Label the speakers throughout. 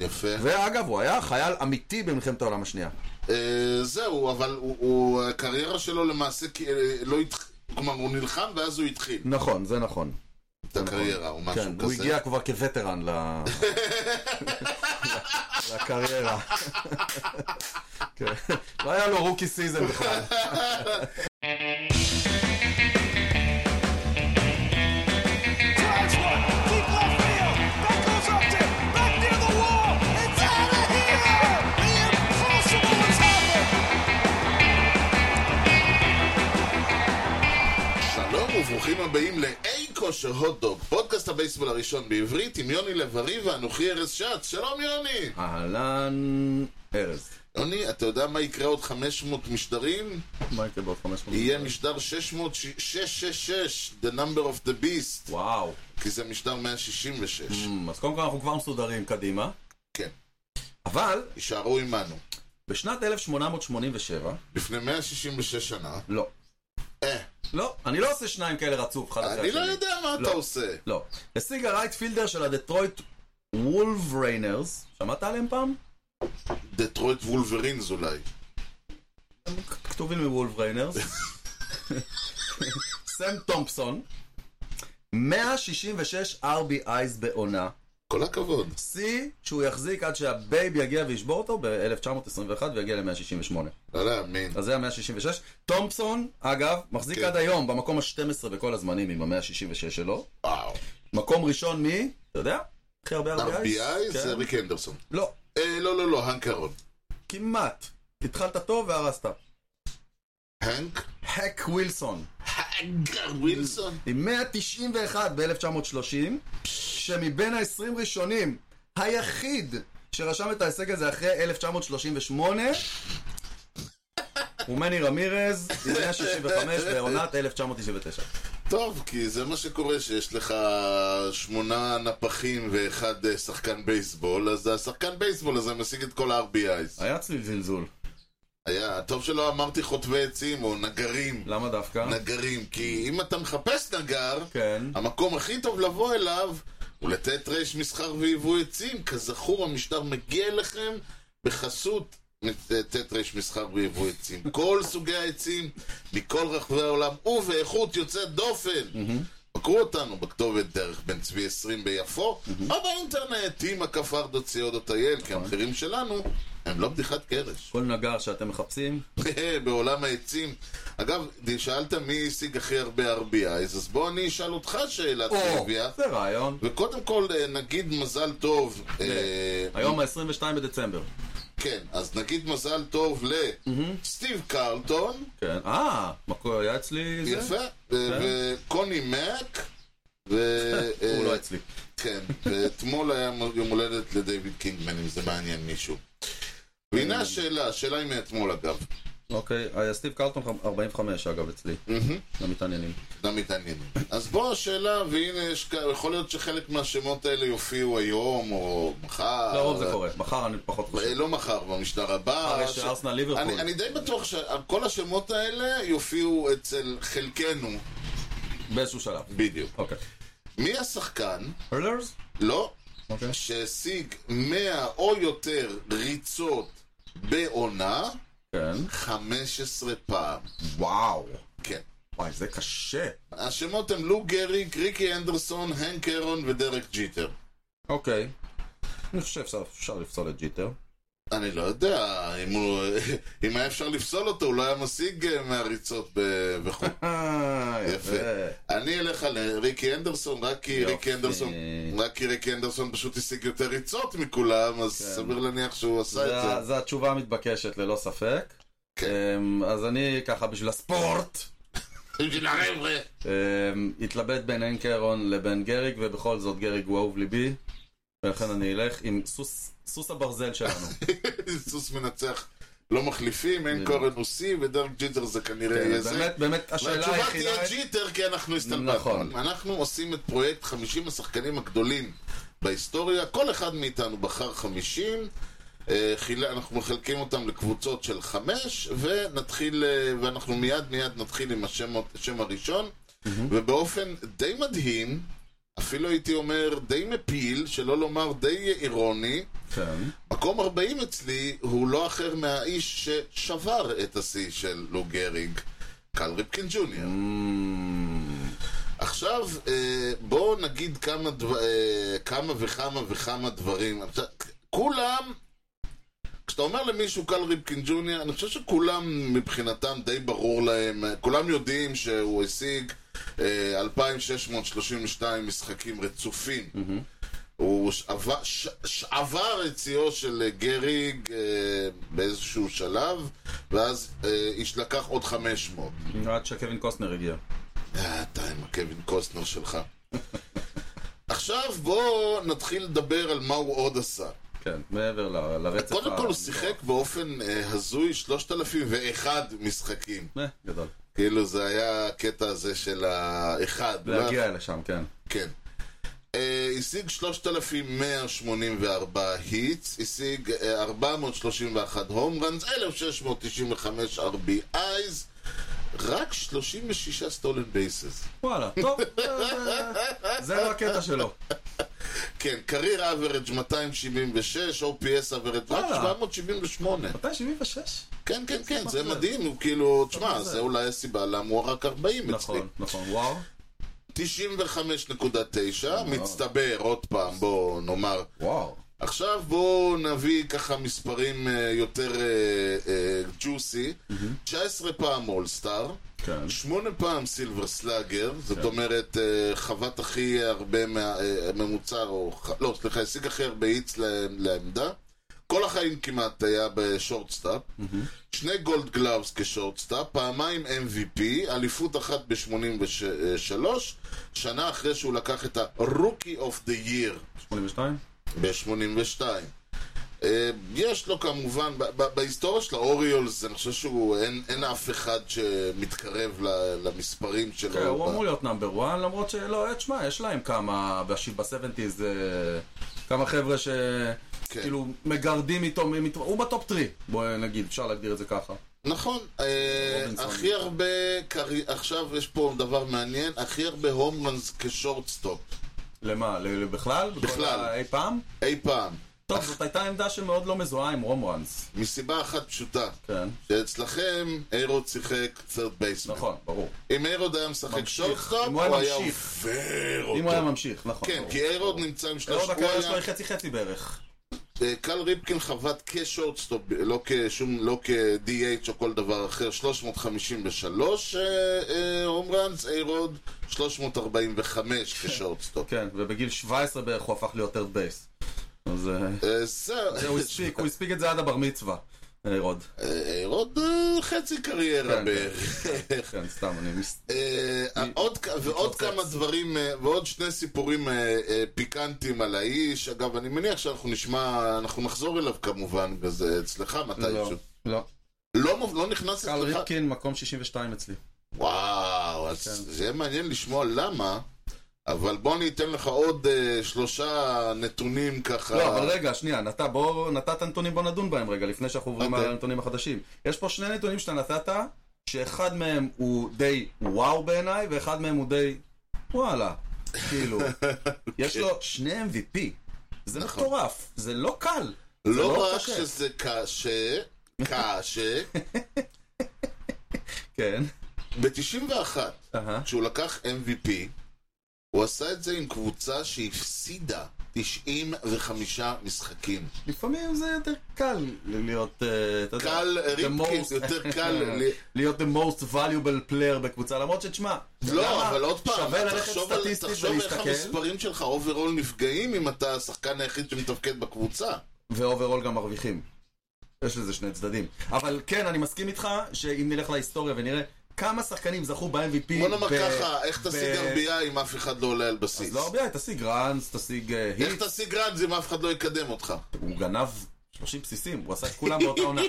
Speaker 1: יפה.
Speaker 2: ואגב, הוא היה חייל אמיתי במלחמת העולם השנייה.
Speaker 1: אה, זהו, אבל הוא- הוא- הקריירה שלו למעשה כי- אה, לא התחיל, כלומר הוא נלחם ואז הוא התחיל
Speaker 2: נכון, זה נכון.
Speaker 1: את הקריירה או משהו
Speaker 2: כן, הוא
Speaker 1: כזה.
Speaker 2: הגיע כבר כווטרן ל... לקריירה. כן. לא היה לו רוקי סיזן בכלל.
Speaker 3: drives one, deep left field. That goes up to back near the wall. It's out of here. The impossible has happened.
Speaker 1: שלום וברוכים הבאים לאי כושר הוטדוג, פודקאסט הבייסבול הראשון בעברית עם יוני לב-ארי ואנוכי ארז שץ. שלום יוני!
Speaker 2: אהלן ארז.
Speaker 1: יוני, אתה יודע מה יקרה עוד 500 משדרים?
Speaker 2: מה יקרה בעוד 500?
Speaker 1: יהיה משדר 666, The Number of the Beast,
Speaker 2: וואו.
Speaker 1: כי זה משדר 166.
Speaker 2: אמ, אז קודם כל אנחנו כבר מסודרים קדימה.
Speaker 1: כן,
Speaker 2: אבל
Speaker 1: יישארו עמנו.
Speaker 2: בשנת 1887,
Speaker 1: לפני 166 שנה,
Speaker 2: לא.
Speaker 1: אה,
Speaker 2: לא, אני לא עושה שניים כאלה רצוף אחד אחרי
Speaker 1: אני
Speaker 2: השני.
Speaker 1: לא יודע מה אתה
Speaker 2: לא.
Speaker 1: עושה.
Speaker 2: לא. השיג הרייטפילדר של הדטרויט וולף ריינרס, שמעת עליהם פעם?
Speaker 1: דטרויט וולברינס אולי.
Speaker 2: הם כתובים מוולף ריינרס. סם תומפסון, 166 RBIs בעונה.
Speaker 1: כל הכבוד.
Speaker 2: שיא שהוא יחזיק עד שהבייב יגיע וישבור אותו ב-1921 ויגיע ל-168.
Speaker 1: לא להאמין.
Speaker 2: אז זה ה-166. תומפסון, אגב, מחזיק
Speaker 1: כן.
Speaker 2: עד היום במקום ה-12 בכל הזמנים עם ה-166 שלו.
Speaker 1: וואו.
Speaker 2: מקום ראשון מי? אתה יודע? הכי הרבה RBIs?
Speaker 1: RBI
Speaker 2: כן.
Speaker 1: זה ריק אנדרסון.
Speaker 2: לא,
Speaker 1: אה, לא, לא, לא, הנק ארון.
Speaker 2: כמעט. התחלת טוב והרסת.
Speaker 1: הנק?
Speaker 2: האק ווילסון,
Speaker 1: האגר ווילסון?
Speaker 2: עם 191 ב-1930, שמבין ה-20 ראשונים, היחיד שרשם את ההישג הזה אחרי 1938, הוא מני רמירז, עם 165 בעונת 1999.
Speaker 1: טוב, כי זה מה שקורה שיש לך שמונה נפחים ואחד אה, שחקן בייסבול, אז השחקן בייסבול הזה משיג את כל ה-RBIs.
Speaker 2: היה אצלי זלזול.
Speaker 1: היה, טוב שלא אמרתי חוטבי עצים או נגרים.
Speaker 2: למה דווקא?
Speaker 1: נגרים, כי אם אתה מחפש נגר,
Speaker 2: כן.
Speaker 1: המקום הכי טוב לבוא אליו הוא לתת רייש מסחר ויבוא עצים. כזכור, המשטר מגיע אליכם בחסות לתת רייש מסחר ויבוא עצים. כל סוגי העצים, מכל רחבי העולם, ובאיכות יוצאת דופן. בקרו אותנו בכתובת דרך בן צבי 20 ביפו, או באינטרנט, עם הכפר.co.il, כי המחירים שלנו הם לא בדיחת קרש.
Speaker 2: כל נגר שאתם מחפשים,
Speaker 1: בעולם העצים. אגב, שאלת מי השיג הכי הרבה RBI, אז בוא אני אשאל אותך שאלת
Speaker 2: או,
Speaker 1: טריוויה.
Speaker 2: זה רעיון.
Speaker 1: וקודם כל אה, נגיד מזל טוב, אה,
Speaker 2: היום ה-22 בדצמבר.
Speaker 1: כן, אז נגיד מזל טוב לסטיב קרלטון,
Speaker 2: כן. אה, מקו- היה אצלי זה?
Speaker 1: יפה, ו- וקוני מק, ו-
Speaker 2: כן. הוא לא
Speaker 1: אה,
Speaker 2: אצלי.
Speaker 1: כן, ואתמול היה יום הולדת לדייוויד קינגמן, אם זה מעניין מישהו. והנה השאלה, השאלה היא מאתמול אגב,
Speaker 2: אוקיי, אה, סטיב קרלטון 45 אגב אצלי. למתעניינים.
Speaker 1: אדם מתעניין. אז בוא השאלה, והנה יש, כ- יכול להיות שחלק מהשמות האלה יופיעו היום או מחר.
Speaker 2: לרוב לא, זה קורה, אה, מחר אני פחות חושב.
Speaker 1: אה, לא מחר, במשדר הבא.
Speaker 2: מחר יש
Speaker 1: ש-
Speaker 2: ארסנל ליברפול.
Speaker 1: אני, אני די בטוח שכל השמות האלה יופיעו אצל חלקנו,
Speaker 2: אה, באיזשהו שלב.
Speaker 1: בדיוק.
Speaker 2: אוקיי.
Speaker 1: מי השחקן,
Speaker 2: הרלרס?
Speaker 1: לא,
Speaker 2: אוקיי.
Speaker 1: שהשיג 100 או יותר ריצות בעונה
Speaker 2: כן.
Speaker 1: 15 פעם?
Speaker 2: וואו.
Speaker 1: כן.
Speaker 2: וואי, זה קשה.
Speaker 1: השמות הם לו גריק, ריקי אנדרסון, הנק אירון ודרק ג'יטר.
Speaker 2: אוקיי. אני חושב שאפשר לפסול את ג'יטר.
Speaker 1: אני לא יודע, אם, הוא, אם היה אפשר לפסול אותו, הוא לא היה משיג אה, מהריצות ב- וכו'.
Speaker 2: אה,
Speaker 1: יפה. אני אלך על ריקי אנדרסון, רק כי
Speaker 2: יופי.
Speaker 1: ריקי אנדרסון, רק כי ריקי אנדרסון פשוט השיג יותר ריצות מכולם, אז
Speaker 2: כן.
Speaker 1: סביר להניח שהוא עשה
Speaker 2: זה ה-
Speaker 1: את זה.
Speaker 2: זה התשובה המתבקשת ללא ספק.
Speaker 1: כן.
Speaker 2: אמ, אז אני ככה בשביל הספורט,
Speaker 1: בשביל החבר'ה.
Speaker 2: אמ, התלבט בין אנקרון לבין גריג, ובכל זאת גריג הוא אהוב ליבי, ולכן אני אלך עם סוס- סוס הברזל שלנו.
Speaker 1: סוס מנצח לא מחליפים, אין
Speaker 2: בדיוק.
Speaker 1: קורן הוא שיא, ודרק ג'יטר זה כנראה
Speaker 2: כן,
Speaker 1: יהיה
Speaker 2: אז
Speaker 1: זה.
Speaker 2: באמת, באמת, השאלה
Speaker 1: והתשובה
Speaker 2: היחידה...
Speaker 1: תהיה ג'יטר, כי אנחנו הסתלבטנו.
Speaker 2: נכון.
Speaker 1: אנחנו עושים את פרויקט 50 השחקנים הגדולים בהיסטוריה. כל אחד מאיתנו בחר 50. אה, חיל- אנחנו מחלקים אותם לקבוצות של חמש, ונתחיל, אה, ואנחנו מיד מיד נתחיל עם השם, השם הראשון, ובאופן די מדהים, אפילו הייתי אומר די מפיל, שלא לומר די אירוני,
Speaker 2: כן.
Speaker 1: מקום 40 אצלי הוא לא אחר מהאיש ששבר את השיא של לו גריג, קל ריפקין ג'וניור.
Speaker 2: אמ,
Speaker 1: עכשיו, אה, בואו נגיד כמה, דבר, אה, כמה וכמה וכמה דברים. עכשיו, כולם, כשאתה אומר למישהו קל ריפקין ג'וניור, אני חושב שכולם מבחינתם די ברור להם, אה, כולם יודעים שהוא השיג אה, 2,632 משחקים רצופים. הוא שעבר, ש, שעבר את שיאו של אה, גריג אה, באיזשהו שלב, ואז אה, איש לקח עוד 500.
Speaker 2: עד שקווין קוסטנר הגיע.
Speaker 1: אה, אתה עם הקווין קוסטנר שלך. עכשיו בואו נתחיל לדבר על מה הוא עוד עשה.
Speaker 2: כן, מעבר ל- לרצף.
Speaker 1: קודם
Speaker 2: ה-
Speaker 1: כל הוא שיחק באופן אה, הזוי 3,001 משחקים.
Speaker 2: אה, גדול.
Speaker 1: כאילו זה היה הקטע הזה של האחד. לא?
Speaker 2: להגיע לשם, כן.
Speaker 1: כן. אה, השיג 3,184 היטס, השיג אה, 431 הום ראנס, 1,695 RBIs, רק 36 סטולן בייסס.
Speaker 2: וואלה, טוב, אה, זה לא הקטע שלו.
Speaker 1: כן, קרייר אברג' 276, OPS אברג' רק
Speaker 2: וואלה.
Speaker 1: 778.
Speaker 2: 276?
Speaker 1: כן, כן, כן, זה
Speaker 2: לב.
Speaker 1: מדהים, הוא כאילו, תשמע,
Speaker 2: לב.
Speaker 1: זה אולי הסיבה למה הוא רק 40 אצלי.
Speaker 2: נכון, נכון, וואו.
Speaker 1: 95.9, מצטבר, עוד פעם, בואו נאמר.
Speaker 2: וואו.
Speaker 1: עכשיו בואו נביא ככה מספרים אה, יותר ג'וסי. 19 פעם אולסטאר,
Speaker 2: כן.
Speaker 1: 8 פעם סילבר סלאגר, זאת אומרת אה, חבט הכי הרבה מה- אה, ממוצע, או ח- לא, סליחה, השיג הכי הרבה איץ ל- לעמדה. כל החיים כמעט היה בשורטסטאפ, שני גולד גלאבס כשורטסטאפ, פעמיים MVP, אליפות אחת ב-83, שנה אחרי שהוא לקח את ה-Rookie of the Year
Speaker 2: 82?
Speaker 1: ב-82. אה, יש לו כמובן, ב- ב- בהיסטוריה של האוריולס, אני חושב שהוא, אין, אין אף אחד שמתקרב ל- למספרים שלו.
Speaker 2: כן, הוא
Speaker 1: ב-
Speaker 2: אמור להיות נאמבר 1, למרות שלא, אה, תשמע, יש להם כמה, ב-70's, כמה חבר'ה
Speaker 1: כן.
Speaker 2: שכאילו מגרדים איתו, מ- מת- הוא בטופ 3, בוא נגיד, אפשר להגדיר את זה ככה.
Speaker 1: נכון, אה,
Speaker 2: רובינסון.
Speaker 1: הכי הרבה, קרי... עכשיו יש פה דבר מעניין, הכי הרבה הום ראנס כשורטסטופ,
Speaker 2: למה, ל- ל- בכלל? בכל
Speaker 1: בכלל.
Speaker 2: ה- אי פעם?
Speaker 1: אי פעם,
Speaker 2: טוב, זאת הייתה עמדה שמאוד לא מזוהה עם רומרנס.
Speaker 1: מסיבה אחת פשוטה,
Speaker 2: כן,
Speaker 1: שאצלכם איירוד שיחק third basement.
Speaker 2: נכון, ברור.
Speaker 1: אם איירוד היה משחק
Speaker 2: ממשיך.
Speaker 1: שורטסטופ,
Speaker 2: אם הוא היה
Speaker 1: הוא היה
Speaker 2: ממשיך.
Speaker 1: עובר אותו.
Speaker 2: אם הוא היה ממשיך, נכון.
Speaker 1: כן,
Speaker 2: ברור.
Speaker 1: כי איירוד נמצא עם שלוש...
Speaker 2: אהוד
Speaker 1: הוא
Speaker 2: הקריירה
Speaker 1: היה-
Speaker 2: שלו היא חצי חצי בערך.
Speaker 1: אה, קל ריפקין חבט כשורטסטופ, לא כשום, לא כ-DH או כל דבר אחר, 353 אה, אה, הום ראנס, איירוד 345 כשורטסטופ.
Speaker 2: כן, ובגיל 17 בערך הוא הפך להיות third base. אז אה,
Speaker 1: אה, זה-
Speaker 2: זה הוא הספיק, הוא הספיק את זה עד הבר מצווה, אה, רוד.
Speaker 1: אה, איירוד אה, חצי קריירה
Speaker 2: כן,
Speaker 1: בערך.
Speaker 2: כן, סתם, אני... מס-
Speaker 1: אה, עוד כ- ועוד
Speaker 2: מתרוצץ.
Speaker 1: כמה דברים, אה, ועוד שני סיפורים אה, אה, פיקנטיים על האיש. אגב, אני מניח שאנחנו נשמע, אנחנו נחזור אליו כמובן, וזה אצלך
Speaker 2: לא,
Speaker 1: מתישהו.
Speaker 2: לא.
Speaker 1: לא מוב- לא נכנס
Speaker 2: קל
Speaker 1: אצלך.
Speaker 2: ריפקין, מקום 62 אצלי.
Speaker 1: וואו, אז
Speaker 2: כן.
Speaker 1: זה יהיה מעניין לשמוע למה, אבל בוא אני אתן לך עוד אה, שלושה נתונים ככה.
Speaker 2: לא, אבל רגע, שנייה, נת, בוא, נתת נתונים, בוא נדון בהם רגע, לפני שאנחנו עוברים על
Speaker 1: אוקיי.
Speaker 2: הנתונים החדשים. יש פה שני נתונים שאתה נתת, שאחד מהם הוא די וואו בעיניי, ואחד מהם הוא די וואלה. כאילו,
Speaker 1: אוקיי.
Speaker 2: יש לו שני MVP. זה מטורף, זה לא קל. זה
Speaker 1: נכון. לא רק
Speaker 2: קשה.
Speaker 1: שזה קשה, קשה,
Speaker 2: כן,
Speaker 1: ב-91,
Speaker 2: אהה,
Speaker 1: כשהוא לקח MVP, הוא עשה את זה עם קבוצה שהפסידה 95 משחקים.
Speaker 2: לפעמים זה יותר קל להיות, אה, אתה יודע,
Speaker 1: קל,
Speaker 2: the
Speaker 1: ריפקין,
Speaker 2: most-
Speaker 1: יותר קל, ל-
Speaker 2: להיות the most valuable player בקבוצה, למרות שתשמע,
Speaker 1: לא,
Speaker 2: למה?
Speaker 1: אבל עוד פעם,
Speaker 2: שווה ללכת
Speaker 1: תחשוב על-
Speaker 2: סטטיסטית
Speaker 1: תחשוב איך
Speaker 2: ולהסתכל.
Speaker 1: המספרים שלך אוברול נפגעים אם אתה השחקן היחיד שמתפקד בקבוצה.
Speaker 2: ואוברול גם מרוויחים. יש לזה שני צדדים. אבל כן, אני מסכים איתך שאם נלך להיסטוריה ונראה כמה שחקנים זכו ב-MVP...
Speaker 1: בוא נאמר
Speaker 2: ב-
Speaker 1: ככה, איך תשיג
Speaker 2: ב-
Speaker 1: RBI אם אף אחד לא עולה על בסיס?
Speaker 2: אז לא הרבה, תשיג ראנס, תשיג אה,
Speaker 1: איך
Speaker 2: היט.
Speaker 1: תשיג ראנז אם אף אחד לא יקדם אותך?
Speaker 2: הוא גנב 30 בסיסים, הוא עשה את כולם באותה עונה.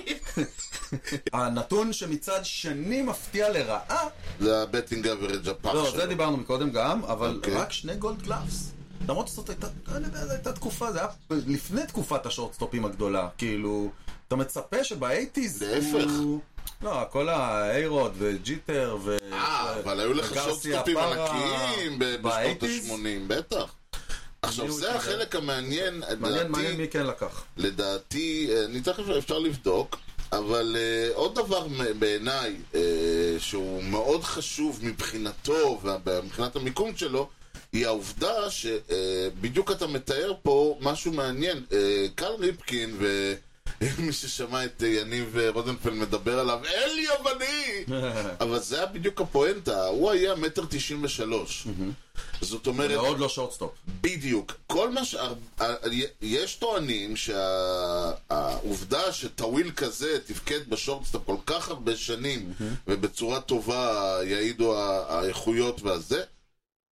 Speaker 2: הנתון שמצד שני מפתיע לרעה,
Speaker 1: זה הבטינג אברג' הפח
Speaker 2: לא,
Speaker 1: שלו.
Speaker 2: זה דיברנו מקודם גם, אבל
Speaker 1: אוקיי.
Speaker 2: רק שני גולד גלאבס. למרות שזאת הייתה, אה, אני יודע, זו הייתה תקופה, זה היה לפני תקופת השורטסטופים הגדולה, כאילו, אתה מצפה שבאייטיז...
Speaker 1: להפך.
Speaker 2: לא, כל האיירוד וג'יטר ו...
Speaker 1: אה, אבל היו לך
Speaker 2: וגרסיה
Speaker 1: שורטסטופים
Speaker 2: פארה
Speaker 1: ענקיים ב- בשנות
Speaker 2: באייטיז?
Speaker 1: ה-80, בטח. עכשיו,
Speaker 2: מיעוט
Speaker 1: זה
Speaker 2: מדי.
Speaker 1: החלק המעניין,
Speaker 2: מעניין,
Speaker 1: לדעתי-
Speaker 2: מעניין מי כן לקח.
Speaker 1: לדעתי, אה, אני תכף אפשר לבדוק, אבל אה, עוד דבר מ- בעיניי אה, שהוא מאוד חשוב מבחינתו ומבחינת המיקום שלו, היא העובדה שבדיוק אתה מתאר פה משהו מעניין. אה, קל ריפקין ו... מי ששמע את אה, יניב אה, רוזנפלד מדבר עליו, אל יווני! אבל זה היה בדיוק הפואנטה, הוא היה מטר תשעים ושלוש. זאת אומרת,
Speaker 2: מאוד לא שורטסטופ.
Speaker 1: בדיוק. כל מה ש... אה, יש טוענים שהעובדה שטאוויל כזה תפקד בשורטסטאפ כל כך הרבה שנים, ובצורה טובה יעידו ה- האיכויות והזה,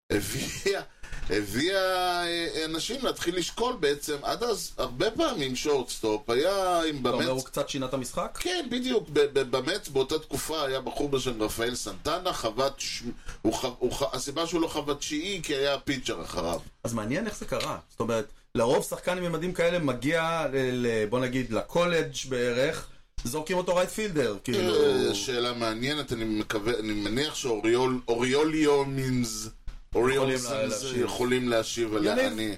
Speaker 1: הביאה... הביאה אה, אנשים להתחיל לשקול בעצם, עד אז הרבה פעמים שורטסטופ היה עם
Speaker 2: אתה אומר,
Speaker 1: באמת
Speaker 2: הוא קצת שינה את המשחק?
Speaker 1: כן, בדיוק. ב- ב- במץ באותה תקופה היה בחור בשם רפאל סנטנה, חבט... ש... הוא ח... הוא ח... הסיבה שהוא לא חבט תשיעי, כי היה פיצ'ר אחריו.
Speaker 2: אז מעניין איך זה קרה. זאת אומרת, לרוב שחקן עם ממדים כאלה מגיע, ל- ל- בוא נגיד, לקולג' בערך, זורקים אותו רייטפילדר, כאילו...
Speaker 1: אה, שאלה מעניינת, אני מקווה, אני מניח שאוריוליומינס,
Speaker 2: יכולים
Speaker 1: אוריוליומינס
Speaker 2: להשיב.
Speaker 1: יכולים להשיב עליה.
Speaker 2: יניב.
Speaker 1: אני...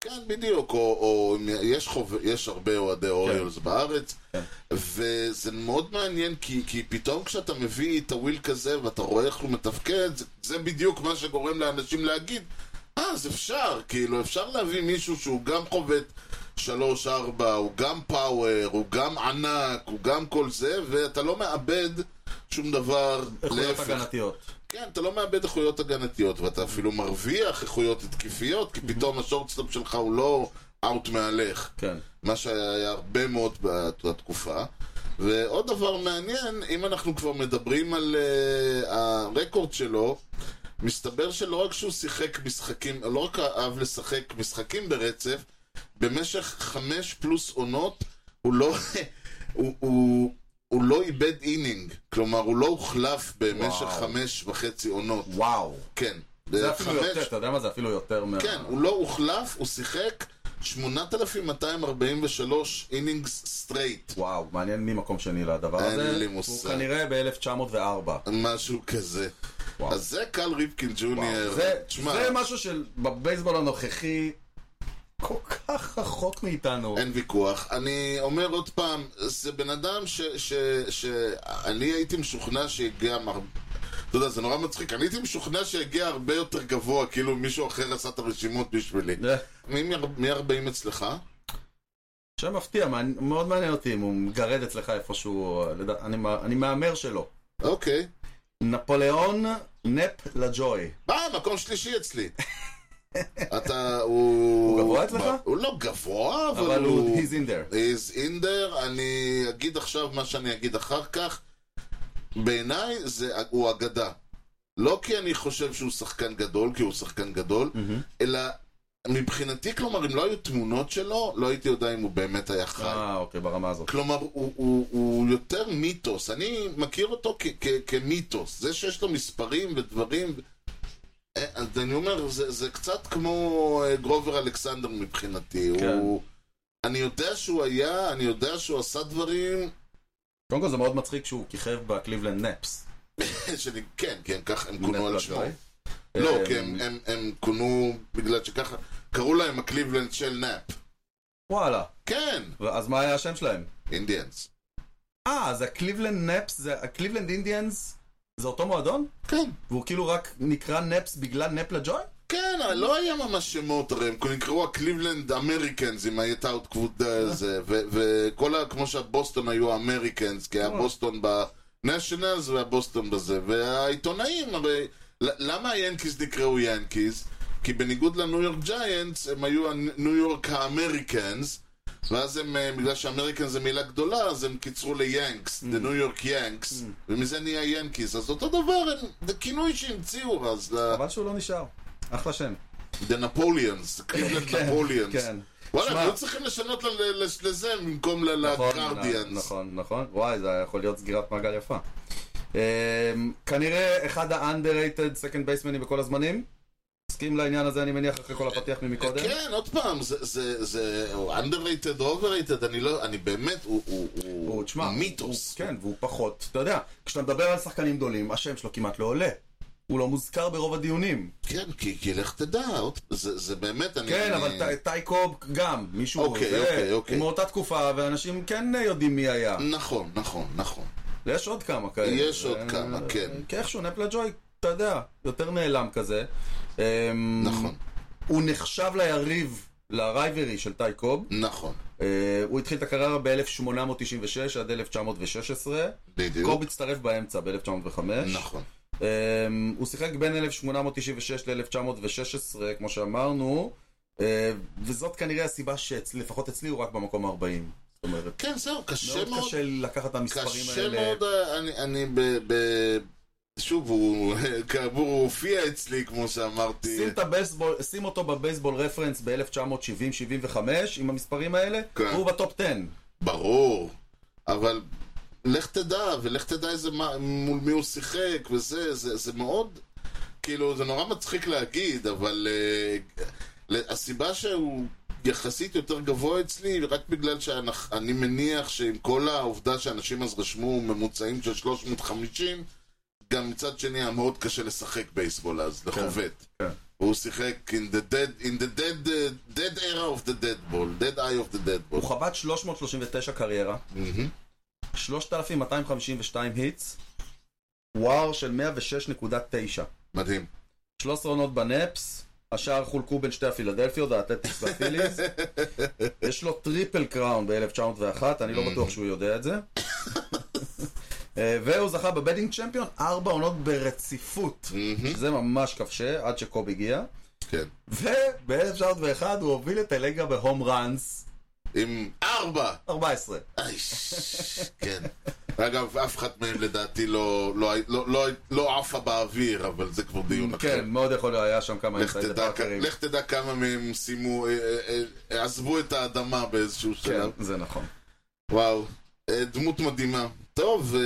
Speaker 1: כן, בדיוק, או, או יש, חוב, יש הרבה אוהדי אוריולס בארץ,
Speaker 2: כן.
Speaker 1: וזה מאוד מעניין, כי, כי פתאום כשאתה מביא את הוויל כזה ואתה רואה איך הוא מתפקד, זה, זה בדיוק מה שגורם לאנשים להגיד, אה, אז אפשר, כאילו, אפשר להביא מישהו שהוא גם חובט שלוש, ארבע, הוא גם פאוור, הוא גם ענק, הוא גם כל זה, ואתה לא מאבד שום דבר,
Speaker 2: איכויות
Speaker 1: להפך.
Speaker 2: הגנתיות.
Speaker 1: כן, אתה לא מאבד איכויות הגנתיות, ואתה אפילו מרוויח איכויות התקפיות,
Speaker 2: Mm-hmm.
Speaker 1: כי פתאום השורטסטופ שלך הוא לא אאוט מהלך.
Speaker 2: כן.
Speaker 1: מה שהיה הרבה מאוד בת- בתקופה. ועוד דבר מעניין, אם אנחנו כבר מדברים על uh, הרקורד שלו, מסתבר שלא רק שהוא שיחק משחקים, לא רק אהב לשחק משחקים ברצף, במשך חמש פלוס עונות הוא לא, הוא, הוא, הוא לא איבד אינינג. כלומר, הוא לא הוחלף במשך
Speaker 2: וואו.
Speaker 1: חמש וחצי עונות.
Speaker 2: וואו.
Speaker 1: כן.
Speaker 2: זה אפילו
Speaker 1: חמש-
Speaker 2: יותר, אתה יודע מה זה אפילו יותר מה...
Speaker 1: כן, הוא לא הוחלף, הוא שיחק 8,243 אינינגס סטרייט.
Speaker 2: וואו, מעניין מי מקום שני לדבר
Speaker 1: אין
Speaker 2: הזה.
Speaker 1: לי
Speaker 2: הוא
Speaker 1: מושג.
Speaker 2: כנראה ב-1904.
Speaker 1: משהו כזה.
Speaker 2: וואו.
Speaker 1: אז זה קל ריפקין ג'וניור.
Speaker 2: זה,
Speaker 1: תשמע,
Speaker 2: זה משהו שבבייסבול הנוכחי כל כך רחוק מאיתנו.
Speaker 1: אין ויכוח. אני אומר עוד פעם, זה בן אדם ש- ש- שאני הייתי משוכנע שהגיע מר... אתה יודע, זה נורא מצחיק. אני הייתי משוכנע שהגיע הרבה יותר גבוה, כאילו מישהו אחר עשה את הרשימות בשבילי.
Speaker 2: זה
Speaker 1: מי- מי- מי 40 אצלך?
Speaker 2: שם מפתיע, מעניין- מאוד מעניין אותי אם הוא מגרד אצלך איפשהו, אה, לדע- אני מה- אני מהמר שלא.
Speaker 1: אוקיי.
Speaker 2: נפוליאון נפ לג'וי.
Speaker 1: אה, מקום שלישי אצלי. אתה, הוא...
Speaker 2: הוא גבוה אצלך?
Speaker 1: הוא לא גבוה, אבל,
Speaker 2: אבל הוא, he's in there.
Speaker 1: He's in there. אני אגיד עכשיו מה שאני אגיד אחר כך. בעיניי זה, הוא אגדה. לא כי אני חושב שהוא שחקן גדול, כי הוא שחקן גדול, אלא מבחינתי, כלומר, אם לא היו תמונות שלו, לא הייתי יודע אם הוא באמת היה חי.
Speaker 2: אה, אוקיי, ברמה הזאת.
Speaker 1: כלומר, הוא, הוא, הוא יותר מיתוס. אני מכיר אותו כ, כ, כמיתוס. זה שיש לו מספרים ודברים... אה, אז אני אומר, זה, זה קצת כמו אה, גרובר אלכסנדר מבחינתי.
Speaker 2: כן.
Speaker 1: הוא, אני יודע שהוא היה, אני יודע שהוא עשה דברים...
Speaker 2: קודם כל זה מאוד מצחיק שהוא כיכב בקליבלנד נפס.
Speaker 1: שאני, כן, כי הם ככה, הם כונו על שמו.
Speaker 2: לג'וי.
Speaker 1: לא,
Speaker 2: אה,
Speaker 1: כי הם, הם, הם כונו בגלל שככה... קראו להם הקליבלנד של נאפ.
Speaker 2: וואלה,
Speaker 1: כן,
Speaker 2: אז מה היה השם שלהם?
Speaker 1: אינדיאנס.
Speaker 2: אה, אז הקליבלנד נפס, זה הקליבלנד אינדיאנס, זה אותו מועדון?
Speaker 1: כן.
Speaker 2: והוא כאילו רק נקרא נפס בגלל נפ לג'וי?
Speaker 1: כן, לא היה ממש שמות, הרי הם נקראו הקליבלנד אמריקנס, אם הייתה עוד קבוצה זה, ו- וכל ה... כמו שהבוסטון היו אמריקנס, כי היה
Speaker 2: אה.
Speaker 1: בוסטון בנשיונלס והבוסטון בזה, והעיתונאים, הרי... ל- למה היאנקיז נקראו יאנקיז? כי בניגוד לניו יורק ג'יינטס, הם היו הניו יורק האמריקנס, ואז הם, אה, בגלל שאמריקנס זה מילה גדולה, אז הם קיצרו ליאנקס, the New York Yanks, ומזה נהיה יאנקיז. אז אותו דבר, הם- זה כינוי שהמציאו אז, ל-
Speaker 2: חבל שהוא לא נשאר. אחלה שם.
Speaker 1: The Napoleons, קליבלנד
Speaker 2: כן,
Speaker 1: נפוליאנס.
Speaker 2: כן.
Speaker 1: וואלה, הם
Speaker 2: שמע-
Speaker 1: היו צריכים לשנות ל- ל- לש- לזה במקום ל- לגרדיאנס.
Speaker 2: נכון, נכון. וואי, זה יכול להיות סגירת מעגל יפה. אמ, כנראה אחד ה-underrated second basemanים בכל הזמנים. מסכים לעניין הזה, אני מניח, אחרי כל הפתיח ממקודם.
Speaker 1: כן, עוד פעם, זה- זה זה- הוא underrated, overrated, אני לא, אני באמת, הוא- הוא
Speaker 2: הוא,
Speaker 1: הוא-
Speaker 2: תשמע,
Speaker 1: מיתוס.
Speaker 2: הוא- כן, והוא פחות, אתה יודע, כשאתה מדבר על שחקנים גדולים, השם שלו כמעט לא עולה. הוא לא מוזכר ברוב הדיונים.
Speaker 1: כן, כי, כי לך תדע, עוד- זה, זה באמת, אני...
Speaker 2: כן,
Speaker 1: אני...
Speaker 2: אבל טי- טייקו גם, מישהו...
Speaker 1: אה. אוקיי,
Speaker 2: זה,
Speaker 1: אוקיי, אוקיי.
Speaker 2: הוא מאותה תקופה, ואנשים כן יודעים מי היה.
Speaker 1: נכון, נכון, נכון.
Speaker 2: Mm. יש עוד כמה כאלה.
Speaker 1: יש עוד
Speaker 2: אה,
Speaker 1: כמה, כן.
Speaker 2: כי איכשהו נפלה ג'וי, אתה יודע, יותר נעלם כזה. אה,
Speaker 1: נכון,
Speaker 2: הוא נחשב ליריב, לרייברי של טייקוב.
Speaker 1: נכון,
Speaker 2: הוא התחיל את הקריירה ב-1896 עד 1916.
Speaker 1: בדיוק.
Speaker 2: קוב הצטרף באמצע ב-1905.
Speaker 1: נכון.
Speaker 2: אמ, הוא שיחק בין 1896 ל-1916, כמו שאמרנו, אה, וזאת כנראה הסיבה שלפחות אצלי הוא רק במקום 40. זאת אומרת,
Speaker 1: כן, זהו, קשה
Speaker 2: מאוד
Speaker 1: מאוד.
Speaker 2: קשה לקחת את המספרים
Speaker 1: קשה
Speaker 2: האלה.
Speaker 1: מאוד, אה, אני, אני ב... ב... שוב, הוא, כאמור, הוא הופיע אצלי, כמו שאמרתי.
Speaker 2: שים, את הבייסבול, שים אותו בבייסבול רפרנס ב-1970-75 עם המספרים האלה,
Speaker 1: כן.
Speaker 2: והוא בטופ 10.
Speaker 1: ברור, אבל לך תדע, ולך תדע איזה מה, מול מי הוא שיחק, וזה, זה, זה מאוד, כאילו, זה נורא מצחיק להגיד, אבל uh, הסיבה שהוא יחסית יותר גבוה אצלי, היא רק בגלל שאני מניח שעם כל העובדה שאנשים אז רשמו ממוצעים של 350, גם מצד שני היה מאוד קשה לשחק בייסבול אז, לחובט.
Speaker 2: כן.
Speaker 1: הוא שיחק in the dead, in the dead, uh, dead era of the dead ball, dead eye of the dead ball.
Speaker 2: הוא חבט 339 קריירה,
Speaker 1: מהמם.
Speaker 2: 3,252 היטס, וואר של 106.9.
Speaker 1: מדהים.
Speaker 2: 13 עונות בנפס, השאר חולקו בין שתי הפילדלפיות, האתלטיקס והפיליז. יש לו טריפל קראון ב-1901, אני לא בטוח שהוא יודע את זה. אה, והוא זכה בבדינג צ'מפיון ארבע עונות ברציפות.
Speaker 1: מהמם.
Speaker 2: שזה ממש קשה, עד שקוב הגיע.
Speaker 1: כן.
Speaker 2: וב-1901 הוא הוביל את הליגה בהום ראנס
Speaker 1: עם ארבע!
Speaker 2: 14.
Speaker 1: אייש, כן. אגב, אף אחת מהם לדעתי לא, לא, לא, לא, לא עפה באוויר, אבל זה כבר דיון אחר.
Speaker 2: כן, מאוד יכול להיות, היה שם כמה
Speaker 1: אוקיי. לך
Speaker 2: אינסיידר
Speaker 1: תדע,
Speaker 2: פארקרים.
Speaker 1: לך תדע כמה מהם סיימו, אה, אה, אה, עזבו את האדמה באיזשהו שלב.
Speaker 2: כן, זה נכון.
Speaker 1: וואו, אה, דמות מדהימה. טוב, אה,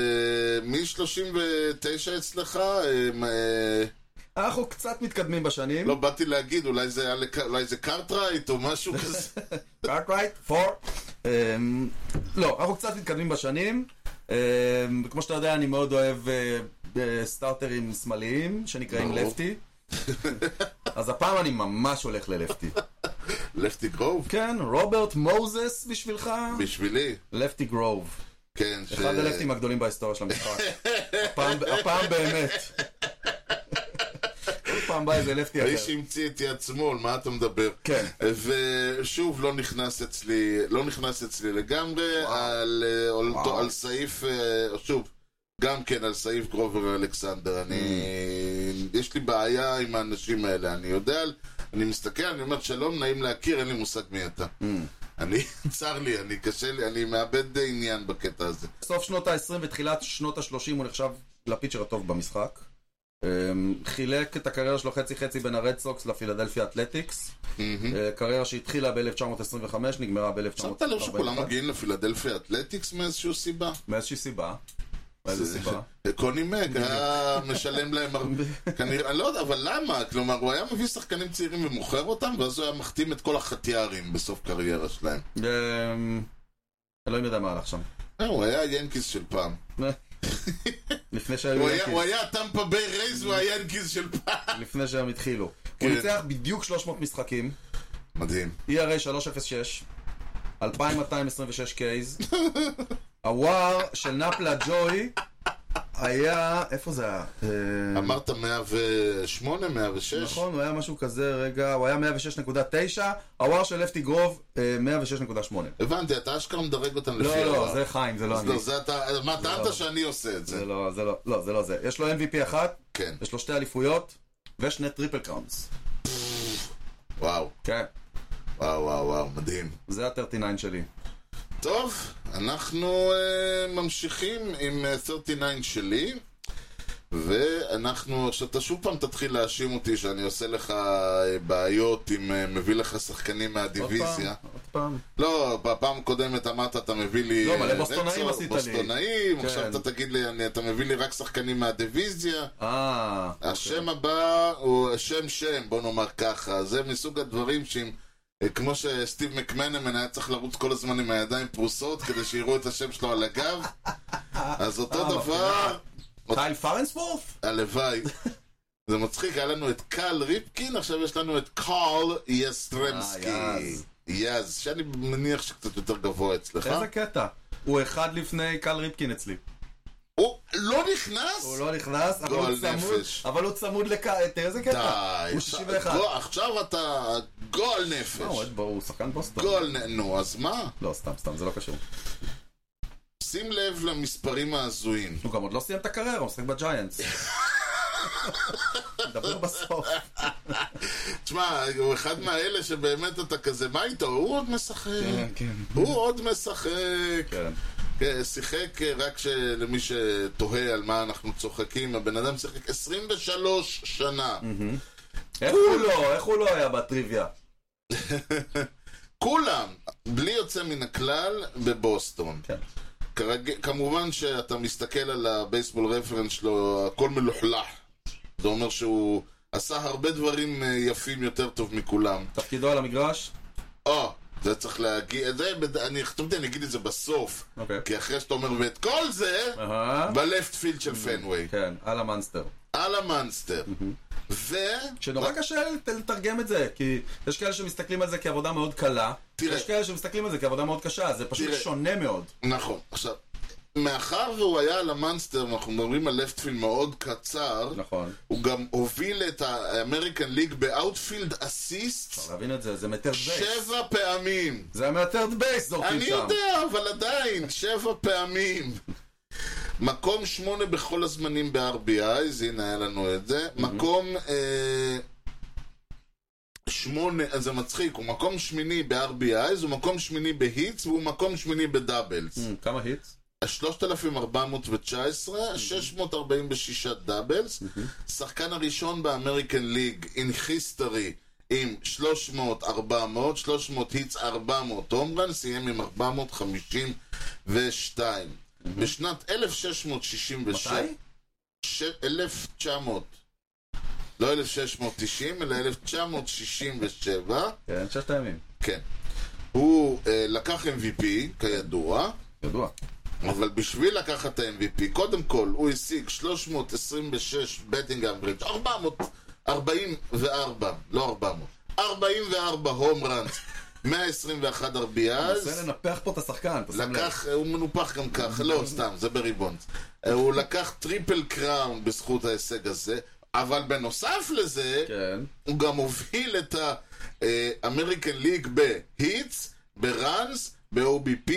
Speaker 1: מ-39 אצלך, אה, מ- אה,
Speaker 2: אנחנו קצת מתקדמים בשנים.
Speaker 1: לא באתי להגיד, אולי זה, היה לק- אולי זה קארטרייט או משהו כזה.
Speaker 2: קארטרייט, פור. אמ, לא, אנחנו קצת מתקדמים בשנים. אמ, כמו שאתה יודע, אני מאוד אוהב אה, אה, סטארטרים שמאליים, שנקראים
Speaker 1: ברור.
Speaker 2: לפטי. אז הפעם אני ממש הולך ללפטי.
Speaker 1: לפטי גרוב?
Speaker 2: כן, רוברט מוזס בשבילך,
Speaker 1: בשבילי,
Speaker 2: לפטי גרוב.
Speaker 1: כן. ש-
Speaker 2: אחד הלפטים הגדולים בהיסטוריה של המשחק. הפעם- הפעם באמת. כל פעם בא איזה לפטי
Speaker 1: האיש
Speaker 2: אחר.
Speaker 1: שהמציא את יד שמאל, מה אתה מדבר?
Speaker 2: כן.
Speaker 1: ושוב, לא נכנס אצלי, לא נכנס אצלי לגמרי,
Speaker 2: וואו.
Speaker 1: על, אה, על,
Speaker 2: וואו.
Speaker 1: על סעיף, אה, שוב, גם כן על סעיף גרובר אלכסנדר. אני,
Speaker 2: Mm.
Speaker 1: יש לי בעיה עם האנשים האלה, אני יודע, אני מסתכל, אני אומר, שלום, נעים להכיר, אין לי מושג מי אתה.
Speaker 2: Mm.
Speaker 1: אני, צר לי, אני קשה לי, אני מאבד אה, עניין בקטע הזה.
Speaker 2: סוף שנות ה-20 ותחילת שנות ה-30 הוא נחשב לפיצ'ר הטוב במשחק. אמ, חילק את הקריירה שלו חצי חצי בין הרד סוקס לפילדלפיה אתלטיקס.
Speaker 1: מהמם.
Speaker 2: אה, קריירה שהתחילה ב-1925, נגמרה
Speaker 1: שמת לב שכולם
Speaker 2: ב-1941.
Speaker 1: מגיעים לפילדלפיה אתלטיקס מאיזשהו סיבה?
Speaker 2: מאיזושהי סיבה. מאיזו סיבה?
Speaker 1: קוני מק היה משלם להם הרבה, כנראה, אני לא יודע, אבל למה? כלומר, הוא היה מביא שחקנים צעירים ומוכר אותם, ואז הוא היה מחתים את כל החטיארים בסוף קריירה שלהם.
Speaker 2: אמ, אלוהים יודע מה הלך שם.
Speaker 1: אה, הוא היה ינקיס של פעם.
Speaker 2: לפני שהיו
Speaker 1: הוא היה- הוא
Speaker 2: ינקיז,
Speaker 1: היה טמפה ביי רייז והיאנקיז של פעם.
Speaker 2: לפני שהם התחילו.
Speaker 1: כן.
Speaker 2: הוא ניצח בדיוק 300 משחקים,
Speaker 1: מדהים.
Speaker 2: ERA 306, 2,226 קייז, הוואר של נפלה ג'וי היה, איפה זה היה? אה,
Speaker 1: אמרת 108, 106?
Speaker 2: נכון, הוא היה משהו כזה, רגע, הוא היה 106.9, הוואר של לפטי גרוב, אה, 106.8.
Speaker 1: הבנתי, אתה אשכרה מדרג אותם לפי
Speaker 2: לא, לא,
Speaker 1: הרמה.
Speaker 2: זה חיים, זה לא
Speaker 1: אז
Speaker 2: אני.
Speaker 1: לא, זה אתה, מה, טענת
Speaker 2: לא.
Speaker 1: שאני עושה את זה?
Speaker 2: זה לא, זה לא, לא, זה לא זה. יש לו MVP אחת,
Speaker 1: כן,
Speaker 2: יש לו שתי אליפויות, ושני טריפל קראונס.
Speaker 1: וואו,
Speaker 2: כן,
Speaker 1: וואו, וואו, וואו, מדהים.
Speaker 2: זה ה-39 שלי.
Speaker 1: טוב, אנחנו אה, ממשיכים עם אה, 39 שלי, ואנחנו, עכשיו אתה שוב פעם תתחיל להאשים אותי שאני עושה לך אה, בעיות אם אה, מביא לך שחקנים
Speaker 2: עוד
Speaker 1: מהדיוויזיה.
Speaker 2: פעם, עוד פעם.
Speaker 1: לא, בפעם הקודמת אמרת אתה מביא לי...
Speaker 2: לא, מלא
Speaker 1: אה,
Speaker 2: בוסטונאים
Speaker 1: רצו-
Speaker 2: עשית לי.
Speaker 1: בוסטונאים,
Speaker 2: כן.
Speaker 1: עכשיו אתה תגיד לי, אני, אתה מביא לי רק שחקנים מהדיוויזיה.
Speaker 2: אה,
Speaker 1: השם הבא הוא שם שם, בוא נאמר ככה. זה מסוג הדברים שאם... אה, כמו שסטיב מקמנמן היה צריך לרוץ כל הזמן עם הידיים פרוסות כדי שיראו את השם שלו על הגב, אז אותו
Speaker 2: אה,
Speaker 1: דבר,
Speaker 2: טייל פרנסוורף?
Speaker 1: הלוואי. זה מצחיק, היה לנו את קל ריפקין, עכשיו יש לנו את קול יסטרמסקי.
Speaker 2: אה, יז.
Speaker 1: יז, שאני מניח שקצת יותר גבוה אצלך.
Speaker 2: איזה קטע. הוא אחד לפני קל ריפקין אצלי.
Speaker 1: הוא לא נכנס?
Speaker 2: הוא לא נכנס, אבל הוא
Speaker 1: גועל
Speaker 2: צמוד,
Speaker 1: נפש.
Speaker 2: אבל הוא צמוד לקל, תראה איזה קטע.
Speaker 1: די.
Speaker 2: הוא 61.
Speaker 1: גול- עכשיו אתה גול
Speaker 2: לא, הוא
Speaker 1: נפש.
Speaker 2: עוד- הוא שחקן בוסטון.
Speaker 1: גול נ... נו, אז מה?
Speaker 2: לא, סתם, סתם, זה לא קשור.
Speaker 1: שים לב למספרים ההזויים.
Speaker 2: הוא גם עוד לא סיים את הקריירה, הוא משחק בג'יינטס. נדבר בסוף.
Speaker 1: תשמע, הוא אחד מהאלה שבאמת אתה כזה, מה איתו? הוא עוד משחק. הוא עוד משחק.
Speaker 2: כן.
Speaker 1: כן, שיחק, אה, רק למי שתוהה על מה אנחנו צוחקים, הבן אדם שיחק 23 שנה.
Speaker 2: איך הוא לא, איך הוא לא היה בטריוויה?
Speaker 1: כולם, בלי יוצא מן הכלל, בבוסטון.
Speaker 2: כן.
Speaker 1: כרג... כמובן שאתה מסתכל על הבייסבול רפרנס שלו, הכל מלוכלך. זה אומר שהוא עשה הרבה דברים אה, יפים יותר טוב מכולם.
Speaker 2: תפקידו על המגרש?
Speaker 1: אה, זה צריך להגיד, את זה, בד- אני חתומתי, אני אגיד את זה בסוף.
Speaker 2: אוקיי.
Speaker 1: כי אחרי שאתה אומר, ואת כל זה,
Speaker 2: אהה.
Speaker 1: בלפט פילד של פנוויי.
Speaker 2: כן, על המאנסטר.
Speaker 1: על המאנסטר. ו...
Speaker 2: שנורא
Speaker 1: לא.
Speaker 2: קשה לת- לתרגם את זה, כי יש כאלה שמסתכלים על זה כעבודה מאוד קלה,
Speaker 1: תראה.
Speaker 2: יש כאלה שמסתכלים על זה כעבודה מאוד קשה, זה פשוט
Speaker 1: תראה.
Speaker 2: שונה מאוד.
Speaker 1: נכון. עכשיו, מאחר והוא היה על המאנסטר, אנחנו מדברים על לפטפילד מאוד קצר,
Speaker 2: נכון.
Speaker 1: הוא גם הוביל את האמריקן ליג באאוטפילד אסיסט
Speaker 2: להבין את זה, זה מטרד בייס.
Speaker 1: שבע פעמים.
Speaker 2: זה היה מהטרד בייס זורקים
Speaker 1: אני
Speaker 2: שם.
Speaker 1: יודע, אבל עדיין, שבע פעמים. מקום שמונה בכל הזמנים ב-RBI, אז הנה היה לנו את זה. מקום אה, שמונה, אז זה מצחיק, הוא מקום שמיני ב-RBI, הוא מקום שמיני בהיטס, והוא מקום שמיני בדאבלס.
Speaker 2: Mm, כמה היטס?
Speaker 1: 3,419, 646 דאבלס, שחקן הראשון באמריקן ליג in history עם 300, 400, 300 היטס, 400 הומרן, סיים עם 452. בשנת 1966...
Speaker 2: מתי?
Speaker 1: ש- 1900. לא 1990, אלא 1967.
Speaker 2: כן, ששת הימים.
Speaker 1: כן. הוא אה, לקח MVP, כידוע.
Speaker 2: ידוע.
Speaker 1: אבל בשביל לקחת את ה-MVP, קודם כל, הוא השיג 326 בטינג אמברידג', 444, לא 400, 44 הום ראנס, 121
Speaker 2: מנסה
Speaker 1: RBIs,
Speaker 2: לנפח פה את השחקן, אתה שם לב.
Speaker 1: לקח, הוא מנופח גם ככה, לא, סתם, זה בריבונס. אה, הוא לקח טריפל קראון בזכות ההישג הזה, אבל בנוסף לזה,
Speaker 2: כן.
Speaker 1: הוא גם הוביל את אה, האמריקן ליג בהיטס, בראנס, ב-OBP,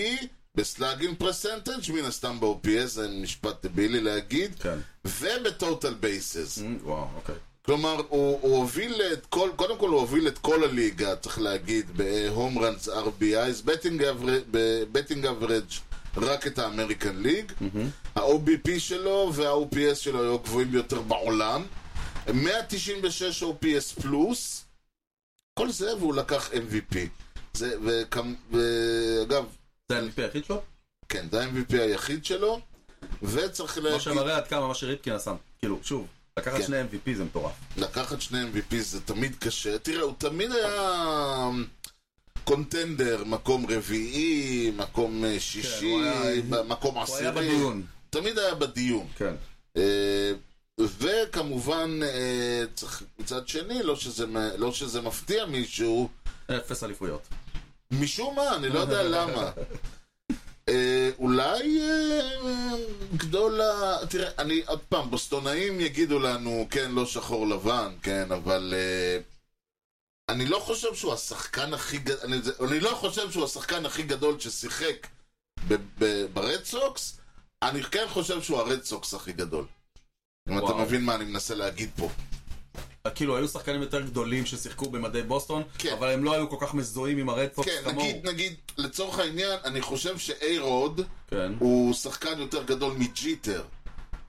Speaker 1: בסלאגין פרסנטג', מן הסתם ב-OPS, זה משפט דבילי להגיד,
Speaker 2: כן.
Speaker 1: ובטוטל בייסס.
Speaker 2: Mm, וואו, אוקיי.
Speaker 1: כלומר, הוא, הוא הוביל את כל, קודם כל הוא הוביל את כל הליגה, צריך להגיד, בהום ראנס, RBIs, בטינג אברג' רק את האמריקן ליג. ה-OBP שלו וה-OPS שלו היו הגבוהים ביותר בעולם. 196 OPS פלוס, כל זה, והוא לקח MVP. זה, וכמ, ואגב,
Speaker 2: זה ה-MVP היחיד שלו?
Speaker 1: כן, זה ה-MVP היחיד שלו, וצריך
Speaker 2: מה
Speaker 1: להגיד...
Speaker 2: שמראה עד כמה מה שריפקין עשה. כאילו, שוב, לקחת
Speaker 1: אה, כן.
Speaker 2: שני MVP זה מטורף.
Speaker 1: לקחת שני MVP זה תמיד קשה. תראה, הוא תמיד היה אמ, קונטנדר, מקום רביעי, מקום אה, שישי,
Speaker 2: כן, הוא היה-
Speaker 1: ב- מקום
Speaker 2: הוא היה
Speaker 1: עשירי.
Speaker 2: בדיון.
Speaker 1: תמיד היה בדיון.
Speaker 2: כן.
Speaker 1: אה, וכמובן, אה, צריך מצד שני, לא שזה, מ- לא שזה מפתיע מישהו,
Speaker 2: אפס אליפויות.
Speaker 1: משום מה, אני לא יודע למה. אה, אולי אה, גדול ה... תראה, אני עוד פעם, בוסטונאים יגידו לנו, כן, לא שחור לבן, כן, אבל... אה, אני לא חושב שהוא השחקן הכי גדול... אני, זה- אני לא חושב שהוא השחקן הכי גדול ששיחק ב- ב- ברד סוקס, אני כן חושב שהוא הרד סוקס הכי גדול. אם אתה
Speaker 2: וואו.
Speaker 1: מבין מה אני מנסה להגיד פה.
Speaker 2: כאילו, היו שחקנים יותר גדולים ששיחקו במדי בוסטון,
Speaker 1: כן.
Speaker 2: אבל הם לא היו כל כך מזוהים עם הרדפוקס
Speaker 1: כן,
Speaker 2: כמוהו.
Speaker 1: נגיד, נגיד, לצורך העניין, אני חושב שאיירוד...
Speaker 2: כן.
Speaker 1: הוא שחקן יותר גדול מג'יטר.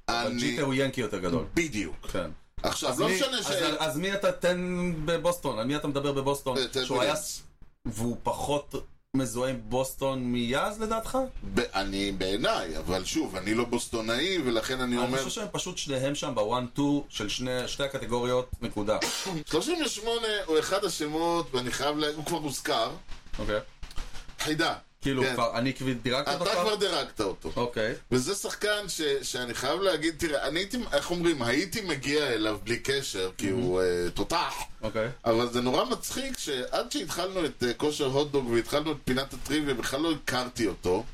Speaker 2: אבל
Speaker 1: אני...
Speaker 2: ג'יטר הוא ינקי יותר גדול.
Speaker 1: בדיוק.
Speaker 2: כן.
Speaker 1: עכשיו, לא
Speaker 2: מי-
Speaker 1: משנה
Speaker 2: אז-
Speaker 1: ש...
Speaker 2: אז מי אתה תן בבוסטון? על מי אתה מדבר בבוסטון?
Speaker 1: אה, טד
Speaker 2: שהוא היה...
Speaker 1: ווילינס.
Speaker 2: והוא פחות מזוהה עם בוסטון מיאז לדעתך?
Speaker 1: ב- אני בעיניי, אבל שוב, אני לא בוסטונאי, ולכן אני
Speaker 2: אני
Speaker 1: אומר...
Speaker 2: חושב שהם פשוט שניהם שם בוואן-טו של שני- שתי הקטגוריות, נקודה.
Speaker 1: 38 הוא אחד השמות, ואני חייב ל... הוא כבר הוזכר.
Speaker 2: אוקיי.
Speaker 1: חידה.
Speaker 2: כאילו,
Speaker 1: כן.
Speaker 2: כבר, אני כבר דירקתי אותו
Speaker 1: אתה
Speaker 2: כבר?
Speaker 1: כבר דירקת אותו.
Speaker 2: אוקיי.
Speaker 1: וזה שחקן ש, שאני חייב להגיד, תראה, אני הייתי, איך אומרים, הייתי מגיע אליו בלי קשר,
Speaker 2: Mm-hmm.
Speaker 1: כי הוא אה, תותח.
Speaker 2: אוקיי.
Speaker 1: אבל זה נורא מצחיק שעד שהתחלנו את אה, כושר הוטדוג והתחלנו את פינת הטריוויה, בכלל לא הכרתי אותו.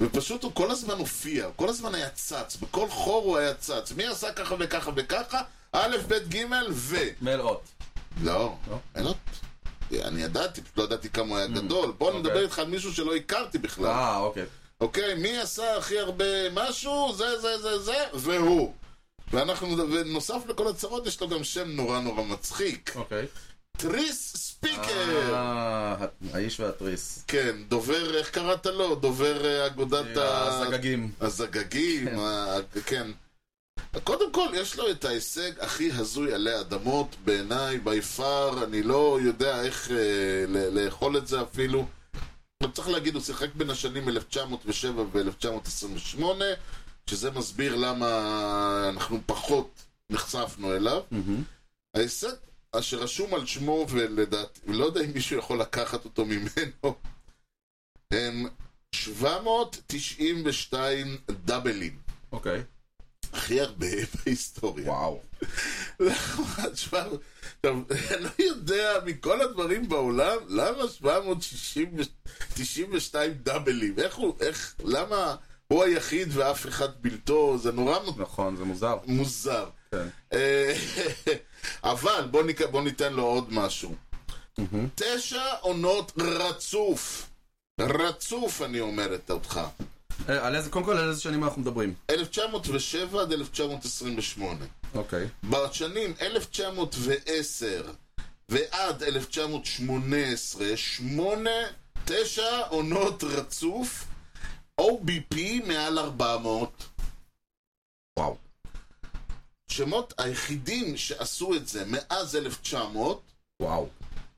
Speaker 1: ופשוט הוא כל הזמן הופיע, הוא כל הזמן היה צץ, בכל חור הוא היה צץ. מי עשה ככה וככה וככה? א', ב', ג', ו...
Speaker 2: מייל אות.
Speaker 1: לא,
Speaker 2: לא?
Speaker 1: אין עוד. אני ידעתי, פשוט לא ידעתי כמה הוא היה גדול. בוא
Speaker 2: אוקיי.
Speaker 1: נדבר איתך על מישהו שלא הכרתי בכלל.
Speaker 2: אה, אוקיי.
Speaker 1: אוקיי, מי עשה הכי הרבה משהו, זה, זה, זה, זה, והוא. ואנחנו, ונוסף לכל הצרות, יש לו גם שם נורא נורא מצחיק.
Speaker 2: אוקיי.
Speaker 1: תריס ספיקר!
Speaker 2: אה, האיש והתריס.
Speaker 1: כן, דובר, איך קראת לו? דובר אה, אגודת ה-
Speaker 2: הזגגים.
Speaker 1: הזגגים, ה- כן. קודם כל, יש לו את ההישג הכי הזוי עלי אדמות, בעיניי, בי פאר, אני לא יודע איך אה, ל- לאכול את זה אפילו. אבל צריך להגיד, הוא שיחק בין השנים 1907 ו-1928, שזה מסביר למה אנחנו פחות נחשפנו אליו.
Speaker 2: מהמם.
Speaker 1: ההישג אשר רשום על שמו, ולדעתי, לא יודע אם מישהו יכול לקחת אותו ממנו, הם 792 דאבלים.
Speaker 2: אוקיי.
Speaker 1: הכי הרבה בהיסטוריה.
Speaker 2: וואו.
Speaker 1: שבע- עכשיו, אני לא יודע מכל הדברים בעולם, למה 792 דאבלים? איך הוא, איך, למה הוא היחיד ואף אחד בלתו? זה נורא
Speaker 2: נכון, זה מוזר.
Speaker 1: מוזר.
Speaker 2: כן.
Speaker 1: אה, אבל בוא, ניק... בוא ניתן לו עוד משהו.
Speaker 2: מהמם.
Speaker 1: תשע עונות רצוף. רצוף, אני אומרת אותך.
Speaker 2: אה, על איזה, קודם כל, על איזה שנים אנחנו מדברים.
Speaker 1: 1907 עד 1928.
Speaker 2: אוקיי.
Speaker 1: בשנים 1910 ועד 1918, שמונה, תשע עונות רצוף, OBP מעל 400.
Speaker 2: וואו.
Speaker 1: שמות היחידים שעשו את זה מאז 1900,
Speaker 2: וואו.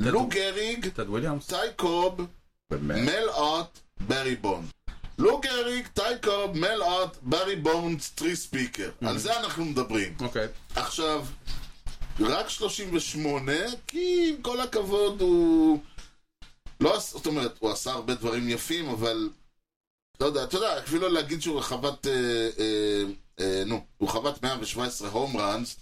Speaker 1: לו גריג,
Speaker 2: טד וויליאמס?
Speaker 1: טי קוב,
Speaker 2: לא באמת.
Speaker 1: מל אוט, ברי בונד. לו גריג, טי קוב, מל אוט, ברי בונד, טרי ספיקר. על זה אנחנו מדברים.
Speaker 2: אוקיי.
Speaker 1: עכשיו, רק 38, כי עם כל הכבוד הוא... לא, עש- זאת אומרת, הוא עשה הרבה דברים יפים, אבל... לא יודע, אתה יודע, אפילו להגיד שהוא חוות... אה, אה, אה, נו, הוא חוות 117 הום ראנס,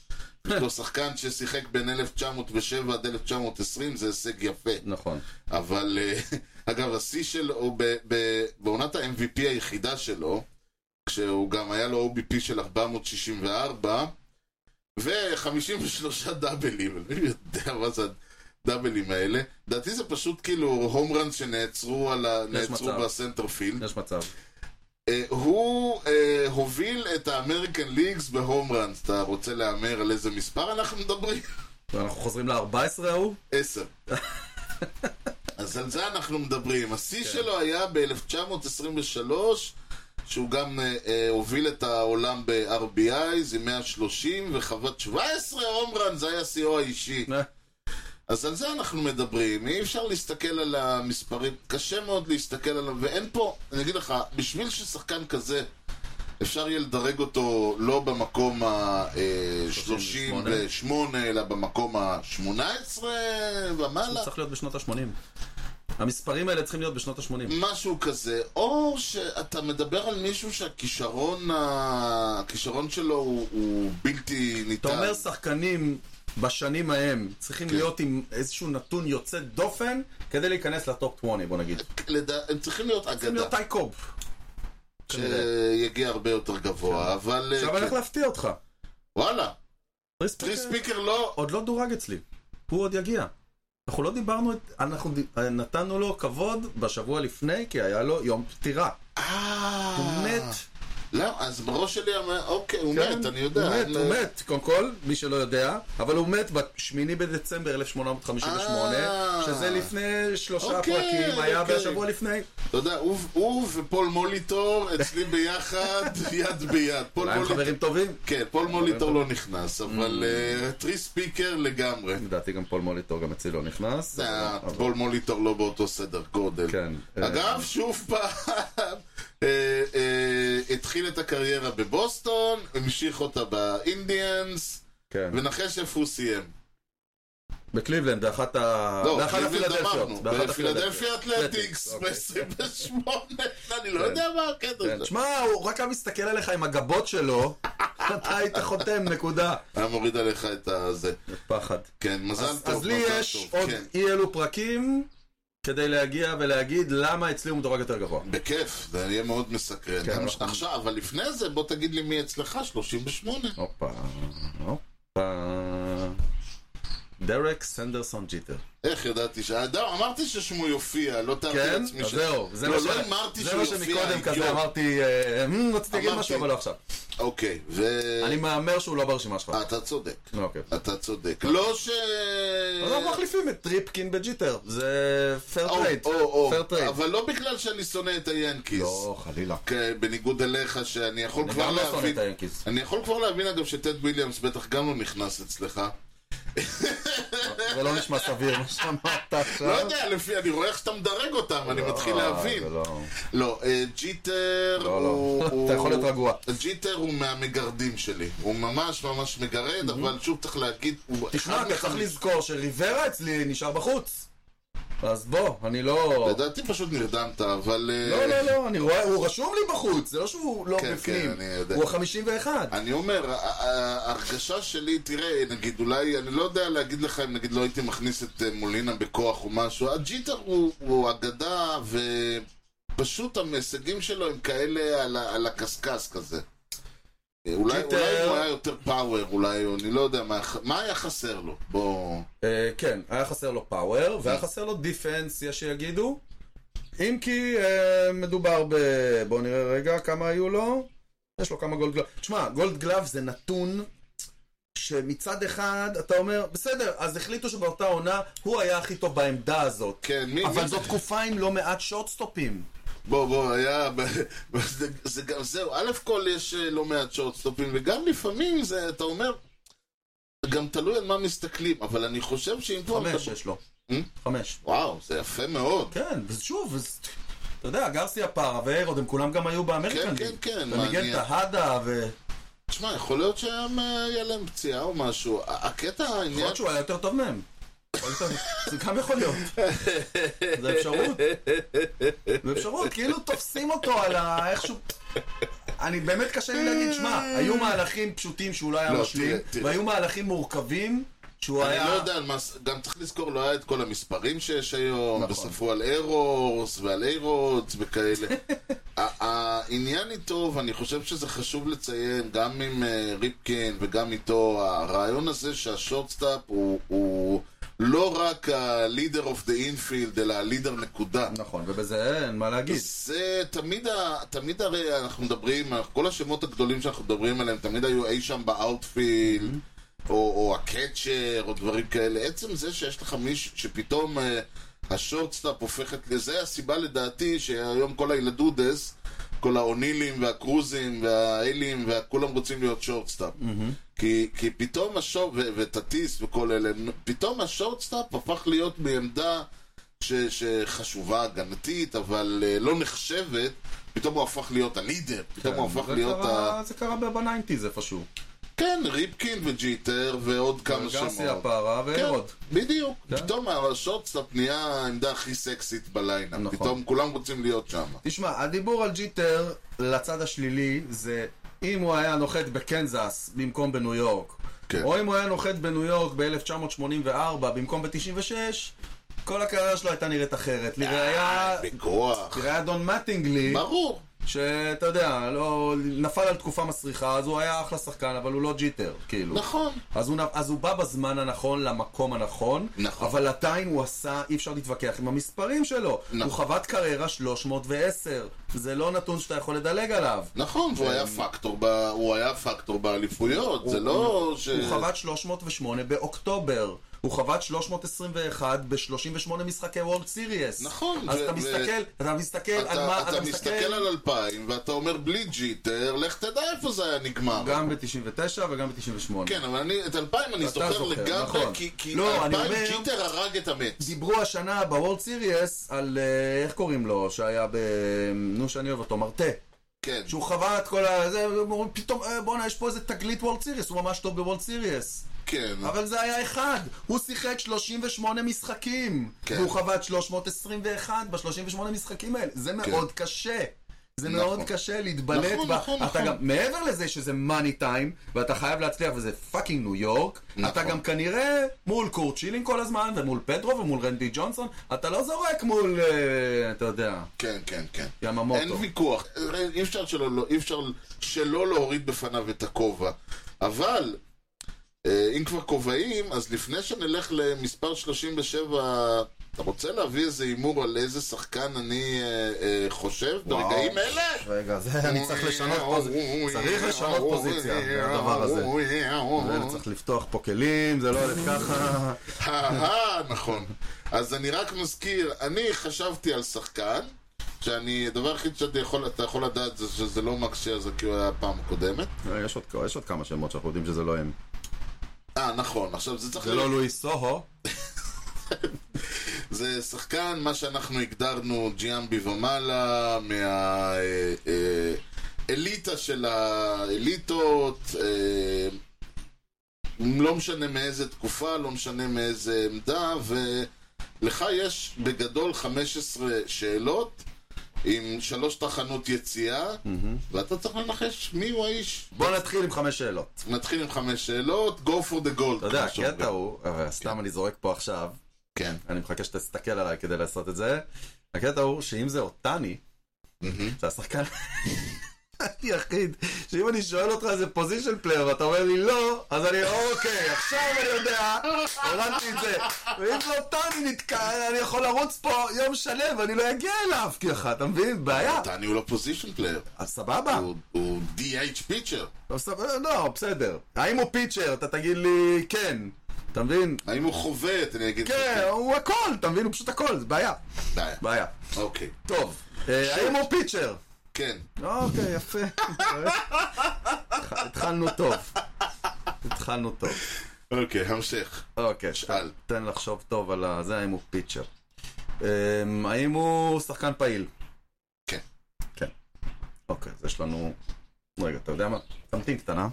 Speaker 1: בתור שחקן ששיחק בין 1907 עד 1920, זה הישג יפה.
Speaker 2: נכון.
Speaker 1: אבל אה, אגב, השיא שלו, ב- ב- בעונת ה-MVP היחידה שלו, כשהוא גם היה לו OBP של 464, ו-53 דאבלים, אני לא יודע מה זה הדאבלים האלה. לדעתי זה פשוט כאילו הום ראנס שנעצרו על ה-
Speaker 2: יש
Speaker 1: נעצרו
Speaker 2: מצב. כן.
Speaker 1: בסנטרפילד.
Speaker 2: יש מצב.
Speaker 1: אה, הוא אה, הוביל את האמריקן ליגס בהום ראנס. אתה רוצה להמר על איזה מספר אנחנו מדברים?
Speaker 2: אנחנו חוזרים ל-14 ההוא?
Speaker 1: עשר. אז על זה אנחנו מדברים. השיא
Speaker 2: כן.
Speaker 1: שלו היה ב-1923, שהוא גם אה, אה, הוביל את העולם ב-RBI, עם 130, וחוות 17 הומרן, זה היה שיאו האישי.
Speaker 2: אה,
Speaker 1: אז על זה אנחנו מדברים. אי אפשר להסתכל על המספרים, קשה מאוד להסתכל עליו, ואין פה, אני אגיד לך, בשביל ששחקן כזה, אפשר יהיה לדרג אותו לא במקום ה-38, אלא במקום ה-18
Speaker 2: הוא
Speaker 1: ומעלה,
Speaker 2: צריך להיות בשנות ה-80. המספרים האלה צריכים להיות בשנות ה-80.
Speaker 1: משהו כזה. או שאתה מדבר על מישהו שהכישרון ה- הכישרון שלו הוא, הוא בלתי ניתן.
Speaker 2: אתה אומר שחקנים בשנים ההם צריכים להיות עם איזשהו נתון יוצא דופן כדי להיכנס לטופ 20, בוא נגיד. צריכים
Speaker 1: לדע... הם צריכים להיות אגדה,
Speaker 2: להיות טייקוב. כנראה.
Speaker 1: שיגיע הרבה יותר גבוה, אבל... אה,
Speaker 2: עכשיו אני הולך
Speaker 1: כן.
Speaker 2: להפתיע אותך.
Speaker 1: וואלה.
Speaker 2: טריס
Speaker 1: טרי
Speaker 2: פיקר
Speaker 1: ספיקר לא...
Speaker 2: עוד לא דורג אצלי. הוא עוד יגיע. אנחנו לא דיברנו, את- אנחנו ד- נתנו לו כבוד בשבוע לפני כי היה לו יום פטירה.
Speaker 1: אה...
Speaker 2: הוא מת.
Speaker 1: למה? אז בראש שלי אמר, אוקיי, הוא
Speaker 2: כן,
Speaker 1: מת, אני יודע.
Speaker 2: הוא מת,
Speaker 1: אני- לא-"
Speaker 2: הוא מת, קודם כל, מי שלא יודע, אבל הוא מת ב-8 בדצמבר 1858,
Speaker 1: אה.
Speaker 2: שזה לפני שלושה
Speaker 1: אוקיי,
Speaker 2: פרקים, היה
Speaker 1: אוקיי.
Speaker 2: בשבוע לפני.
Speaker 1: אתה יודע, הוא- הוא ופול מוליטור אצלי ביחד, יד ביד. פול
Speaker 2: אולי הם
Speaker 1: מוליטור-
Speaker 2: חברים Mm. טובים?
Speaker 1: כן, פול מוליטור לא נכנס, אבל אה, טרי ספיקר לגמרי.
Speaker 2: לדעתי גם פול מוליטור גם אצלי לא נכנס.
Speaker 1: זה היה-
Speaker 2: אבל-
Speaker 1: פול מוליטור לא באותו סדר גודל.
Speaker 2: כן.
Speaker 1: אגב, שוב פעם, אה, אה, התחיל את הקריירה בבוסטון, המשיך אותה באינדיאנס,
Speaker 2: כן.
Speaker 1: ונחש איפה הוא סיים.
Speaker 2: בקליבלנד, באחת ה...
Speaker 1: לא,
Speaker 2: באחת
Speaker 1: קליבלנד
Speaker 2: הפילדלפיות.
Speaker 1: אמרנו,
Speaker 2: באחת
Speaker 1: בפילדלפיה
Speaker 2: הפילדלפיות.
Speaker 1: אתלטיקס,
Speaker 2: אוקיי.
Speaker 1: ב-28, אני לא יודע מה הקטע
Speaker 2: כן.
Speaker 1: הזה.
Speaker 2: שמע, הוא רק היה מסתכל עליך עם הגבות שלו, אתה היית חותם, נקודה.
Speaker 1: היה מוריד עליך את הזה.
Speaker 2: פחד.
Speaker 1: כן, מזל
Speaker 2: אז,
Speaker 1: טוב,
Speaker 2: אז לי
Speaker 1: מזל
Speaker 2: יש
Speaker 1: טוב,
Speaker 2: עוד
Speaker 1: כן.
Speaker 2: אי אלו פרקים כדי להגיע ולהגיד למה אצלי הוא מדורג יותר גבוה.
Speaker 1: בכיף, זה יהיה מאוד מסקרן.
Speaker 2: כן,
Speaker 1: גם
Speaker 2: אנחנו-
Speaker 1: עכשיו, אבל לפני זה, בוא תגיד לי מי אצלך 38.
Speaker 2: הופה, הופה. דרק סנדרסון ג'יטר.
Speaker 1: איך ידעתי ש... אדם, אמרתי ששמו יופיע, לא תיארתי
Speaker 2: כן?
Speaker 1: לעצמי
Speaker 2: אז זהו. זה
Speaker 1: לא,
Speaker 2: מה
Speaker 1: לא
Speaker 2: ש-
Speaker 1: אמרתי
Speaker 2: זה
Speaker 1: שהוא
Speaker 2: מה
Speaker 1: יופיע
Speaker 2: שמקודם
Speaker 1: היום.
Speaker 2: כזה אמרתי, אה, "מ, רציתי להגיד
Speaker 1: אמרתי.
Speaker 2: משהו, אבל לא עכשיו.
Speaker 1: אוקיי, ו...
Speaker 2: אני מהמר שהוא לא ברשימה שלך.
Speaker 1: אה, אתה צודק.
Speaker 2: אוקיי.
Speaker 1: אתה צודק. לא ש...
Speaker 2: אז אנחנו מחליפים את טריפקין בג'יטר, זה פייר
Speaker 1: או,
Speaker 2: טרייד.
Speaker 1: או, או.
Speaker 2: פייר טרייד.
Speaker 1: אבל לא בגלל שאני שונא את היאנקיס.
Speaker 2: לא, חלילה.
Speaker 1: כן, בניגוד אליך, שאני יכול
Speaker 2: אני
Speaker 1: כבר
Speaker 2: גם לא שונא
Speaker 1: להבין...
Speaker 2: את היאנקיס.
Speaker 1: אני יכול כבר להבין, אגב, שטד וויליאמס בטח גם לא נכנס אצלך.
Speaker 2: זה לא נשמע סביר מה שאמרת עכשיו.
Speaker 1: לא יודע, לפי... אני רואה איך שאתה מדרג אותם, אני מתחיל
Speaker 2: אה,
Speaker 1: להבין.
Speaker 2: זה אה? לא-
Speaker 1: לא, אה, ג'יטר
Speaker 2: לא, לא.
Speaker 1: הוא...
Speaker 2: אתה
Speaker 1: הוא-
Speaker 2: יכול להיות רגוע.
Speaker 1: ג'יטר הוא מהמגרדים שלי. הוא ממש ממש מגרד, אבל שוב צריך להגיד... הוא
Speaker 2: Mhm. תשמע,
Speaker 1: אחד
Speaker 2: אתה צריך
Speaker 1: מחמש-
Speaker 2: לזכור שריברה אצלי נשאר בחוץ. אז בוא, אני לא...
Speaker 1: לדעתי פשוט נרדמת, אבל... אה,
Speaker 2: לא, לא, לא, אני רואה, הוא רשום לי בחוץ, זה לא שהוא לא
Speaker 1: כן,
Speaker 2: בפנים.
Speaker 1: כן, אני יודע.
Speaker 2: הוא ה-51.
Speaker 1: אני אומר, ה- ה- ההרגשה שלי, תראה, נגיד, אולי, אני לא יודע להגיד לך אם נגיד לא הייתי מכניס את אה, מולינה בכוח או משהו, הג'יטר הוא, הוא אגדה, ופשוט ההישגים שלו הם כאלה על, ה- על הקשקש כזה. אה, אולי,
Speaker 2: ג'יטר-
Speaker 1: אולי הוא היה יותר פאוור, אולי, הוא- אני לא יודע, מה, מה היה חסר לו? בוא...
Speaker 2: אה, כן, היה חסר לו פאוור, והיה חסר לו דיפנס, יש שיגידו. אם כי אה, מדובר ב... בואו נראה רגע כמה היו לו. יש לו כמה גולד גלאב. תשמע, גולד גלאב זה נתון שמצד אחד אתה אומר, בסדר, אז החליטו שבאותה עונה הוא היה הכי טוב בעמדה הזאת.
Speaker 1: כן, מי...
Speaker 2: אבל
Speaker 1: מי...
Speaker 2: זו תקופה עם לא מעט שורטסטופים.
Speaker 1: בוא, בוא, היה... זה, זה גם זהו. א' כל יש אה, לא מעט שורטסטופים, וגם לפעמים זה, אתה אומר... גם תלוי על מה מסתכלים, אבל אני חושב שאם כבר...
Speaker 2: חמש
Speaker 1: אתה-
Speaker 2: יש לו.
Speaker 1: Hmm?
Speaker 2: חמש.
Speaker 1: וואו, זה יפה מאוד.
Speaker 2: כן, ושוב, אז- אתה יודע, גרסיה פארה והרוד, הם כולם גם היו
Speaker 1: כן,
Speaker 2: באמריקן.
Speaker 1: כן, כן,
Speaker 2: ומיגל
Speaker 1: מעניין.
Speaker 2: טהדה, ו...
Speaker 1: תשמע, יכול להיות שהם, אה, יהיה להם פציעה או משהו. ה- הקטע,
Speaker 2: יכול
Speaker 1: העניין...
Speaker 2: להיות שהוא היה יותר טוב מהם. יכול להיות- זה גם יכול להיות. זה אפשרות. זה אפשרות, כאילו תופסים אותו על ה... איכשהו... אני באמת קשה לי להגיד, שמע, היו מהלכים פשוטים שהוא לא היה
Speaker 1: לא,
Speaker 2: משלים,
Speaker 1: תראה, תראה.
Speaker 2: והיו מהלכים מורכבים שהוא
Speaker 1: אני
Speaker 2: היה...
Speaker 1: לא יודע על מה... ס- גם צריך לזכור, לא היה את כל המספרים שיש היום,
Speaker 2: נכון.
Speaker 1: וספרו על אירוס ועל איירוץ וכאלה. ה- העניין איתו, ואני חושב שזה חשוב לציין, גם עם אה, ריפקין וגם איתו, הרעיון הזה שהשורטסטאפ הוא- הוא לא רק הלידר אוף דה אינפילד, אלא הלידר נקודה.
Speaker 2: נכון, ובזה אין מה להגיד.
Speaker 1: זה תמיד, ה, תמיד הרי אנחנו מדברים, כל השמות הגדולים שאנחנו מדברים עליהם תמיד היו אי שם באאוטפילד,
Speaker 2: Mm-hmm.
Speaker 1: או, או הקצ'ר, או דברים כאלה. עצם זה שיש לך מישהו שפתאום uh, השורטסטאפ הופכת לזה, הסיבה לדעתי שהיום כל הילדודס, כל האונילים והקרוזים והאלים, וכולם רוצים להיות שורטסטאפ. כי, כי פתאום השורט, וטטיס וכל אלה, פתאום השורטסטאפ הפך להיות בעמדה ש, שחשובה הגנתית, אבל אה, לא נחשבת, פתאום הוא הפך להיות הלידר, פתאום הוא הפך
Speaker 2: כן, זה
Speaker 1: להיות
Speaker 2: קרה-
Speaker 1: ה...
Speaker 2: זה קרה בניינטיז איפשהו.
Speaker 1: כן, ריפקין וג'יטר ועוד כמה
Speaker 2: גרסיה
Speaker 1: שמות.
Speaker 2: פארה והרוד.
Speaker 1: כן, בדיוק.
Speaker 2: כן.
Speaker 1: פתאום השורטסטאפ נהיה העמדה הכי סקסית בליינאפ.
Speaker 2: נכון.
Speaker 1: פתאום כולם רוצים להיות שם.
Speaker 2: תשמע, הדיבור על ג'יטר לצד השלילי זה אם הוא היה נוחת בקנזס במקום בניו יורק,
Speaker 1: כן.
Speaker 2: או אם הוא היה נוחת בניו יורק ב-1984 במקום ב-96, כל הקריירה שלו הייתה נראית אחרת. לראיה,
Speaker 1: אה, בכוח.
Speaker 2: לראיה דון מטינגלי,
Speaker 1: ברור.
Speaker 2: שאתה יודע, לא, נפל על תקופה מסריחה, אז הוא היה אחלה שחקן, אבל הוא לא ג'יטר, כאילו.
Speaker 1: נכון.
Speaker 2: אז הוא, נ- אז הוא בא בזמן הנכון, למקום הנכון,
Speaker 1: נכון.
Speaker 2: אבל עדיין הוא עשה, אי אפשר להתווכח עם המספרים שלו.
Speaker 1: נכון.
Speaker 2: הוא חוות קריירה 310, זה לא נתון שאתה יכול לדלג עליו.
Speaker 1: נכון,
Speaker 2: כן.
Speaker 1: והוא היה פקטור ב... הוא היה פקטור באליפויות. זה לא ש...
Speaker 2: הוא חוות 308 באוקטובר. הוא חוות 321 ב-38 משחקי וולד סיריאס.
Speaker 1: נכון,
Speaker 2: אז
Speaker 1: ו-
Speaker 2: אתה
Speaker 1: ו-
Speaker 2: מסתכל, אתה מסתכל על מה,
Speaker 1: אתה, אתה מסתכל על 2000 ואתה אומר בלי ג'יטר, לך תדע איפה זה היה נגמר.
Speaker 2: גם ב-99 וגם ב-98.
Speaker 1: כן, אבל אני, את 2000 אני
Speaker 2: אתה
Speaker 1: זוכר
Speaker 2: זוכר,
Speaker 1: לגמרי,
Speaker 2: נכון.
Speaker 1: כי, כי
Speaker 2: לא, אני
Speaker 1: 2000
Speaker 2: אומר-
Speaker 1: ג'יטר הרג את המת.
Speaker 2: דיברו השנה בוולד סיריאס על, אה, איך קוראים לו, שהיה ב... נו, שאני אוהב אותו, מרטה.
Speaker 1: כן.
Speaker 2: שהוא חווה את כל ה... זה, הם אומרים, פתאום, אה, בואנה, יש פה איזה תגלית וולד סיריס, הוא ממש טוב בוולד סיריס.
Speaker 1: כן.
Speaker 2: אבל זה היה אחד. הוא שיחק 38 משחקים.
Speaker 1: כן.
Speaker 2: והוא חבט 321 ב-38 משחקים האלה. זה מאוד קשה. זה
Speaker 1: כן. נכון.
Speaker 2: מאוד קשה להתבלט
Speaker 1: נכון,
Speaker 2: ב...
Speaker 1: נכון,
Speaker 2: אתה
Speaker 1: נכון.
Speaker 2: גם, מעבר לזה שזה מאני טיים, ואתה חייב להצליח, וזה פאקינג ניו יורק, אתה
Speaker 1: נכון.
Speaker 2: גם כנראה מול קורט שילינג כל הזמן, ומול פדרו ומול רנדי ג'ונסון, אתה לא זורק מול, אה, אתה יודע,
Speaker 1: כן, כן, כן.
Speaker 2: יממוטו.
Speaker 1: אין ויכוח. אי אפשר שלא, לא, אי אפשר שלא להוריד בפניו את הכובע. אבל, אה, אם כבר כובעים, אז לפני שנלך למספר 37, אתה רוצה להביא איזה הימור על איזה שחקן אני אה, אה, חושב
Speaker 2: וואו.
Speaker 1: ברגעים אלה?
Speaker 2: רגע, זה אני צריך לשנות פוזיציה. צריך לשנות פוזיציה, זה הדבר הזה. זה צריך לפתוח פה כלים, זה לא הולך ככה.
Speaker 1: אהה, נכון. אז אני רק מזכיר, אני חשבתי על שחקן, שאני, הדבר היחיד שאתה יכול, אתה יכול לדעת זה שזה לא מקס שרזר כי הוא היה פעם הקודמת.
Speaker 2: יש עוד, יש עוד כמה שמות שאנחנו יודעים שזה לא הם.
Speaker 1: אה, נכון, עכשיו זה צריך
Speaker 2: זה לא לואי סוהו.
Speaker 1: זה שחקן, מה שאנחנו הגדרנו ג'יאמבי ומעלה, מהאליטה של האליטות, אה, לא משנה מאיזה תקופה, לא משנה מאיזה עמדה, ולך יש בגדול 15 שאלות. עם שלוש תחנות יציאה, ואתה צריך לנחש מי הוא האיש.
Speaker 2: בוא נתחיל עם חמש שאלות.
Speaker 1: נתחיל עם חמש שאלות, go for the gold.
Speaker 2: אתה יודע,
Speaker 1: כמו שאומרים.
Speaker 2: הקטע הוא, אבל סתם אני זורק פה עכשיו,
Speaker 1: כן.
Speaker 2: אני מחכה שתסתכל עליי כדי לעשות את זה. הקטע הוא שאם זה אותני,
Speaker 1: מהמם.
Speaker 2: זה השחקן היחיד, שאם אני שואל אותך איזה פוזיישן פלייר ואתה אומר לי לא, אז אני אוקיי, עכשיו אני יודע, הורדתי את זה. ואם לא טני נתקע, אני יכול לרוץ פה יום שלם ואני לא אגיע אליו, ככה, אתה מבין? בעיה.
Speaker 1: טני הוא לא פוזיישן פלייר.
Speaker 2: אז סבבה.
Speaker 1: הוא- הוא DH פיצ'ר.
Speaker 2: לא, סבבה, לא, בסדר. האם הוא פיצ'ר? אתה תגיד לי כן. אתה מבין?
Speaker 1: האם הוא חובט? אני אגיד לך.
Speaker 2: כן, הוא הכל, אתה מבין? הוא פשוט הכל, זה בעיה.
Speaker 1: בעיה.
Speaker 2: בעיה.
Speaker 1: אוקיי.
Speaker 2: טוב, אה, האם הוא פיצ'ר?
Speaker 1: כן.
Speaker 2: אוקיי, יפה. התחלנו טוב. התחלנו טוב.
Speaker 1: אוקיי, המשך.
Speaker 2: אוקיי,
Speaker 1: שאל.
Speaker 2: תן לחשוב טוב על ה- זה, האם הוא פיצ'ר. אמ, האם הוא שחקן פעיל?
Speaker 1: כן.
Speaker 2: כן. אוקיי, אז יש לנו... רגע, אתה יודע מה? תמתין קטנה.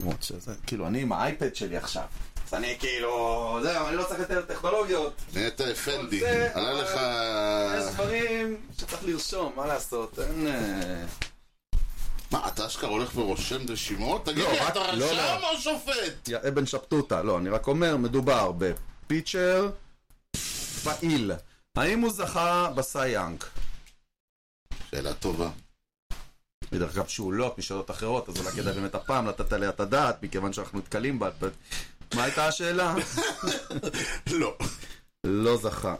Speaker 2: למרות שזה... כאילו, אני עם האייפד שלי עכשיו. אז אני כאילו... זהו, אני לא צריך יותר טכנולוגיות.
Speaker 1: נהיית אפנדי.
Speaker 2: זה,
Speaker 1: עלה
Speaker 2: אבל-
Speaker 1: לך... אה.
Speaker 2: יש דברים שצריך לרשום, מה לעשות? אין... אה,
Speaker 1: מה, אתה אשכרה הולך ורושם רשימות? תגיד
Speaker 2: לא,
Speaker 1: לי,
Speaker 2: רק-
Speaker 1: אתה
Speaker 2: לא,
Speaker 1: רשם
Speaker 2: לא.
Speaker 1: או שופט?
Speaker 2: יא אבן שפטוטה, לא, אני רק אומר, מדובר בפיצ'ר פעיל. האם הוא זכה בסייאנג?
Speaker 1: שאלה טובה.
Speaker 2: בדרך כלל שאולות משאלות אחרות, אז אולי כדאי באמת הפעם לתת עליה את הדעת, מכיוון שאנחנו נתקלים בה. אבל- מה הייתה השאלה?
Speaker 1: לא.
Speaker 2: לא זכה.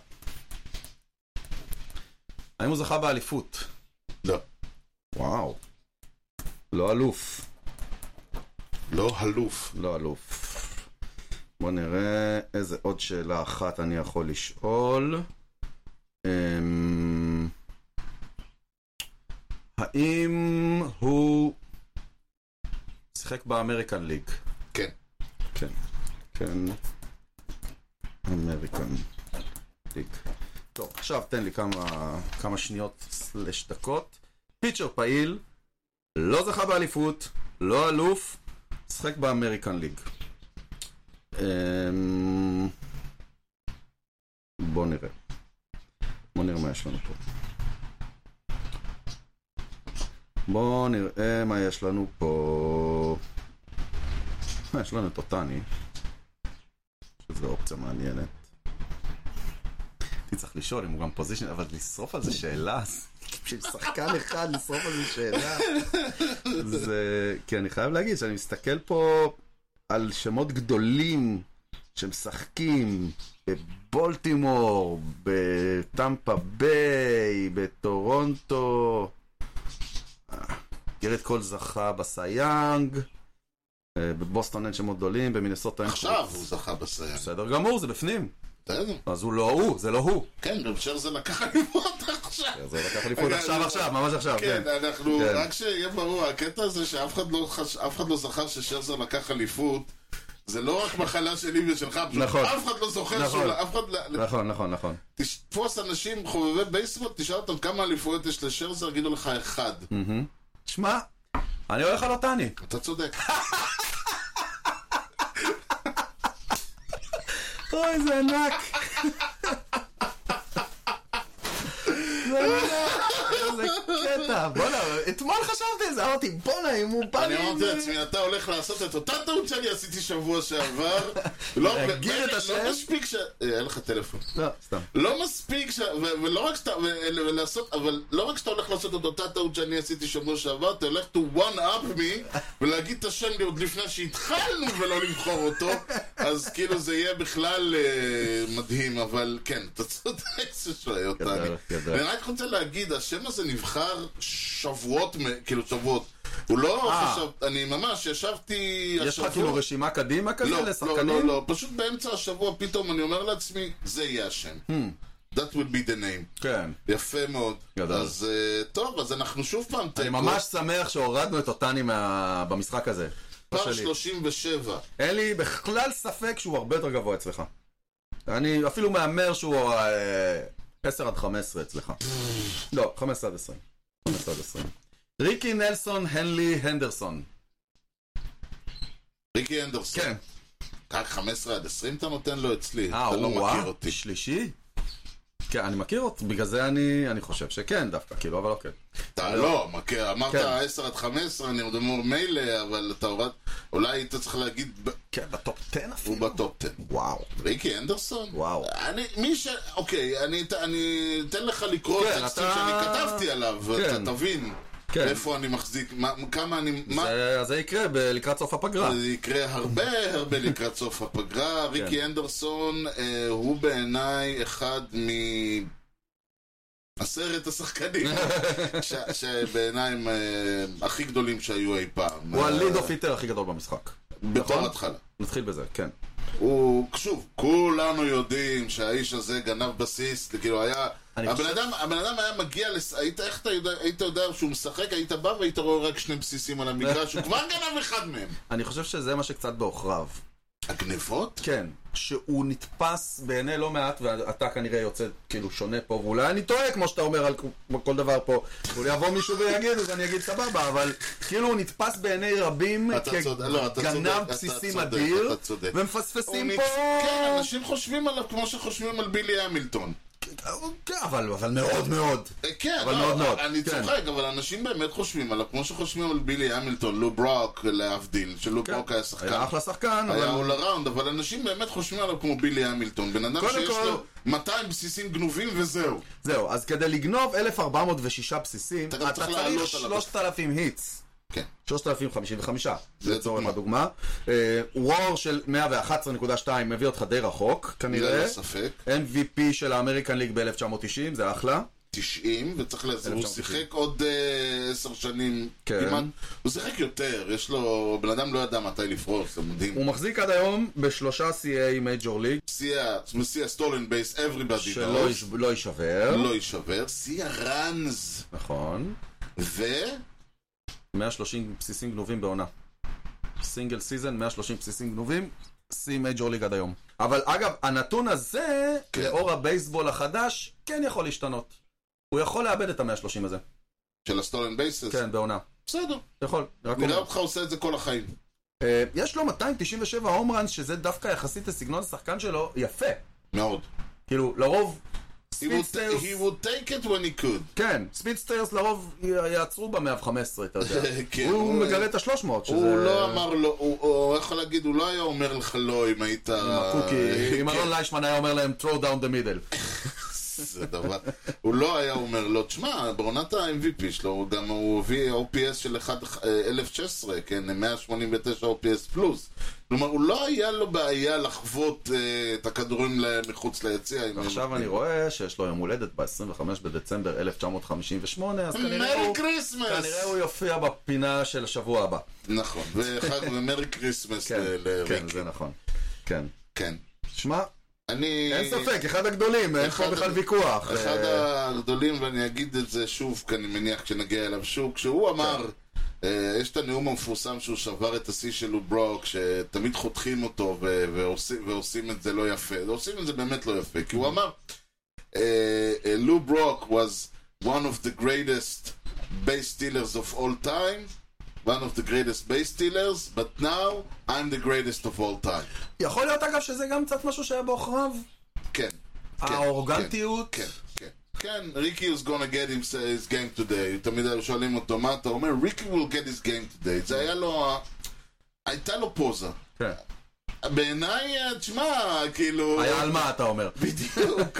Speaker 2: האם הוא זכה באליפות?
Speaker 1: לא.
Speaker 2: וואו. לא אלוף.
Speaker 1: לא אלוף.
Speaker 2: לא אלוף. בוא נראה איזה עוד שאלה אחת אני יכול לשאול. אמ... האם הוא שיחק באמריקן ליג?
Speaker 1: כן.
Speaker 2: כן. כן. אמריקן ליג. טוב, עכשיו תן לי כמה, כמה שניות סלש דקות. פיצ'ר פעיל, לא זכה באליפות, לא אלוף, משחק באמריקן ליג. אמ, בוא נראה. בוא נראה מה יש לנו פה. בוא נראה מה יש לנו פה. אה, יש לנו את אותני, שזו אופציה מעניינת. הייתי צריך לשאול אם הוא גם פוזיישן, אבל לשרוף על זה שאלה, בשביל שחקן אחד לשרוף על זה שאלה. זה... כי אני חייב להגיד שאני מסתכל פה על שמות גדולים שמשחקים בבולטימור, בטמפה ביי, בטורונטו. אה, גרד קול זכה בסייאנג, אה, בבוסטון אין שמות גדולים, במינסוטה אין
Speaker 1: עכשיו
Speaker 2: חוץ.
Speaker 1: הוא זכה בסייאן.
Speaker 2: בסדר גמור, זה בפנים.
Speaker 1: בסדר.
Speaker 2: אז הוא לא הוא, זה לא הוא.
Speaker 1: כן, גם שרזר לקח אליפות עכשיו.
Speaker 2: אז הוא לקח אליפות עכשיו, עכשיו, ממש עכשיו, כן.
Speaker 1: כן, אנחנו,
Speaker 2: כן.
Speaker 1: רק שיהיה ברור, הקטע הזה שאף אחד לא חש- אף אחד לא זכר ששרזר לקח אליפות, זה לא רק מחלה שלי ושלך, פשוט
Speaker 2: נכון.
Speaker 1: אף אחד לא זוכר
Speaker 2: נכון.
Speaker 1: שהוא, אף אחד, לא-
Speaker 2: נכון, נכון, נכון.
Speaker 1: תתפוס אנשים חובבי בייסבול, תשאל אותם כמה אליפויות יש לשרזר, יגידו לך אחד.
Speaker 2: Mm. שמע, אני הולך על אותני.
Speaker 1: אתה צודק.
Speaker 2: אוי, זה ענק. זה ענק. איזה קטע. בואנה, אתמול חשבתי על זה, אמרתי, בואנה, אם הוא בא לי...
Speaker 1: אני
Speaker 2: עם
Speaker 1: אמרתי
Speaker 2: זה."
Speaker 1: לעצמי, אתה הולך לעשות את אותה טעות שאני עשיתי שבוע שעבר. לא,
Speaker 2: להגיד
Speaker 1: באמת,
Speaker 2: את השם?
Speaker 1: לא מספיק ש... אה, אין לך טלפון.
Speaker 2: לא, סתם.
Speaker 1: לא מספיק ש... ו- ולא רק שאתה... ו- ו- ולעשות... אבל לא רק שאתה הולך לעשות את אותה טעות שאני עשיתי שבוע שעבר, אתה הולך to one up me ולהגיד את השם לי עוד לפני שהתחלנו ולא לבחור אותו, אז כאילו זה יהיה בכלל אה, מדהים, אבל כן, אתה צודק זה
Speaker 2: גדול,
Speaker 1: שייוטני.
Speaker 2: גדול.
Speaker 1: ואני רק רוצה להגיד, השם הזה נבחר שבועות, מ- כאילו שבועות. הוא לא
Speaker 2: אה.
Speaker 1: חשב... אני ממש ישבתי
Speaker 2: יש לך כאילו רשימה קדימה כזה
Speaker 1: לא,
Speaker 2: לשחקנים?
Speaker 1: לא, לא, פשוט באמצע השבוע פתאום אני אומר לעצמי, זה יהיה השם. That will be the name.
Speaker 2: כן.
Speaker 1: יפה מאוד.
Speaker 2: Hmm. גדול.
Speaker 1: אז אה, טוב, אז אנחנו שוב פעם תיקו.
Speaker 2: אני ממש שמח שהורדנו את אותני מה- במשחק הזה.
Speaker 1: פעם
Speaker 2: לא שלי.
Speaker 1: 37.
Speaker 2: אין לי בכלל ספק שהוא הרבה יותר גבוה אצלך. אני אפילו מהמר שהוא אה, 10 עד 15 אצלך. לא, 15 עד 20. 15 עד 20. ריקי נלסון הנלי הנדרסון.
Speaker 1: ריקי אנדרסון.
Speaker 2: כן.
Speaker 1: רק 15 עד 20 אתה נותן לו אצלי.
Speaker 2: אה,
Speaker 1: אתה לא מכיר
Speaker 2: הוא
Speaker 1: אותי.
Speaker 2: שלישי? כן, אני מכיר אותו, בגלל זה אני, אני חושב שכן דווקא, כאילו, אבל אוקיי.
Speaker 1: אתה לא, מכיר, אמרת
Speaker 2: כן.
Speaker 1: 10 עד 15, אני עוד אומר מילא, אבל אתה הורד... אולי היית צריך להגיד, ב-
Speaker 2: כן, בטופ 10
Speaker 1: הוא בטופ 10.
Speaker 2: וואו.
Speaker 1: ריקי אנדרסון?
Speaker 2: וואו.
Speaker 1: אני, מי ש... אוקיי, אני, את- אני אתן לך לקרוא
Speaker 2: כן,
Speaker 1: את הטקסטים
Speaker 2: אתה-
Speaker 1: שאני כתבתי עליו,
Speaker 2: כן.
Speaker 1: אתה תבין
Speaker 2: כן.
Speaker 1: איפה אני מחזיק, מה, כמה אני... מה...
Speaker 2: זה- זה יקרה ב- לקראת סוף הפגרה.
Speaker 1: זה יקרה הרבה הרבה לקראת סוף הפגרה.
Speaker 2: כן.
Speaker 1: ריקי אנדרסון אה, הוא בעיניי אחד מ... עשרת השחקנים ש- שבעיניי הם אה, הכי גדולים שהיו אי פעם.
Speaker 2: הוא
Speaker 1: אה,
Speaker 2: הליד אוף היטר הכי גדול במשחק.
Speaker 1: בתור
Speaker 2: נכון?
Speaker 1: התחלה.
Speaker 2: נתחיל בזה, כן.
Speaker 1: הוא, שוב, כולנו יודעים שהאיש הזה גנב בסיס, כאילו היה...
Speaker 2: אני
Speaker 1: הבן,
Speaker 2: חושב-
Speaker 1: אדם, הבן אדם היה מגיע, לס... היית, איך אתה יודע, היית יודע שהוא משחק, היית בא והיית רואה רק שני בסיסים על המגרש, הוא כבר גנב אחד מהם.
Speaker 2: אני חושב שזה מה שקצת בעוכריו.
Speaker 1: הגנבות?
Speaker 2: כן. שהוא נתפס בעיני לא מעט, ואתה כנראה יוצא כאילו שונה פה, ואולי אני טועה, כמו שאתה אומר על כמו כל דבר פה. אולי יבוא מישהו ויגיד, אז אני אגיד סבבה, אבל כאילו הוא נתפס בעיני רבים
Speaker 1: אתה צודק, לא, אתה צודק,
Speaker 2: כגנב
Speaker 1: אתה
Speaker 2: בסיסי
Speaker 1: צודק,
Speaker 2: מדיר,
Speaker 1: אתה צודק. הוא
Speaker 2: ומפספסים
Speaker 1: נצ-
Speaker 2: פה...
Speaker 1: כן, אנשים חושבים עליו כמו שחושבים על בילי המילטון.
Speaker 2: כן, אבל אבל מאוד מאוד.
Speaker 1: אה, כן,
Speaker 2: אבל
Speaker 1: לא,
Speaker 2: מאוד מאוד,
Speaker 1: אני
Speaker 2: כן.
Speaker 1: צוחק, אבל אנשים באמת חושבים עליו כמו שחושבים על בילי המילטון, לו ברוק להבדיל, שלו
Speaker 2: כן.
Speaker 1: ברוק היה אוקיי, שחקן.
Speaker 2: היה אחלה שחקן, אבל...
Speaker 1: היה all around, אבל אנשים באמת חושבים עליו כמו בילי המילטון. בן אדם
Speaker 2: קודם
Speaker 1: שיש
Speaker 2: כל-
Speaker 1: לו 200 בסיסים גנובים וזהו.
Speaker 2: זהו, אז כדי לגנוב 1,406 בסיסים,
Speaker 1: אתה גם
Speaker 2: אתה
Speaker 1: צריך לעלות
Speaker 2: צריך
Speaker 1: עליו.
Speaker 2: 3,000 היטס.
Speaker 1: כן.
Speaker 2: 3,055,
Speaker 1: זה
Speaker 2: לצורך
Speaker 1: דוגמה.
Speaker 2: הדוגמה. אה, וור של 111.2 מביא אותך די רחוק, כנראה.
Speaker 1: ללא לא ספק.
Speaker 2: MVP של האמריקן ליג ב-1990, זה אחלה.
Speaker 1: 90, וצריך להזכיר, הוא
Speaker 2: 1990.
Speaker 1: שיחק עוד אה, עשר שנים
Speaker 2: כן.
Speaker 1: כמעט. הוא שיחק יותר, יש לו... בן אדם לא ידע מתי לפרוס, זה מדהים.
Speaker 2: הוא מחזיק עד היום בשלושה CA מייג'ור ליג,
Speaker 1: שיא הסטולן בייס, everybody
Speaker 2: שלא
Speaker 1: knows,
Speaker 2: יש- לא יישבר.
Speaker 1: לא יישבר. שיא הראנז,
Speaker 2: נכון.
Speaker 1: ו...
Speaker 2: 130 בסיסים גנובים בעונה. סינגל סיזן, 130 בסיסים גנובים, שיא מייג'ור ליג עד היום. אבל אגב, הנתון הזה,
Speaker 1: כן.
Speaker 2: לאור הבייסבול החדש, כן יכול להשתנות. הוא יכול לאבד את ה-130 הזה.
Speaker 1: של הסטולן בייסס.
Speaker 2: כן, בעונה.
Speaker 1: בסדר.
Speaker 2: יכול, רק
Speaker 1: נראה
Speaker 2: אומר.
Speaker 1: אותך עושה את זה כל החיים.
Speaker 2: אה, יש לו 297 הום ראנס, שזה דווקא יחסית לסגנון השחקן שלו יפה.
Speaker 1: מאוד.
Speaker 2: כאילו, לרוב,
Speaker 1: He would-
Speaker 2: ספינסטרס,
Speaker 1: he would take it when he could.
Speaker 2: כן, ספינסטרס לרוב י- יעצרו ב-115, אתה יודע.
Speaker 1: כן,
Speaker 2: הוא
Speaker 1: הוא-
Speaker 2: מגרד את ה-300, שזה...
Speaker 1: הוא לא אמר לו, הוא- הוא איך להגיד, הוא לא היה אומר לך לא אם היית...
Speaker 2: עם הקוקי, אם
Speaker 1: כן,
Speaker 2: אלון ליישמן היה אומר להם, throw down the middle.
Speaker 1: זה דבר. הוא לא היה אומר לו, תשמע, בעונת ה-MVP שלו, הוא גם הוא הביא OPS של 1, אה, 1016, כן, 189 OPS פלוס. כלומר, הוא לא היה לו בעיה לחוות אה, את הכדורים ל- מחוץ ליציע. אם
Speaker 2: עכשיו
Speaker 1: הם-
Speaker 2: אני רואה שיש לו יום הולדת ב-25 בדצמבר 1958, אז כנראה
Speaker 1: מרי
Speaker 2: הוא-
Speaker 1: כריסמס!
Speaker 2: כנראה הוא יופיע בפינה של השבוע הבא.
Speaker 1: נכון, וחג ומרי כריסמס
Speaker 2: כן,
Speaker 1: ל-
Speaker 2: כן,
Speaker 1: לריקי.
Speaker 2: זה נכון. כן.
Speaker 1: כן.
Speaker 2: שמע,
Speaker 1: אני...
Speaker 2: אין ספק, אחד הגדולים, אין פה
Speaker 1: אה, אחד-
Speaker 2: בכלל ויכוח.
Speaker 1: אחד
Speaker 2: אה,
Speaker 1: הגדולים, ואני אגיד את זה שוב, כי אני מניח כשנגיע אליו שוב, כשהוא אמר, אה, יש את הנאום המפורסם שהוא שבר את השיא של לוברוק, שתמיד חותכים אותו ו- ועושים- ועושים את זה לא יפה. עושים את זה באמת לא יפה, כי הוא אמר, אה, אה, לו ברוק was one of the greatest base stealers of all time, but one of the greatest base stealers, but now I'm the greatest of all time.
Speaker 2: יכול להיות אגב שזה גם קצת משהו שהיה בעוכריו?
Speaker 1: כן. כן,
Speaker 2: האורגנטיות?
Speaker 1: כן, כן. כן, ריקי is gonna get his, his game today. תמיד היו שואלים אותו מה אתה אומר, ריקי will get his game today. זה היה לו, ה- הייתה לו פוזה.
Speaker 2: כן.
Speaker 1: בעיניי, תשמע, כאילו...
Speaker 2: היה על מה אתה אומר.
Speaker 1: בדיוק.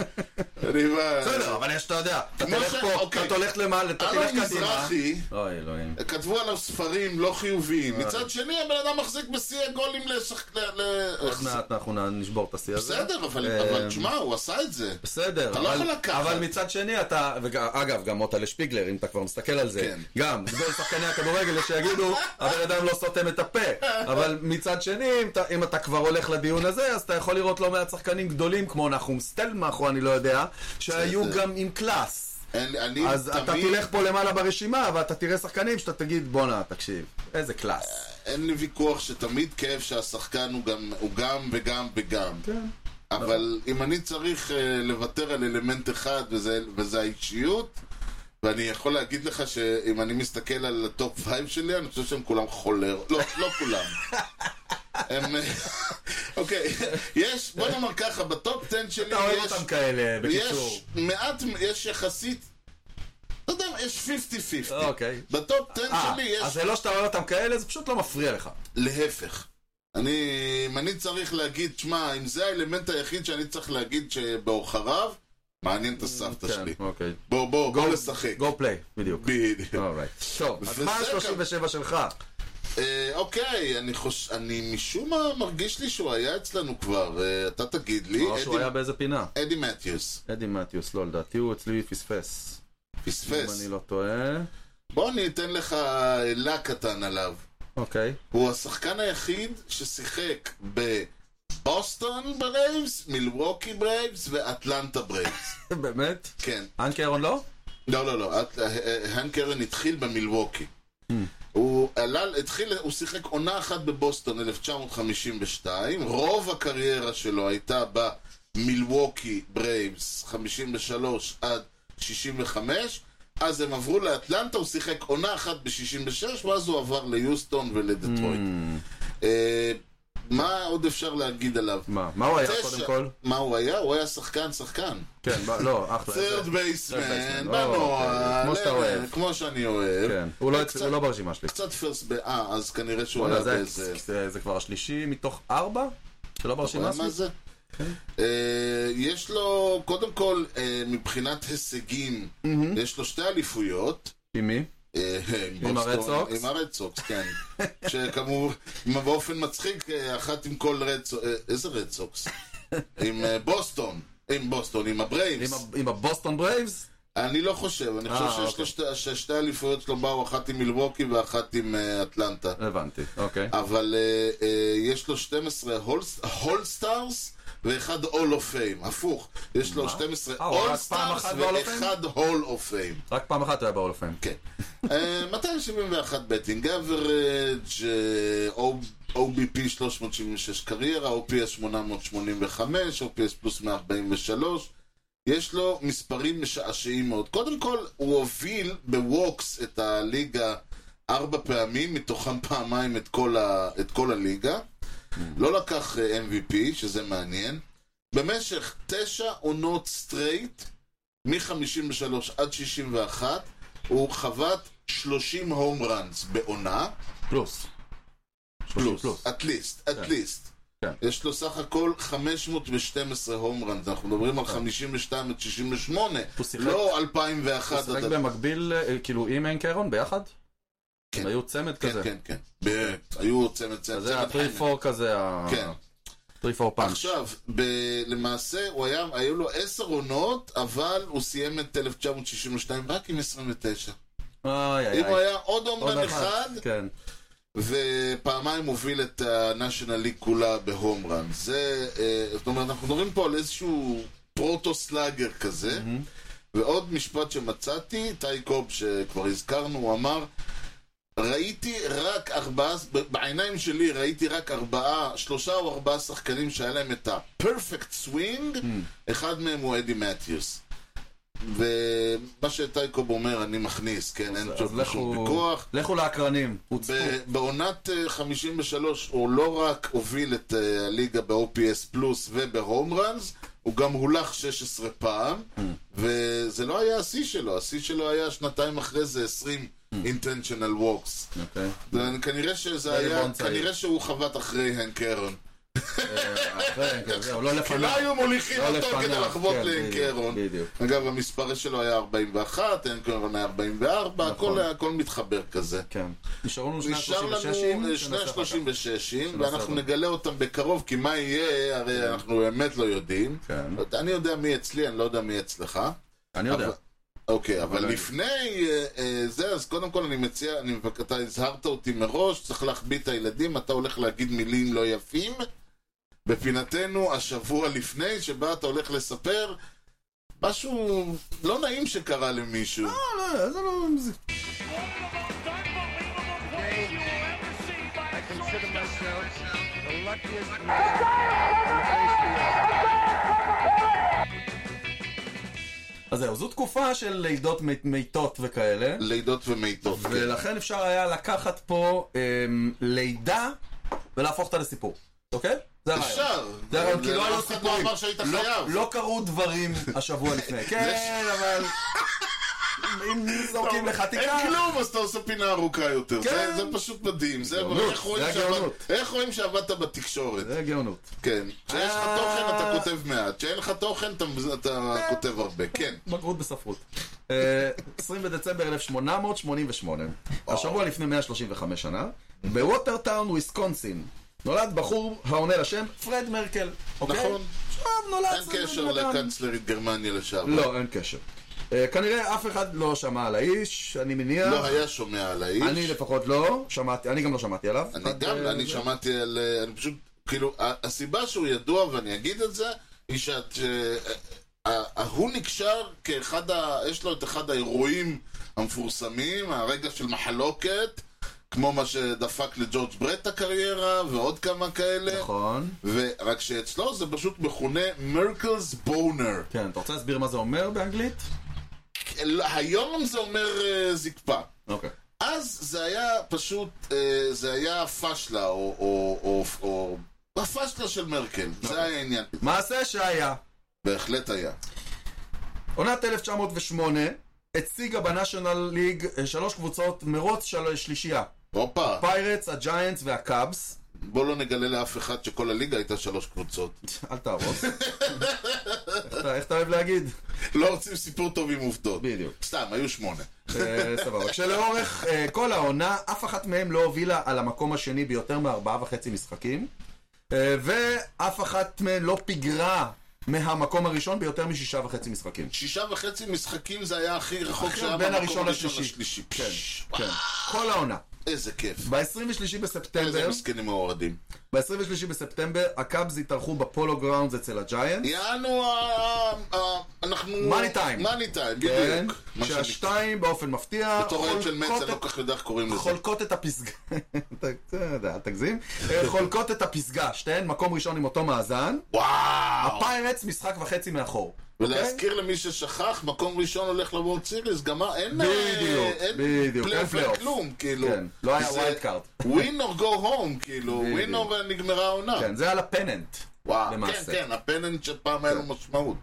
Speaker 1: אני מה...
Speaker 2: בסדר, אבל יש, אתה יודע, אתה
Speaker 1: כמו
Speaker 2: תלך
Speaker 1: ש-
Speaker 2: פה,
Speaker 1: אוקיי.
Speaker 2: אתה הולך למעלה, אתה
Speaker 1: אהרון
Speaker 2: תלך קדימה.
Speaker 1: מזרחי,
Speaker 2: אוי אלוהים.
Speaker 1: כתבו עליו ספרים לא חיוביים.
Speaker 2: אה.
Speaker 1: מצד שני, הבן אדם מחזיק בשיא הגולים לשחק... ל- ל-
Speaker 2: עוד מעט אנחנו נ- נשבור את השיא הזה.
Speaker 1: בסדר, אבל
Speaker 2: אה,
Speaker 1: אבל תשמע, הוא עשה את זה.
Speaker 2: בסדר,
Speaker 1: אתה לא
Speaker 2: אבל-
Speaker 1: יכול לקחת.
Speaker 2: אבל מצד שני אתה, ואגב, גם מוטה לשפיגלר, אם אתה כבר מסתכל על זה,
Speaker 1: כן.
Speaker 2: גם, גדול שחקני הכדורגל, יש שיגידו, הבן אדם לא סותם את הפה, אבל מצד שני, אם אתה- אם אתה כבר הולך לדיון הזה, אז אתה יכול לראות לא מעט שחקנים גדולים, כמו נחום סטלמך, או אני לא יודע, שהיו
Speaker 1: בסדר.
Speaker 2: גם עם קלאס.
Speaker 1: אין- אני
Speaker 2: אז אתה
Speaker 1: תמיד-
Speaker 2: תלך פה למעלה ברשימה, ואתה תראה שחקנים שאתה תגיד, בואנה, תקשיב, איזה קלאס.
Speaker 1: אין לי ויכוח שתמיד כיף שהשחקן הוא גם- הוא גם וגם וגם.
Speaker 2: כן.
Speaker 1: אבל אם אני צריך אה, לוותר על אלמנט אחד, וזה וזה האישיות, ואני יכול להגיד לך שאם אני מסתכל על הטופ 5 שלי, אני חושב שהם כולם חולר. לא, לא כולם. הם... אה, אוקיי, יש, בוא נאמר ככה, בטופ 10 שלי
Speaker 2: אתה אוהב
Speaker 1: יש...
Speaker 2: אותם כאלה, בקיצור.
Speaker 1: יש מעט, יש יחסית... אתה יודע, יש 50-50.
Speaker 2: אוקיי.
Speaker 1: בטופ 10
Speaker 2: אה,
Speaker 1: שלי יש
Speaker 2: אז זה לא שאתה אוהב אותם כאלה, זה פשוט לא מפריע לך.
Speaker 1: להפך. אני, אם אני צריך להגיד, שמע, אם זה האלמנט היחיד שאני צריך להגיד שבאוחריו, מעניין את הסבתא
Speaker 2: כן,
Speaker 1: שלי.
Speaker 2: אוקיי.
Speaker 1: בוא, בוא, בוא לא לשחק.
Speaker 2: גו פליי, בדיוק.
Speaker 1: בדיוק.
Speaker 2: אורייט. טוב, אז
Speaker 1: וזה
Speaker 2: מה
Speaker 1: גם-
Speaker 2: ה-37 שלך?
Speaker 1: אה, אוקיי, אני חוש... אני משום מה מרגיש לי שהוא היה אצלנו כבר, אה, אתה תגיד לי.
Speaker 2: או שהוא
Speaker 1: אדי-
Speaker 2: היה באיזה פינה.
Speaker 1: אדי מתיוס,
Speaker 2: אדי מתיוס, לא, לדעתי הוא אצלי פספס. אם
Speaker 1: פספס.
Speaker 2: אני לא טועה.
Speaker 1: בוא אני אתן לך לה קטן עליו.
Speaker 2: אוקיי.
Speaker 1: הוא השחקן היחיד ששיחק בבוסטון ברייבס, מילווקי ברייבס ואטלנטה ברייבס.
Speaker 2: באמת?
Speaker 1: כן.
Speaker 2: אנקי אהרון לא?
Speaker 1: לא, לא, לא. את- אה, אה, האן קרן התחיל במילווקי.
Speaker 2: Hmm.
Speaker 1: הוא עלה, התחיל, הוא שיחק עונה אחת בבוסטון 1952, רוב הקריירה שלו הייתה במילווקי ברייבס 53 עד 65, אז הם עברו לאטלנטה, הוא שיחק עונה אחת ב-66, ואז הוא עבר ליוסטון ולדטרויט.
Speaker 2: Hmm.
Speaker 1: אה, מה עוד אפשר להגיד עליו?
Speaker 2: מה? מה הוא היה
Speaker 1: תשע.
Speaker 2: קודם כל?
Speaker 1: מה הוא היה? הוא היה שחקן, שחקן.
Speaker 2: כן, ב- לא, אחלה.
Speaker 1: third
Speaker 2: זה-
Speaker 1: baseman,
Speaker 2: baseman,
Speaker 1: בנוער,
Speaker 2: אוקיי, כמו שאתה
Speaker 1: אה,
Speaker 2: אוהב.
Speaker 1: כמו שאני אוהב.
Speaker 2: כן, הוא לא אצ-
Speaker 1: קצת-
Speaker 2: הוא לא ברשימה שלי.
Speaker 1: קצת פרסט ב... אה, אז כנראה שהוא
Speaker 2: וואלה,
Speaker 1: היה
Speaker 2: זה-
Speaker 1: באיזה...
Speaker 2: זה- זה כבר השלישי מתוך ארבע? שלא ברשימה שלי?
Speaker 1: מה זה?
Speaker 2: כן.
Speaker 1: אה, יש לו, קודם כל, אה, מבחינת הישגים, יש לו שתי אליפויות.
Speaker 2: עם מי?
Speaker 1: אה, בוסטון-
Speaker 2: הרד סוקס?
Speaker 1: עם הרד סוקס, כן. שכמובן, באופן מצחיק, אה, אחת עם כל רד סוקס. אה, איזה רד סוקס? עם אה, בוסטון. עם בוסטון, עם הברייבס.
Speaker 2: עם ה- עם הבוסטון ברייבס?
Speaker 1: אני לא חושב, אני
Speaker 2: אה,
Speaker 1: חושב שיש
Speaker 2: אוקיי.
Speaker 1: לו שתי- ששתי האליפויות שלו באו אחת עם מילווקי ואחת עם אה, אטלנטה.
Speaker 2: הבנתי, אוקיי.
Speaker 1: אבל אה, אה, יש לו 12 הולסטארס ואחד הול אוף פיים, הפוך. יש לו 12
Speaker 2: אה, הוא רק פעם
Speaker 1: הולסטארס
Speaker 2: אחת ב-Hall of Fame?
Speaker 1: ואחד הול אוף פיים.
Speaker 2: רק פעם אחת הוא היה באול אופן.
Speaker 1: כן. אה, 271 בטינג אה, אברג', OBP 376 קריירה, OPS 885, OPS פלוס 143. יש לו מספרים משעשעים מאוד. קודם כל, הוא הוביל בווקס את הליגה ארבע פעמים, מתוכם פעמיים את כל, ה, את כל הליגה. לא לקח אה, MVP, שזה מעניין. במשך תשע עונות סטרייט, מ-53 עד 61, הוא חבט 30 הום ראנס בעונה,
Speaker 2: פלוס.
Speaker 1: פלוס, אה,
Speaker 2: פלוס.
Speaker 1: at least, at
Speaker 2: כן.
Speaker 1: least.
Speaker 2: כן.
Speaker 1: יש לו סך הכל 512 הום ראנס, אנחנו מדברים על 52 עד 68,
Speaker 2: הוא כן. שיחק-
Speaker 1: לא 2001
Speaker 2: הוא
Speaker 1: עד...
Speaker 2: שיחק במקביל, אה, כאילו, עם עין קרון ביחד?
Speaker 1: כן.
Speaker 2: הם היו צמד
Speaker 1: כן,
Speaker 2: כזה.
Speaker 1: כן, כן. ב- היו צמד צמד
Speaker 2: אז זה הטרי
Speaker 1: חיימן.
Speaker 2: פור כזה, ה-
Speaker 1: כן.
Speaker 2: טרי פור פאנץ'.
Speaker 1: עכשיו, ב... למעשה, הוא היה, היו לו עשר עונות, אבל הוא סיים את 1962 רק עם 29.
Speaker 2: איי, איי,
Speaker 1: אם הוא
Speaker 2: איי.
Speaker 1: היה עוד
Speaker 2: אה, עוד
Speaker 1: אומן אחד,
Speaker 2: כן.
Speaker 1: ופעמיים הוביל את ה-National League כולה בהום רן. זה, אה, זאת אומרת, אנחנו מדברים פה על איזשהו פרוטו-סלאגר כזה.
Speaker 2: Mm-hmm.
Speaker 1: ועוד משפט שמצאתי, טי קוב שכבר הזכרנו, הוא אמר, ראיתי רק ארבעה, ב- בעיניים שלי ראיתי רק ארבעה, שלושה או ארבעה
Speaker 2: Mm.
Speaker 1: שחקנים שהיה להם את ה-perfect swing, אחד מהם הוא אדי מתיוס. ומה שטייקוב אומר, אני מכניס, כן? אין
Speaker 2: אז
Speaker 1: שום שום
Speaker 2: לכו-
Speaker 1: ויכוח.
Speaker 2: לכו לאקרנים, הוצאו.
Speaker 1: ב- בעונת אה, 53 הוא לא רק הוביל את אה, הליגה ב-OPS פלוס ובהום ראנס, הוא גם הולך 16 פעם,
Speaker 2: Mm.
Speaker 1: וזה לא היה השיא שלו, השיא שלו היה שנתיים אחרי זה 20
Speaker 2: Mm.
Speaker 1: intentional walks.
Speaker 2: אוקיי.
Speaker 1: זה- כנראה שזה היה,
Speaker 2: ריבון צעיר.
Speaker 1: כנראה שהוא חבט אחרי הנק אהרון.
Speaker 2: אחרי, כזה, הוא לא
Speaker 1: כי לא
Speaker 2: לפניו.
Speaker 1: היו מוליכים
Speaker 2: לא
Speaker 1: אותו
Speaker 2: לפניו,
Speaker 1: כדי לחבוט
Speaker 2: כן,
Speaker 1: להנק
Speaker 2: בדיוק,
Speaker 1: אהרון.
Speaker 2: בדיוק.
Speaker 1: אגב, המספר שלו היה 41, הנק אהרון היה 44,
Speaker 2: נכון.
Speaker 1: הכל היה- הכל מתחבר כזה.
Speaker 2: כן. נשארו לנו שני
Speaker 1: נשאר לנו אה, שני
Speaker 2: ה-36.
Speaker 1: ה-36,
Speaker 2: ננסה
Speaker 1: ואנחנו
Speaker 2: אחר כך.
Speaker 1: נגלה אותם בקרוב, כי מה יהיה, הרי אנחנו באמת לא יודעים.
Speaker 2: כן.
Speaker 1: אני יודע מי אצלי, אני לא יודע מי אצלך.
Speaker 2: אני יודע.
Speaker 1: אבל- אוקיי, אבל
Speaker 2: אני-
Speaker 1: לפני אה, אה, זה, אז קודם כל אני מציע, אני מבק- אתה הזהרת אותי מראש, צריך להחביא את הילדים, אתה הולך להגיד מילים לא יפים. בפינתנו, השבוע לפני, שבה אתה הולך לספר משהו לא נעים שקרה למישהו.
Speaker 2: לא, לא, זה לא... זה-
Speaker 4: I consider myself the luckiest man.
Speaker 2: אז זהו, זו תקופה של לידות מת- מתות וכאלה.
Speaker 1: לידות ומתות. כן.
Speaker 2: ולכן אפשר היה לקחת פה אמ, לידה ולהפוך אותה לסיפור, אוקיי? זה הרעיון.
Speaker 1: אפשר.
Speaker 2: זה הרעיון, כי לא היו
Speaker 1: אף אחד לא
Speaker 2: סיפורים.
Speaker 1: אמר שהיית
Speaker 2: לא-
Speaker 1: חייב.
Speaker 2: לא קרו דברים השבוע לפני. כן, אבל... אם זורקים לך תקרה...
Speaker 1: אין כלום, אז אתה עושה פינה ארוכה יותר.
Speaker 2: כן.
Speaker 1: זה- זה פשוט מדהים. זה
Speaker 2: גאונות, אה.
Speaker 1: איך רואים
Speaker 2: זה
Speaker 1: שעבד-
Speaker 2: הגאונות.
Speaker 1: איך רואים שעבדת בתקשורת.
Speaker 2: זה גאונות.
Speaker 1: כן. כשיש לך
Speaker 2: אה.
Speaker 1: תוכן אתה כותב מעט, כשאין לך תוכן אתה מז- אתה כותב הרבה. כן.
Speaker 2: בגרות בספרות. אה, 20 בדצמבר 1888, השבוע לפני 135 שנה, בווטרטאון, וויסקונסין, נולד בחור העונה לשם פרד מרקל. אוקיי?
Speaker 1: נכון.
Speaker 2: עכשיו נולד...
Speaker 1: אין
Speaker 2: זה
Speaker 1: קשר
Speaker 2: בן אדם.
Speaker 1: לקנצלרית גרמניה לשעבר.
Speaker 2: לא, אין קשר. אה, כנראה אף אחד לא שמע על האיש, אני מניח.
Speaker 1: לא היה שומע על האיש.
Speaker 2: אני לפחות לא שמעתי, אני גם לא שמעתי עליו.
Speaker 1: אני
Speaker 2: עד,
Speaker 1: גם,
Speaker 2: אה,
Speaker 1: אני
Speaker 2: זה-
Speaker 1: שמעתי על... אה, אני פשוט, כאילו, ה- הסיבה שהוא ידוע, ואני אגיד את זה, היא שאת... אה, אה, ההוא נקשר כאחד ה... יש לו את אחד האירועים המפורסמים, הרגע של מחלוקת, כמו מה שדפק לג'ורג' ברט הקריירה, ועוד כמה כאלה.
Speaker 2: נכון.
Speaker 1: ורק שאצלו זה פשוט מכונה מרקלס בונר.
Speaker 2: כן, אתה רוצה להסביר מה זה אומר באנגלית?
Speaker 1: היום זה אומר אה, זקפה.
Speaker 2: אוקיי.
Speaker 1: אז זה היה פשוט, אה, זה היה פשלה, או... או, או, או הפשלה של מרקל,
Speaker 2: נכון.
Speaker 1: זה היה העניין.
Speaker 2: מעשה שהיה.
Speaker 1: בהחלט היה.
Speaker 2: עונת 1908 הציגה בנאשונל ליג אה, שלוש קבוצות מרוץ של שלישייה.
Speaker 1: הופה,
Speaker 2: פיירטס, הג'יינטס והקאבס.
Speaker 1: בוא לא נגלה לאף אחד שכל הליגה הייתה שלוש קבוצות.
Speaker 2: אל תהרוס. איך אתה- איך אתה אוהב להגיד?
Speaker 1: לא רוצים סיפור טוב עם עובדות.
Speaker 2: בדיוק.
Speaker 1: סתם, היו שמונה.
Speaker 2: אה, סבבה. כשלאורך אה, כל העונה, אף אחת מהן לא הובילה על המקום השני ביותר מארבעה וחצי משחקים, אה, ואף אחת מהן לא פיגרה מהמקום הראשון ביותר משישה וחצי משחקים.
Speaker 1: שישה וחצי משחקים זה היה הכי רחוק
Speaker 2: הכי
Speaker 1: שהיה
Speaker 2: בין הראשון
Speaker 1: מהמקום הראשון
Speaker 2: לשלישי.
Speaker 1: לשלישי.
Speaker 2: כן,
Speaker 1: פש,
Speaker 2: כן. כל העונה.
Speaker 1: איזה כיף.
Speaker 2: ב-23
Speaker 1: איזה
Speaker 2: בספטמבר,
Speaker 1: מסכנים האוהדים.
Speaker 2: ב-23 בספטמבר, הקאבס התארחו בפולו גראונדס אצל הג'יינט.
Speaker 1: יענו, ה- ה- אנחנו...
Speaker 2: Money time.
Speaker 1: מאני טיים,
Speaker 2: כן,
Speaker 1: בדיוק. מה שאני-
Speaker 2: שהשתיים באופן מפתיע,
Speaker 1: בתור אוהד של מצ,
Speaker 2: חולקות
Speaker 1: אני לא
Speaker 2: את-
Speaker 1: כל כך יודע איך קוראים לזה.
Speaker 2: חולקות את הפסגה, אתה- אתה יודע, אל תגזים, אה, חולקות את הפסגה, שתיהן מקום ראשון עם אותו מאזן,
Speaker 1: וואו!
Speaker 2: הפיירטס משחק וחצי מאחור. אוקיי?
Speaker 1: ולהזכיר למי ששכח, מקום ראשון הולך לוורד סיריס, גם מה, אין...
Speaker 2: בדיוק,
Speaker 1: אה, אין
Speaker 2: בדיוק, אין
Speaker 1: פלייאוף,
Speaker 2: פלייאוף.
Speaker 1: כלום, כאילו.
Speaker 2: כן, לא היה
Speaker 1: זה
Speaker 2: ווילד קארד.
Speaker 1: win or go home, כאילו,
Speaker 2: בדיוק.
Speaker 1: win or נגמרה העונה.
Speaker 2: כן, זה על הפננט.
Speaker 1: וואו, כן,
Speaker 2: למעשה.
Speaker 1: כן, הפננט שפעם היה לו משמעות.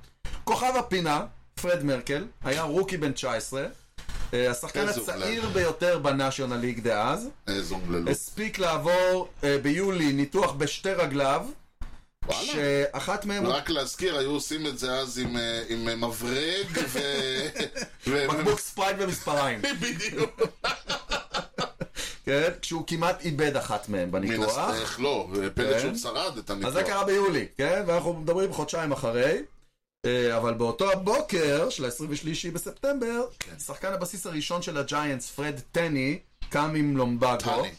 Speaker 2: כוכב הפינה, פרד מרקל, היה רוקי בן 19, אה, השחקן
Speaker 1: איזה
Speaker 2: הצעיר
Speaker 1: אומלל.
Speaker 2: ביותר בנאשיונל ליג דאז,
Speaker 1: איזה אומללות.
Speaker 2: הספיק לעבור אה, ביולי ניתוח בשתי רגליו,
Speaker 1: וואלה.
Speaker 2: שאחת מהם...
Speaker 1: רק להזכיר, היו עושים את זה אז עם, אה, עם אה, מברג ו... ו-
Speaker 2: בקבוק ספרייט במספריים,
Speaker 1: בדיוק.
Speaker 2: כן? כשהוא כמעט איבד אחת מהם
Speaker 1: מן
Speaker 2: בניתוח.
Speaker 1: הסתם, איך לא, פלט
Speaker 2: כן.
Speaker 1: שהוא שרד את הניתוח.
Speaker 2: אז זה קרה ביולי, כן? ואנחנו מדברים חודשיים אחרי. אה, אבל באותו הבוקר של ה-23 בספטמבר,
Speaker 1: כן.
Speaker 2: שחקן הבסיס הראשון של הג'יינטס, פרד טני, קם עם לומבגו.
Speaker 1: טני.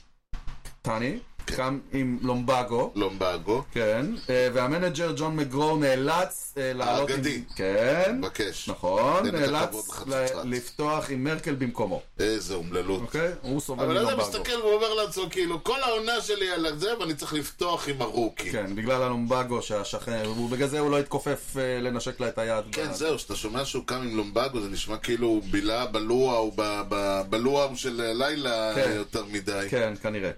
Speaker 2: טני.
Speaker 1: כן.
Speaker 2: גם עם לומבגו.
Speaker 1: לומבגו,
Speaker 2: כן, אה, והמנג'ר ג'ון מגרו נאלץ אה, לעלות... עם-
Speaker 1: האגדי.
Speaker 2: כן,
Speaker 1: מבקש.
Speaker 2: נכון,
Speaker 1: תן את
Speaker 2: נאלץ
Speaker 1: הכבוד לך,
Speaker 2: ל-
Speaker 1: צרצרץ.
Speaker 2: לפתוח עם מרקל במקומו,
Speaker 1: איזה אומללות.
Speaker 2: אוקיי? הוא סובל
Speaker 1: אבל אדם
Speaker 2: מלומבגו.
Speaker 1: מסתכל ואומר לעצמו, כאילו, כל העונה שלי על זה, ואני צריך לפתוח עם הרוקי.
Speaker 2: כן, בגלל הלומבגו שהשכן, הוא- בגלל זה הוא לא התכופף אה, לנשק לה את היד.
Speaker 1: כן,
Speaker 2: ב-
Speaker 1: זהו, כשאתה שומע שהוא קם עם לומבגו, זה נשמע כאילו הוא בילה בלואו, ב- ב- בלואו של לילה
Speaker 2: כן.
Speaker 1: יותר מדי.
Speaker 2: כן, כנראה.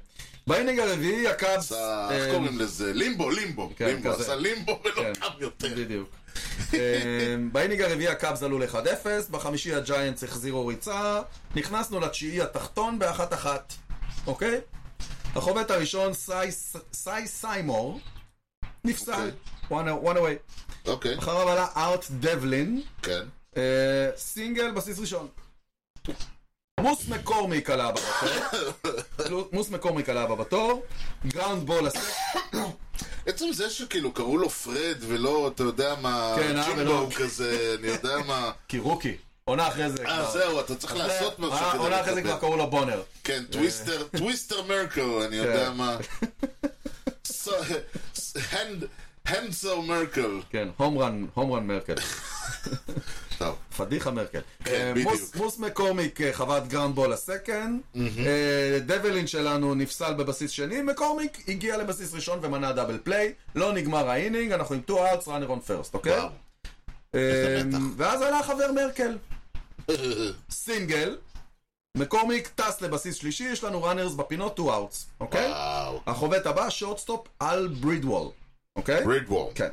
Speaker 2: באינינג הרביעי הקאבס...
Speaker 1: עשה,
Speaker 2: אה,
Speaker 1: איך קוראים לזה? לימבו, לימבו.
Speaker 2: כן,
Speaker 1: לימבו,
Speaker 2: כזה.
Speaker 1: עשה לימבו ולא
Speaker 2: כן.
Speaker 1: קם יותר.
Speaker 2: בדיוק. אה, באינינג הרביעי הקאבס עלו ל-1-0, בחמישי הג'יינטס החזירו ריצה, נכנסנו לתשיעי התחתון באחת-אחת, אוקיי? החובט הראשון, סי- סי סיימור, נפסל, one away.
Speaker 1: אוקיי,
Speaker 2: אחריו עלה ארט דבלין,
Speaker 1: כן.
Speaker 2: אה, סינגל בסיס ראשון. מוס מקורמיק עלה הבא בתור, מוס מקורמיק עלה הבא בתור, גראונד בול הסק,
Speaker 1: עצם זה שכאילו קראו לו פרד ולא, אתה יודע מה,
Speaker 2: כן, אה, ולא-
Speaker 1: ג'ימבו כזה, אני יודע מה.
Speaker 2: כי רוקי, עונה אחרי זה
Speaker 1: אה,
Speaker 2: כבר.
Speaker 1: זהו, אתה צריך לעשות משהו
Speaker 2: אה,
Speaker 1: כדי לא
Speaker 2: עונה אחרי זה
Speaker 1: לקבל.
Speaker 2: כבר קראו לו בונר.
Speaker 1: כן, טוויסטר, טוויסטר מרקל, אני יודע
Speaker 2: אה. כן.
Speaker 1: מה. הנדסו מרקל.
Speaker 2: כן, הומרן, הומרן מרקל.
Speaker 1: טוב,
Speaker 2: פדיחה מרקל.
Speaker 1: כן,
Speaker 2: אה, מוס-
Speaker 1: בדיוק.
Speaker 2: מוס מקורמיק אה, חוות גראונד בול לסקנד. אה, דבלין שלנו נפסל בבסיס שני, מקורמיק הגיע לבסיס ראשון ומנע דאבל פליי. לא נגמר האינינג, אנחנו עם 2 ארץ, ראנר און פרסט, אוקיי?
Speaker 1: וואו.
Speaker 2: אה, ואז עלה חבר מרקל. סינגל, מקורמיק טס לבסיס שלישי, יש לנו ראנרס בפינות 2 ארץ, אוקיי?
Speaker 1: וואו.
Speaker 2: החובט הבא, שורטסטופ על ברידוול, אוקיי?
Speaker 1: רידוורם.
Speaker 2: כן.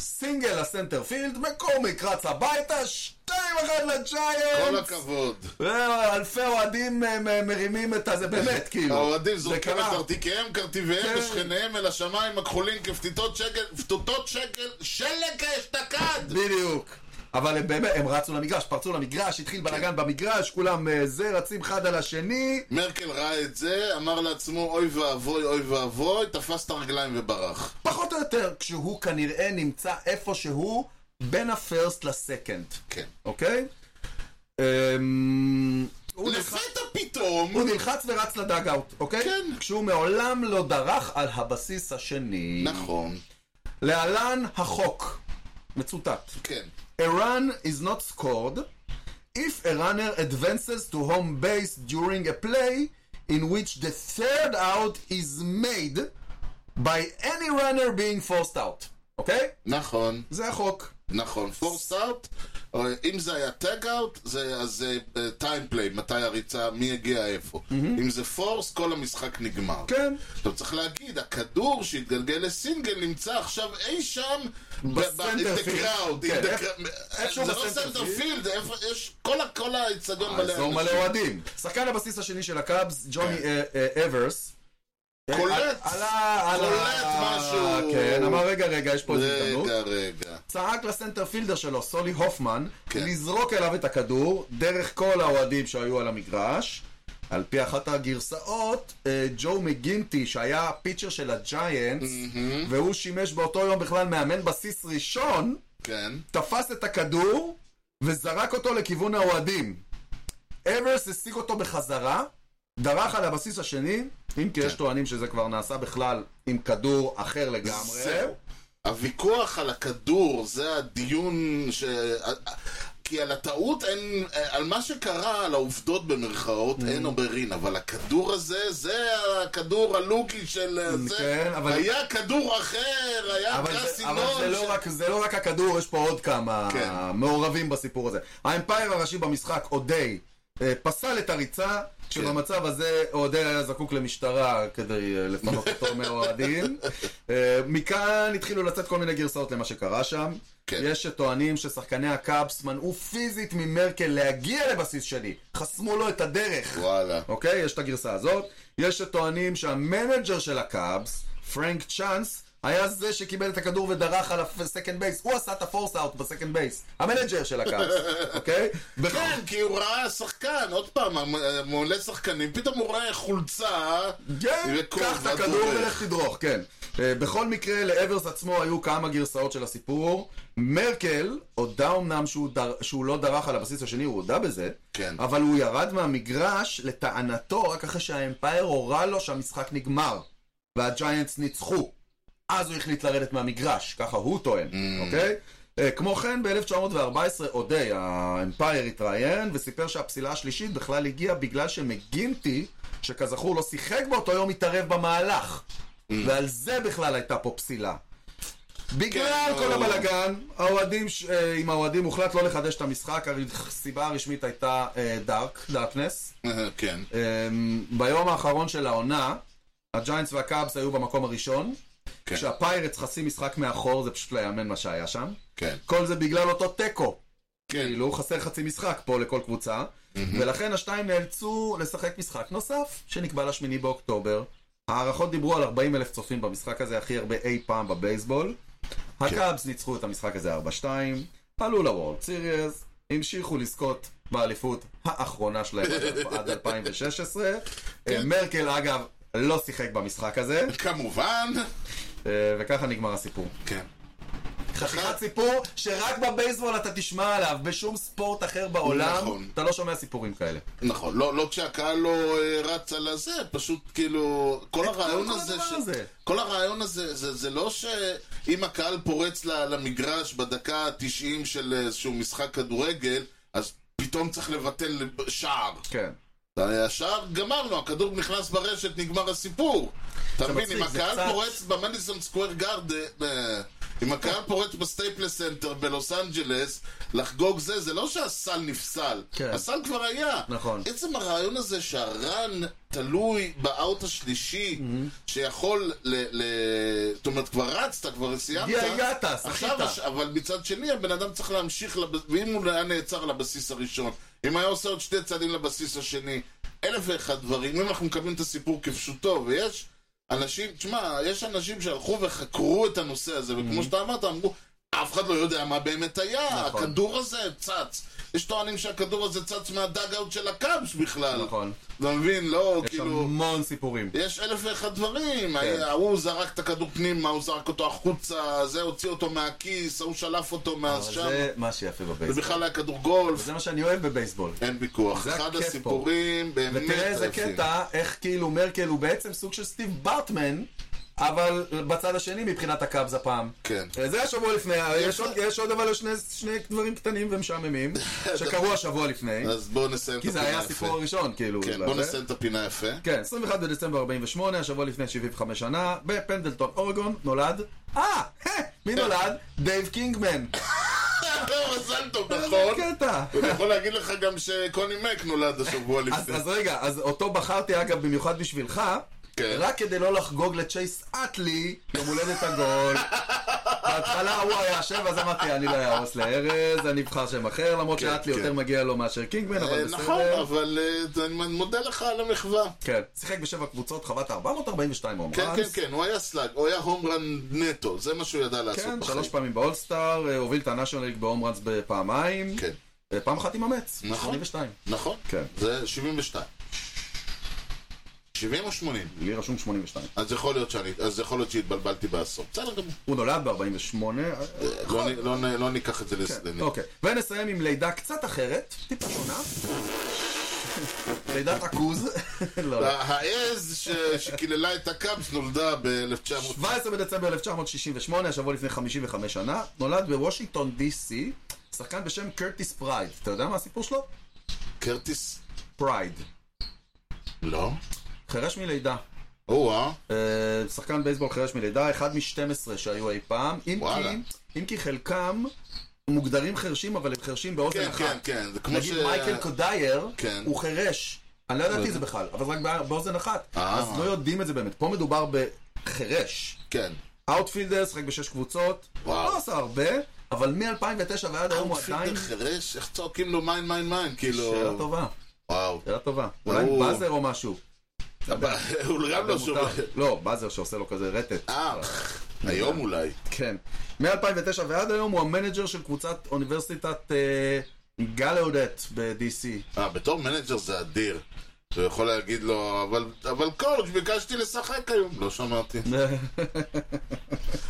Speaker 2: סינגל לסנטר פילד, מקורמיק רץ הביתה, שתיים אחת
Speaker 1: כל
Speaker 2: לג'יינטס!
Speaker 1: הכבוד.
Speaker 2: אלפי אוהדים אה, מ- מרימים את הזה, באמת, כאילו.
Speaker 1: האוהדים
Speaker 2: זה
Speaker 1: זורקים את
Speaker 2: קרה.
Speaker 1: תרתיקיהם, קרטיביהם
Speaker 2: כן.
Speaker 1: ושכניהם אל השמיים הכחולים כפתיתות שקל, פתותות שקל, שלג אשתקד!
Speaker 2: בדיוק. אבל הם באמת, הם רצו למגרש, פרצו למגרש, התחיל בלאגן במגרש, כולם אה, זה, רצים אחד על השני.
Speaker 1: מרקל ראה את זה, אמר לעצמו אוי ואבוי, אוי ואבוי, תפס את הרגליים וברח.
Speaker 2: פחות או יותר, כשהוא כנראה נמצא איפשהו בין הפרסט לסקנד,
Speaker 1: כן.
Speaker 2: אוקיי? אמ, הוא נלחץ-
Speaker 1: לפתע פתאום,
Speaker 2: הוא נלחץ ורץ לדאגאוט, אוקיי?
Speaker 1: כן.
Speaker 2: כשהוא מעולם לא דרך על הבסיס השני.
Speaker 1: נכון,
Speaker 2: להלן החוק. מצוטט.
Speaker 1: כן.
Speaker 2: A run is not scored if a runner advances to home base during a play in which the third out is made by any runner being forced out. אוקיי?
Speaker 1: נכון,
Speaker 2: זה החוק.
Speaker 1: נכון. פורס אאוט, אם זה היה טאג אאוט, אז זה טיימפליי, מתי הריצה, מי הגיע איפה. אם זה פורס, כל המשחק נגמר.
Speaker 2: כן.
Speaker 1: אתה צריך להגיד, הכדור שהתגלגל לסינגל נמצא עכשיו אי שם
Speaker 2: בסנטר פילד.
Speaker 1: בקראוד.
Speaker 2: כן, איך-
Speaker 1: זה
Speaker 2: איפשהו
Speaker 1: לא
Speaker 2: בסנטר
Speaker 1: סנטר
Speaker 2: פילד. אה,
Speaker 1: פילד, איפה- יש כל ה- כל האצטדיון מלא
Speaker 2: אזור מלא
Speaker 1: אנשים.
Speaker 2: אוהדים. שחקן הבסיס השני של הקאבס, ג'וני אה, אה, אברס. אה,
Speaker 1: קולט.
Speaker 2: עלה, עלה.
Speaker 1: קולט משהו.
Speaker 2: כן, אמר רגע, רגע, יש פה איזה הזדמנות.
Speaker 1: רגע, רגע.
Speaker 2: צעק לסנטר פילדר שלו, סולי הופמן,
Speaker 1: כן.
Speaker 2: לזרוק אליו את הכדור, דרך כל האוהדים שהיו על המגרש. על פי אחת הגרסאות, אה, ג'ו מגינטי, שהיה הפיצ'ר של הג'יינטס, והוא שימש באותו יום בכלל מאמן בסיס ראשון,
Speaker 1: כן.
Speaker 2: תפס את הכדור וזרק אותו לכיוון האוהדים. אברס השיג אותו בחזרה, דרך על הבסיס השני, אם כי יש טוענים שזה כבר נעשה בכלל עם כדור אחר לגמרי.
Speaker 1: זהו. הוויכוח על הכדור, זה הדיון ש... כי על הטעות אין, על מה שקרה, על העובדות במרכאות, אין
Speaker 2: Mm-hmm.
Speaker 1: עוברין, אבל הכדור הזה, זה הכדור הלוקי של
Speaker 2: Mm,
Speaker 1: זה.
Speaker 2: כן, אבל-
Speaker 1: היה כדור אחר, היה
Speaker 2: אבל,
Speaker 1: קרסי
Speaker 2: זה, אבל זה,
Speaker 1: נון
Speaker 2: לא
Speaker 1: ש-
Speaker 2: רק, זה לא רק הכדור, יש פה עוד כמה
Speaker 1: כן.
Speaker 2: מעורבים בסיפור הזה. האמפייר הראשי במשחק, אודיי, אה, פסל את הריצה,
Speaker 1: כן.
Speaker 2: כשבמצב הזה אודיי היה זקוק למשטרה כדי אה, לפנות אותו מהאוהדים. אה, מכאן התחילו לצאת כל מיני גרסאות למה שקרה שם.
Speaker 1: כן.
Speaker 2: יש שטוענים ששחקני הקאבס מנעו פיזית ממרקל להגיע לבסיס שני, חסמו לו את הדרך.
Speaker 1: וואלה.
Speaker 2: אוקיי? יש את הגרסה הזאת. יש שטוענים שהמנג'ר של הקאבס, פרנק צ'אנס, היה זה שקיבל את הכדור ודרך על הסקנד בייס. הוא עשה את הפורס אאוט בסקנד בייס. המנג'ר של הקאבס, אוקיי? בח-
Speaker 1: כן, כי הוא ראה שחקן, עוד פעם, המ- מעולה שחקנים, פתאום הוא ראה חולצה,
Speaker 2: כן,
Speaker 1: וכובע
Speaker 2: קח את הכדור
Speaker 1: דורך.
Speaker 2: ולך תדרוך, כן. אה, בכל מקרה, לאברס עצמו היו כמה גרסאות של הסיפור. מרקל הודה אמנם שהוא, דר... שהוא לא דרך על הבסיס השני, הוא הודה בזה,
Speaker 1: כן.
Speaker 2: אבל הוא ירד מהמגרש לטענתו רק אחרי שהאמפייר הורה לו שהמשחק נגמר. והג'יינטס ניצחו. אז הוא החליט לרדת מהמגרש, ככה הוא טוען, אוקיי? אה, כמו כן, ב-1914 אודי, האמפייר התראיין וסיפר שהפסילה השלישית בכלל הגיעה בגלל שמגינטי, שכזכור לא שיחק באותו יום, התערב במהלך. ועל זה בכלל הייתה פה פסילה. בגלל
Speaker 1: כן,
Speaker 2: כל
Speaker 1: או-
Speaker 2: הבלגן, האוהדים, ש- אה, עם האוהדים הוחלט לא לחדש את המשחק, הסיבה הרשמית הייתה אה, דארק, דארקנס.
Speaker 1: כן.
Speaker 2: אמ, ביום האחרון של העונה, הג'יינטס והקאבס היו במקום הראשון,
Speaker 1: כן.
Speaker 2: כשהפיירטס חצי משחק מאחור, זה פשוט לא יאמן מה שהיה שם.
Speaker 1: כן.
Speaker 2: כל זה בגלל אותו תיקו.
Speaker 1: כן.
Speaker 2: כאילו, חסר חצי משחק פה לכל קבוצה, ולכן השתיים נאלצו לשחק משחק נוסף, שנקבע לשמיני באוקטובר. ההערכות דיברו על 40 אלף צופים במשחק הזה, הכי הרבה אי פעם בבייסבול. הקאבס ניצחו את המשחק הזה 4-2, עלו לוורד סיריאז, המשיכו לזכות באליפות האחרונה שלהם עד- עד 2016. אה, מרקל, אגב, לא שיחק במשחק הזה,
Speaker 1: כמובן.
Speaker 2: אה, וככה נגמר הסיפור.
Speaker 1: כן.
Speaker 2: חתיכת סיפור שרק בבייסבול אתה תשמע עליו, בשום ספורט אחר בעולם,
Speaker 1: נכון.
Speaker 2: אתה לא שומע סיפורים כאלה.
Speaker 1: נכון, לא, לא כשהקהל לא אה, רץ על הזה, פשוט כאילו, כל הרעיון
Speaker 2: כל
Speaker 1: הזה,
Speaker 2: הדבר הזה.
Speaker 1: כל הרעיון הזה, זה, זה לא שאם הקהל פורץ ל- למגרש בדקה ה-90 של איזשהו משחק כדורגל, אז פתאום צריך לבטל שער.
Speaker 2: כן.
Speaker 1: השער גמרנו, הכדור נכנס ברשת, נגמר הסיפור. אתה מבין,
Speaker 2: מצחיק,
Speaker 1: אם
Speaker 2: זה
Speaker 1: הקהל
Speaker 2: קצת-
Speaker 1: פורץ במדיסון סקוואר גארד, אה, אם הקהל פורץ בסטייפלס סנטר בלוס אנג'לס, לחגוג זה, זה לא שהסל נפסל.
Speaker 2: כן.
Speaker 1: הסל כבר היה.
Speaker 2: נכון.
Speaker 1: עצם הרעיון הזה שהרן תלוי באאוט השלישי, שיכול ל... ל- זאת אומרת, כבר רצת, כבר סיימת.
Speaker 2: הגעת,
Speaker 1: עכשיו,
Speaker 2: סחית.
Speaker 1: אבל מצד שני, הבן אדם צריך להמשיך, לב... ואם הוא היה נעצר לבסיס הראשון, אם היה עושה עוד שתי צעדים לבסיס השני, אלף ואחד דברים, אם אנחנו מקבלים את הסיפור כפשוטו, ויש אנשים, תשמע, יש אנשים שהלכו וחקרו את הנושא הזה, וכמו שאתה אמרת, אמרו, אף אחד לא יודע מה באמת היה,
Speaker 2: נכון.
Speaker 1: הכדור הזה צץ. יש טוענים שהכדור הזה צץ מהדאג-אאוט של הקאבס בכלל.
Speaker 2: נכון.
Speaker 1: אתה מבין, לא,
Speaker 2: יש
Speaker 1: כאילו...
Speaker 2: המון סיפורים.
Speaker 1: יש אלף ואחד
Speaker 2: כן.
Speaker 1: דברים, ההוא זרק את הכדור פנימה, ההוא זרק אותו החוצה, זה הוציא אותו מהכיס, ההוא שלף אותו
Speaker 2: אבל
Speaker 1: מהשם,
Speaker 2: זה מה שיפה
Speaker 1: זה
Speaker 2: בבייסבול.
Speaker 1: בכלל היה כדור גולף,
Speaker 2: זה מה שאני אוהב בבייסבול.
Speaker 1: אין ויכוח.
Speaker 2: זה
Speaker 1: אחד
Speaker 2: הכיף פה.
Speaker 1: הסיפורים באמת
Speaker 2: ותראה איזה
Speaker 1: יפים.
Speaker 2: קטע, איך כאילו מרקל הוא בעצם סוג של סטיב בארטמן, אבל בצד השני מבחינת הקאבס הפעם.
Speaker 1: כן.
Speaker 2: אה, זה השבוע לפני, יש עוד- יש עוד אבל שני- שני דברים קטנים ומשעממים, שקרו השבוע לפני,
Speaker 1: אז בואו נסיים את
Speaker 2: כי זה
Speaker 1: הפינה
Speaker 2: היה
Speaker 1: יפה.
Speaker 2: הסיפור הראשון, כאילו.
Speaker 1: כן,
Speaker 2: לזה.
Speaker 1: בואו נסיים את הפינה יפה.
Speaker 2: כן, 21 בדצמבר 48, השבוע לפני 75 שנה, בפנדלטון, אורגון, נולד... אה! מי נולד? דייב קינגמן.
Speaker 1: לא, מזל טוב,
Speaker 2: איזה
Speaker 1: נכון?
Speaker 2: קטע.
Speaker 1: אני יכול להגיד לך גם שקוני מק נולד השבוע
Speaker 2: אז
Speaker 1: לפני.
Speaker 2: אז רגע, אז אותו בחרתי אגב במיוחד בשבילך,
Speaker 1: כן.
Speaker 2: רק כדי לא לחגוג לצ'ייס אטלי יום הולדת עגול. בהתחלה הוא היה אשם, אז אמרתי, אני לא אהרוס לארז, אני אבחר שם אחר, למרות
Speaker 1: כן,
Speaker 2: שאטלי
Speaker 1: כן.
Speaker 2: יותר מגיע לו מאשר קינגמן,
Speaker 1: אה,
Speaker 2: אבל
Speaker 1: נכון,
Speaker 2: בסדר.
Speaker 1: אבל אה, אני מודה לך על המחווה.
Speaker 2: כן, שיחק בשבע קבוצות, חוות 442 הום
Speaker 1: כן, כן,
Speaker 2: ראנס.
Speaker 1: כן, הוא היה סלאג, הוא היה הום רן נטו, זה מה שהוא ידע לעשות
Speaker 2: כן,
Speaker 1: בחיים.
Speaker 2: שלוש פעמים באולסטאר, אה, הוביל את הנאשונל ליג בהום ראנס בפעמיים.
Speaker 1: כן.
Speaker 2: אה, פעם אחת עם המץ.
Speaker 1: נכון.
Speaker 2: 82.
Speaker 1: נכון?
Speaker 2: כן.
Speaker 1: זה 72. 70 או 80?
Speaker 2: לי רשום 82.
Speaker 1: אז יכול להיות שאני, אז יכול להיות שהתבלבלתי בעשור. בסדר גמור.
Speaker 2: הוא נולד ב-48.
Speaker 1: לא, נ- לא, נ- לא ניקח את זה לסדני.
Speaker 2: אוקיי. ונסיים עם לידה קצת אחרת, טיפה שונה. לידת עכוז. לא,
Speaker 1: אה.
Speaker 2: לא.
Speaker 1: אוקיי. העז ש- שקיללה את הקאבס נולדה ב-1900.
Speaker 2: 17 בדצמבר 1968, השבוע לפני 55 שנה, נולד בוושינגטון די.סי, שחקן בשם קרטיס פרייד. אתה יודע מה הסיפור שלו?
Speaker 1: קרטיס?
Speaker 2: פרייד.
Speaker 1: לא.
Speaker 2: חירש מלידה.
Speaker 1: או-אה.
Speaker 2: אה, שחקן בייסבול חירש מלידה, אחד מ-12 שהיו אי פעם, אם
Speaker 1: וואלה.
Speaker 2: כי, אם כי חלקם מוגדרים חרשים, אבל הם חרשים באוזן
Speaker 1: כן,
Speaker 2: אחת.
Speaker 1: כן, כן. זה כמו ש...
Speaker 2: נגיד מייקל קודייר,
Speaker 1: כן. אוקיי.
Speaker 2: הוא חירש, אני לא ידעתי את זה בכלל, אבל זה רק בא- באוזן אחת,
Speaker 1: אה.
Speaker 2: אז לא יודעים את זה באמת, פה מדובר בחירש.
Speaker 1: כן.
Speaker 2: אאוטפילדר, שחק בשש קבוצות,
Speaker 1: וואו.
Speaker 2: לא עשה הרבה, אבל מ-2009 ועד היום הוא עדיין...
Speaker 1: פילדר חירש, איך צועקים לו מיין מיין מיין? כאילו...
Speaker 2: שאלה טובה,
Speaker 1: וואו.
Speaker 2: שאלה טובה. אולי
Speaker 1: הוא-
Speaker 2: באזר או משהו.
Speaker 1: הוא גם לא שומע.
Speaker 2: מותר. לא, באזר שעושה לו כזה רטט.
Speaker 1: אה, היום אולי.
Speaker 2: כן. מ-2009 ועד היום הוא המנג'ר של קבוצת אוניברסיטת אה, גלאודט ב-DC.
Speaker 1: אה, בתור מנג'ר זה אדיר. הוא יכול להגיד לו, אבל, אבל קורץ', ביקשתי לשחק היום. לא שמעתי.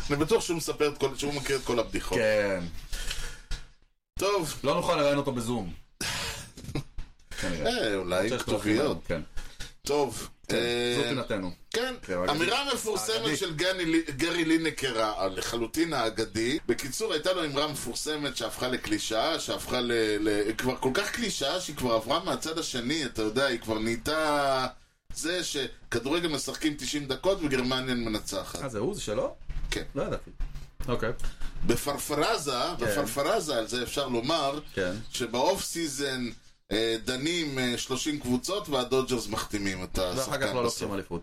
Speaker 1: אני בטוח שהוא מספר את כל, שהוא מכיר את כל הבדיחות. כן.
Speaker 2: כן.
Speaker 1: טוב,
Speaker 2: לא נוכל לראיין אותו בזום. כנראה.
Speaker 1: אה, אולי
Speaker 2: צריך
Speaker 1: כתוביות.
Speaker 2: כן.
Speaker 1: טוב,
Speaker 2: זו
Speaker 1: אה,
Speaker 2: פינתנו.
Speaker 1: כן,
Speaker 2: כן, אבל
Speaker 1: אמירה
Speaker 2: האגדי.
Speaker 1: מפורסמת של גני לי- גרי לינקר ה- לחלוטין האגדי. בקיצור, הייתה לו אמרה מפורסמת שהפכה לקלישאה, שהפכה ל... ל... כבר כל כך קלישאה שהיא כבר עברה מהצד השני, אתה יודע, היא כבר נהייתה זה שכדורגל משחקים 90 דקות וגרמניה מנצחת.
Speaker 2: אה, זה הוא? זה שלו?
Speaker 1: כן.
Speaker 2: לא ידעתי. אוקיי.
Speaker 1: בפרפרזה,
Speaker 2: כן.
Speaker 1: בפרפרזה על זה אפשר לומר,
Speaker 2: כן.
Speaker 1: שבאוף סיזן אה, דנים אה, 30 קבוצות והדודג'רס מחתימים את השחקן
Speaker 2: ואחר כך לא
Speaker 1: בסוף.
Speaker 2: לוקחים אליפות.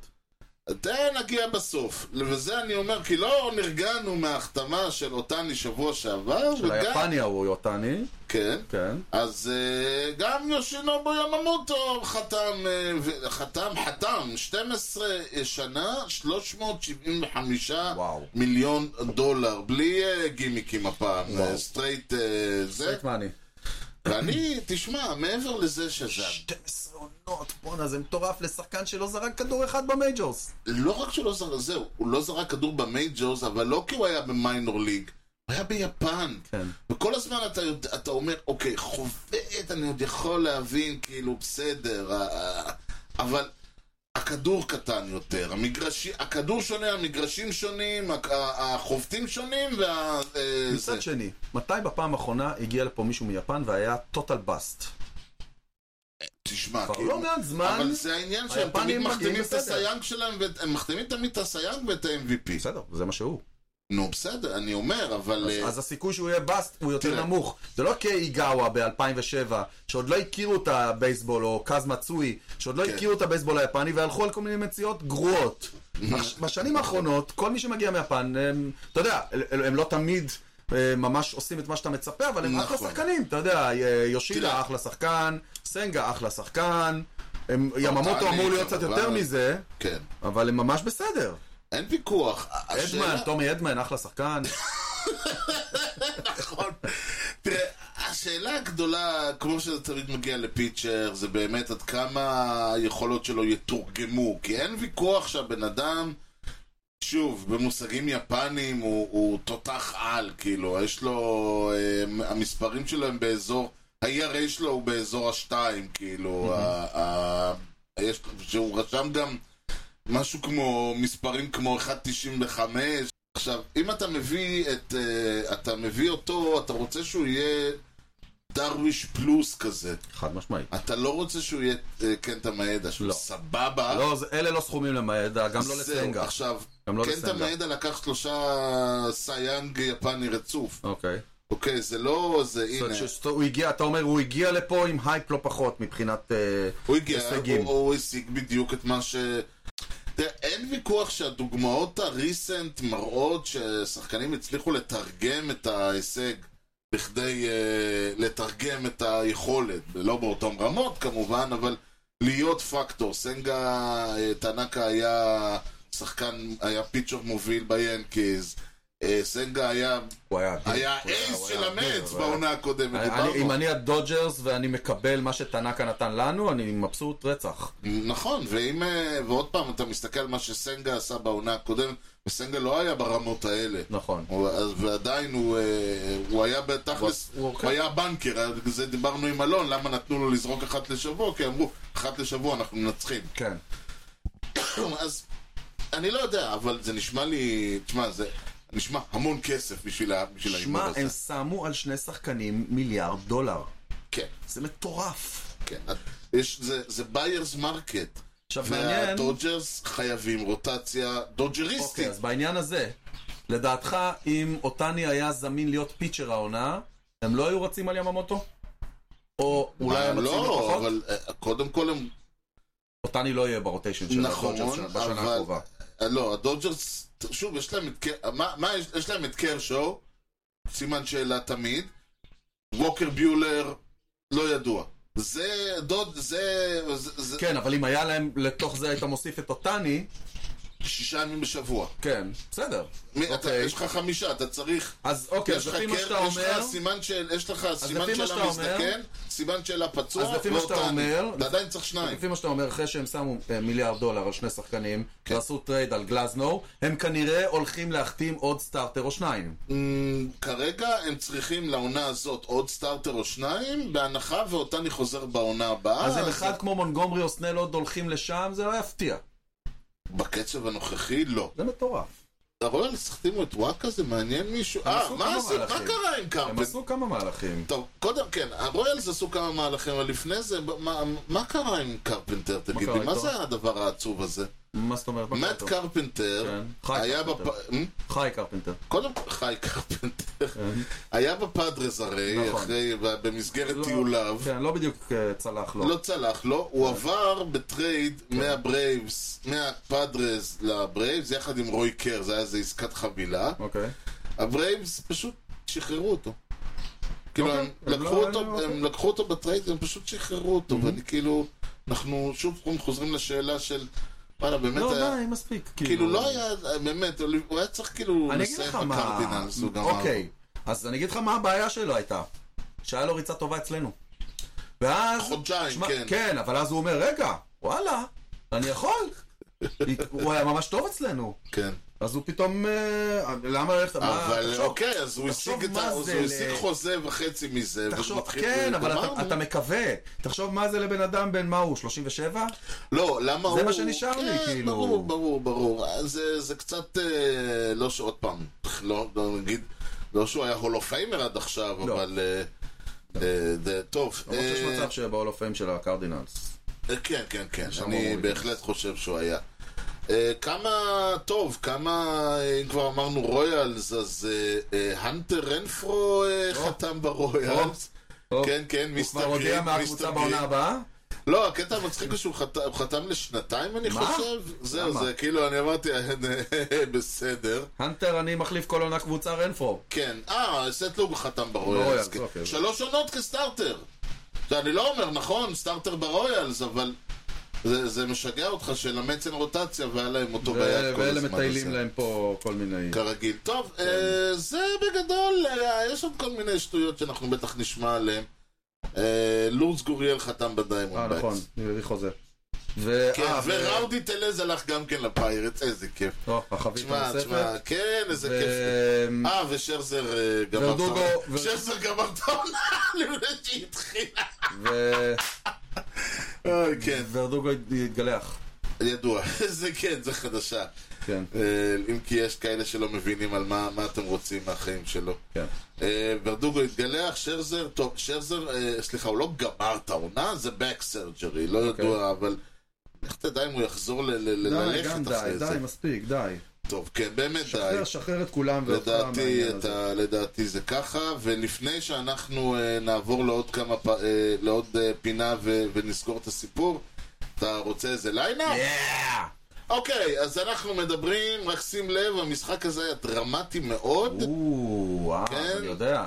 Speaker 1: זה נגיע בסוף, וזה אני אומר, כי לא נרגענו מההחתמה של אותני שבוע שעבר,
Speaker 2: של היפני ההוא, יוטני.
Speaker 1: כן,
Speaker 2: כן.
Speaker 1: אז אה, גם יושינובו יממוטו חתם, אה, ו- חתם, חתם, 12 שנה, 375
Speaker 2: וואו.
Speaker 1: מיליון דולר, בלי אה, גימיקים הפעם,
Speaker 2: וואו.
Speaker 1: אה, סטרייט אה, זה,
Speaker 2: סטרייט מאני.
Speaker 1: ואני, תשמע, מעבר לזה שזה
Speaker 2: 12 עונות, בואנה, זה מטורף לשחקן שלא זרק כדור אחד במייג'ורס.
Speaker 1: לא רק שלא זרק, זהו, הוא לא זרק כדור במייג'ורס, אבל לא כי הוא היה במיינור ליג, הוא היה ביפן.
Speaker 2: כן.
Speaker 1: וכל הזמן אתה, יודע, אתה אומר, אוקיי, חובט, אני עוד יכול להבין, כאילו, בסדר, ה- ה- אבל הכדור קטן יותר, המגרשי, הכדור שונה, המגרשים שונים, ה- ה- החובטים שונים, וה... אה, זה.
Speaker 2: מצד שני, מתי בפעם האחרונה הגיע לפה מישהו מיפן והיה טוטל באסט?
Speaker 1: תשמע, כאילו,
Speaker 2: כבר לא מעט זמן,
Speaker 1: אבל זה העניין שהם
Speaker 2: היפנים
Speaker 1: תמיד מחתימים
Speaker 2: מגיעים
Speaker 1: את
Speaker 2: בסדר.
Speaker 1: הסייג שלהם, ואת- הם מחתימים תמיד את הסייג ואת ה-MVP.
Speaker 2: בסדר, זה מה שהוא.
Speaker 1: נו, בסדר, אני אומר, אבל... אה,
Speaker 2: אז הסיכוי שהוא יהיה באסט הוא יותר
Speaker 1: תראה.
Speaker 2: נמוך. זה לא כאיגאווה ב-2007, שעוד לא הכירו את הבייסבול, או קאז מצוי, שעוד לא
Speaker 1: כן.
Speaker 2: הכירו את הבייסבול היפני, והלכו על כל מיני מציאות גרועות. בש- בשנים האחרונות, כל מי שמגיע מיפן, הם- אתה יודע, הם- הם לא תמיד... אה, ממש עושים את מה שאתה מצפה, אבל הם אחלה
Speaker 1: נכון.
Speaker 2: שחקנים, אתה יודע, אה, יושידה
Speaker 1: תראה.
Speaker 2: אחלה שחקן, סנגה אחלה שחקן, הם- יממוטו
Speaker 1: טאני,
Speaker 2: אמור להיות קצת
Speaker 1: כמובן.
Speaker 2: יותר מזה,
Speaker 1: כן.
Speaker 2: אבל הם ממש בסדר.
Speaker 1: אין ויכוח.
Speaker 2: אדמן,
Speaker 1: השאלה-
Speaker 2: טומי אדמן, אחלה שחקן.
Speaker 1: נכון. תראה, השאלה הגדולה, כמו שזה תמיד מגיע לפיצ'ר, זה באמת עד כמה היכולות שלו יתורגמו. כי אין ויכוח שהבן אדם, שוב, במושגים יפניים הוא, הוא תותח על, כאילו, יש לו, אה, המספרים שלו הם באזור, ה-ERA שלו הוא באזור השתיים, כאילו, ה- ה- יש, שהוא רשם גם משהו כמו, מספרים כמו 1.95, עכשיו, אם אתה מביא את... אה, אתה מביא אותו, אתה רוצה שהוא יהיה דרוויש פלוס כזה.
Speaker 2: חד משמעית.
Speaker 1: אתה לא רוצה שהוא יהיה אה, קנטה מאדה, שהוא
Speaker 2: לא.
Speaker 1: סבבה.
Speaker 2: לא, זה- אלה לא סכומים למעדה, גם לא
Speaker 1: זהו,
Speaker 2: לסנגה.
Speaker 1: עכשיו, כן
Speaker 2: גם לא
Speaker 1: קנטה
Speaker 2: לסנגה.
Speaker 1: מאדה לקח שלושה סייאנג יפני רצוף.
Speaker 2: אוקיי.
Speaker 1: אוקיי, זה לא... זה
Speaker 2: זאת
Speaker 1: הנה.
Speaker 2: אומרת שהוא הגיע, אתה אומר, הוא הגיע לפה עם הייפ לא פחות מבחינת אה,
Speaker 1: הוא הגיע,
Speaker 2: הישגים.
Speaker 1: הוא, הוא השיג בדיוק את מה ש... תראה, אין ויכוח שהדוגמאות הריסנט מראות ששחקנים הצליחו לתרגם את ההישג בכדי uh, לתרגם את היכולת, לא באותן רמות כמובן, אבל להיות פקטור. סנגה אה, טנקה היה שחקן, היה פיצ'ר מוביל ביאנקיז. אה, סנגה היה,
Speaker 2: הוא היה אדיר.
Speaker 1: היה
Speaker 2: כן, הוא היה-
Speaker 1: אייס
Speaker 2: הוא
Speaker 1: של
Speaker 2: היה אדיר,
Speaker 1: המץ
Speaker 2: הוא היה-
Speaker 1: בעונה הקודמת.
Speaker 2: אני-
Speaker 1: דיברנו.
Speaker 2: אני- אם אני הדודג'רס ואני מקבל מה שטנאקה נתן לנו, אני מבסוט רצח.
Speaker 1: נכון, ואם, אה, ועוד פעם, אתה מסתכל על מה שסנגה עשה בעונה הקודמת, וסנגה לא היה ברמות האלה.
Speaker 2: נכון.
Speaker 1: הוא- אז- ועדיין הוא, אה, הוא היה בתכלס,
Speaker 2: הוא- אוקיי.
Speaker 1: הוא
Speaker 2: הוא-
Speaker 1: היה בנקר, על זה דיברנו עם אלון, למה נתנו לו לזרוק אחת לשבוע? כי אמרו, אחת לשבוע אנחנו מנצחים.
Speaker 2: כן.
Speaker 1: אז אני לא יודע, אבל זה נשמע לי, תשמע, זה נשמע המון כסף בשביל ה- בשביל ההימור
Speaker 2: שמע,
Speaker 1: הזה.
Speaker 2: הם שמו על שני שחקנים מיליארד דולר.
Speaker 1: כן,
Speaker 2: זה מטורף.
Speaker 1: כן. יש- זה- זה ביירס מרקט.
Speaker 2: עכשיו, מעניין...
Speaker 1: והדודג'רס חייבים רוטציה
Speaker 2: אוקיי,
Speaker 1: דודג'ריסטית.
Speaker 2: אז בעניין הזה, לדעתך, אם אותני היה זמין להיות פיצ'ר העונה, הם לא היו רצים על יממוטו? או אולי
Speaker 1: אה,
Speaker 2: הם רצים לו
Speaker 1: לא,
Speaker 2: פחות?
Speaker 1: אבל אה, קודם כל הם...
Speaker 2: אותני לא יהיה ברוטיישן של
Speaker 1: נכון,
Speaker 2: הדודג'רס שנה- בשנה
Speaker 1: אבל-
Speaker 2: הקרובה.
Speaker 1: אה, לא, הדודג'רס, שוב, יש להם את... קר- מה- מה יש- יש להם את קרשו, סימן שאלה תמיד. ווקר ביולר, לא ידוע. זה דוד, זה... זה- זה-
Speaker 2: כן, אבל אם היה להם, לתוך זה היית מוסיף את אותני,
Speaker 1: שישה ימים בשבוע.
Speaker 2: כן, בסדר.
Speaker 1: מי- אתה-
Speaker 2: אוקיי.
Speaker 1: יש לך חמישה, אתה צריך...
Speaker 2: אז אוקיי,
Speaker 1: יש לך
Speaker 2: אז לפי מה שאתה
Speaker 1: קרן, יש לך
Speaker 2: אומר...
Speaker 1: סימן שאל- יש לך סימן
Speaker 2: לפי מה
Speaker 1: שאלה
Speaker 2: שאתה אומר-
Speaker 1: מזדקן, סימן שאלה פצוע,
Speaker 2: אז לפי מה
Speaker 1: לא
Speaker 2: שאתה
Speaker 1: טען.
Speaker 2: אומר-
Speaker 1: אתה עדיין צריך שניים.
Speaker 2: לפי מה שאתה אומר, אחרי שהם שמו אה, מיליארד דולר על שני שחקנים,
Speaker 1: כן.
Speaker 2: ועשו טרייד על גלזנו, הם כנראה הולכים להחתים עוד סטארטר או שניים.
Speaker 1: אמ, כרגע הם צריכים לעונה הזאת עוד סטארטר או שניים, בהנחה ואותני חוזר בעונה הבאה.
Speaker 2: אז אם אחד כמו מונגומרי או סנל עוד הולכים לשם, זה לא יפתיע.
Speaker 1: בקצב הנוכחי, לא.
Speaker 2: זה מטורף.
Speaker 1: אתה רואה, אז החתימו את וואקה, זה מעניין מישהו? אה,
Speaker 2: עשו
Speaker 1: מה
Speaker 2: כמה
Speaker 1: עשו? מה
Speaker 2: מהלכים.
Speaker 1: קרה עם
Speaker 2: הם
Speaker 1: קרפט?
Speaker 2: עשו כמה מהלכים.
Speaker 1: טוב, קודם כן, הרויאלס עשו כמה מהלכים, אבל לפני זה, ב- מה- מה קרה עם קרפנטר, תגיד
Speaker 2: קרה
Speaker 1: לי? מה
Speaker 2: איתו?
Speaker 1: זה הדבר העצוב הזה?
Speaker 2: מה זאת אומרת? מה
Speaker 1: מאט
Speaker 2: קרה?
Speaker 1: קרפנטר
Speaker 2: כן. חי
Speaker 1: היה
Speaker 2: קרפנטר.
Speaker 1: בפ... אמ?
Speaker 2: חי קרפנטר.
Speaker 1: קודם כל, חי קרפנטר, היה בפאדרס הרי,
Speaker 2: כן. נכון.
Speaker 1: אחרי, במסגרת
Speaker 2: לא-
Speaker 1: טיוליו,
Speaker 2: כן, לא בדיוק אה, צלח לו.
Speaker 1: לא צלח לו, הוא עבר בטרייד
Speaker 2: כן.
Speaker 1: מהברייבס, מהפאדרס לברייבס, יחד עם רוי קר, זה היה איזה עסקת חבילה.
Speaker 2: אוקיי.
Speaker 1: הברייבס פשוט שחררו אותו. כאילו,
Speaker 2: אוקיי,
Speaker 1: הם
Speaker 2: הם
Speaker 1: לקחו
Speaker 2: לא- Mm-hmm.
Speaker 1: אותו-
Speaker 2: אוקיי.
Speaker 1: הם לקחו אותו בטרייד, הם פשוט שחררו אותו, ואני כאילו, אנחנו שוב פעם חוזרים לשאלה של, וואלה, באמת
Speaker 2: לא,
Speaker 1: היה...
Speaker 2: די, מספיק.
Speaker 1: כאילו לא היה, באמת, הוא היה צריך כאילו
Speaker 2: אני אגיד לך
Speaker 1: לסיים
Speaker 2: מה...
Speaker 1: בקרדינלס, הוא גמר.
Speaker 2: אוקיי, אז אני אגיד לך מה הבעיה שלו הייתה. שהיה לו ריצה טובה אצלנו. ואז...
Speaker 1: חודשיים,
Speaker 2: שמע,
Speaker 1: כן.
Speaker 2: כן, אבל אז הוא אומר, רגע, וואלה, אני יכול. הוא היה ממש טוב אצלנו.
Speaker 1: כן.
Speaker 2: אז הוא פתאום... אה, למה ללכת... מה-
Speaker 1: אבל
Speaker 2: תחשוב,
Speaker 1: אוקיי, אז הוא
Speaker 2: תחשוב
Speaker 1: השיג את
Speaker 2: מה
Speaker 1: ה... אז
Speaker 2: זה
Speaker 1: הוא
Speaker 2: ל-
Speaker 1: השיג חוזה וחצי מזה, והוא
Speaker 2: תחשוב,
Speaker 1: מתחיל-
Speaker 2: כן, אבל אתה-
Speaker 1: גמרנו.
Speaker 2: אתה מקווה. תחשוב מה זה לבן אדם בן מה הוא, 37?
Speaker 1: לא, למה הוא...
Speaker 2: זה מה שנשאר לי, כאילו.
Speaker 1: כן, ברור, ברור, ברור. אז זה- זה קצת... אה, לא שעוד פעם, לא, לא נגיד... לא שהוא היה הולו פיימר עד עכשיו,
Speaker 2: לא.
Speaker 1: אבל... אה, אה, זה טוב.
Speaker 2: למרות שיש
Speaker 1: אה,
Speaker 2: מצב שבהול הפיים של הקרדינלס.
Speaker 1: אה, כן, כן, כן.
Speaker 2: שם
Speaker 1: אני
Speaker 2: אמור
Speaker 1: בהחלט חושב שהוא היה. אה, כמה... טוב, כמה... אה, אם כבר אמרנו רויאלס, אז אה, אה, הנטר רנפרו אה, חתם ברויאלס.
Speaker 2: הופ.
Speaker 1: כן, כן,
Speaker 2: הוא
Speaker 1: מיסטר
Speaker 2: כבר הודיע
Speaker 1: גרין,
Speaker 2: מהקבוצה
Speaker 1: מיסטר
Speaker 2: בעונה
Speaker 1: גרין.
Speaker 2: הבאה?
Speaker 1: לא, הקטע המצחיק הוא שהוא חת- הוא חתם לשנתיים, אני
Speaker 2: מה?
Speaker 1: חושב. זהו,
Speaker 2: למה?
Speaker 1: זה כאילו, אני אמרתי, בסדר.
Speaker 2: הנטר, אני מחליף כל עונה קבוצה רנפרו.
Speaker 1: כן. אה, סטלוג חתם
Speaker 2: ברויאלס,
Speaker 1: ברויאלס. כן.
Speaker 2: אוקיי.
Speaker 1: שלוש עונות כסטארטר. עכשיו, אני לא אומר, נכון, סטארטר ברויאלס, אבל זה זה משגע אותך שלמץ אין רוטציה והיה להם אותו ביד כל
Speaker 2: ואלה
Speaker 1: הזמן.
Speaker 2: מטיילים
Speaker 1: הזה.
Speaker 2: להם כן. פה כל מיני...
Speaker 1: כרגיל. טוב, אה, זה בגדול, אה, יש עוד כל מיני שטויות שאנחנו בטח נשמע עליהן. אה, לורץ גוריאל חתם
Speaker 2: אה,
Speaker 1: בדיימונד בייטס.
Speaker 2: נכון, נראה לי חוזה. ו...
Speaker 1: כן,
Speaker 2: אה, ו-
Speaker 1: וראודי טלז הלך גם כן לפיירטס, איזה כיף.
Speaker 2: או, לא, החבית
Speaker 1: תשמע, תשמע,
Speaker 2: הנוספת.
Speaker 1: כן, איזה כיף.
Speaker 2: ו-
Speaker 1: אה, ושרזר אה, גמר את
Speaker 2: ורדוגו,
Speaker 1: העונה.
Speaker 2: ו-
Speaker 1: שרזר גמר את העונה לפני שהיא התחילה.
Speaker 2: ו- אה,
Speaker 1: אוי, אה, כן,
Speaker 2: ורדוגו התגלח.
Speaker 1: ידוע. זה כן, זה חדשה.
Speaker 2: כן,
Speaker 1: אה, אם כי יש כאלה שלא מבינים על מה מה אתם רוצים מהחיים שלו.
Speaker 2: כן.
Speaker 1: אה, ורדוגו התגלח, שרזר, טוב, שרזר, אה, סליחה, הוא לא גמר את העונה, זה back surgery, לא
Speaker 2: אוקיי.
Speaker 1: ידוע, אבל... איך תדע אם הוא יחזור ל- ל- ללכת אחרי זה?
Speaker 2: מספיק, די.
Speaker 1: טוב, כן, באמת די.
Speaker 2: שחרר את כולם
Speaker 1: לדעתי, את ה... לדעתי זה ככה, ולפני שאנחנו uh, נעבור לעוד כמה, פ... uh, לעוד uh, פינה ו... ונסגור את הסיפור, אתה רוצה איזה ליינה? אוקיי, אז אנחנו מדברים, רק שים לב, המשחק הזה היה דרמטי מאוד.
Speaker 2: או,
Speaker 1: כן.
Speaker 2: אה, אני יודע.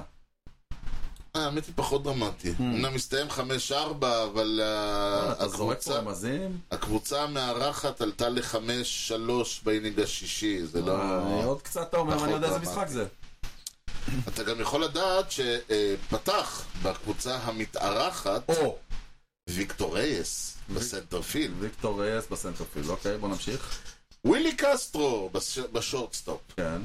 Speaker 1: אה, האמת היא פחות דרמטי. אמנם מסתיים 5-4, אבל אה,
Speaker 2: Hmm. אתה זורק
Speaker 1: הקבוצה,
Speaker 2: פה רמזים?
Speaker 1: הקבוצה המארחת עלתה ל-5-3 באינינג השישי, זה לא...
Speaker 2: אה, עוד קצת אתה אומר,
Speaker 1: נכון,
Speaker 2: אני יודע איזה
Speaker 1: דרמטי.
Speaker 2: משחק זה.
Speaker 1: אתה גם יכול לדעת שפתח בקבוצה המתארחת
Speaker 2: או,
Speaker 1: ויקטור רייס בסנטרפילד,
Speaker 2: ויקטור רייס בסנטרפילד, אוקיי, בוא נמשיך.
Speaker 1: ווילי קסטרו בש... בשורטסטופ.
Speaker 2: כן.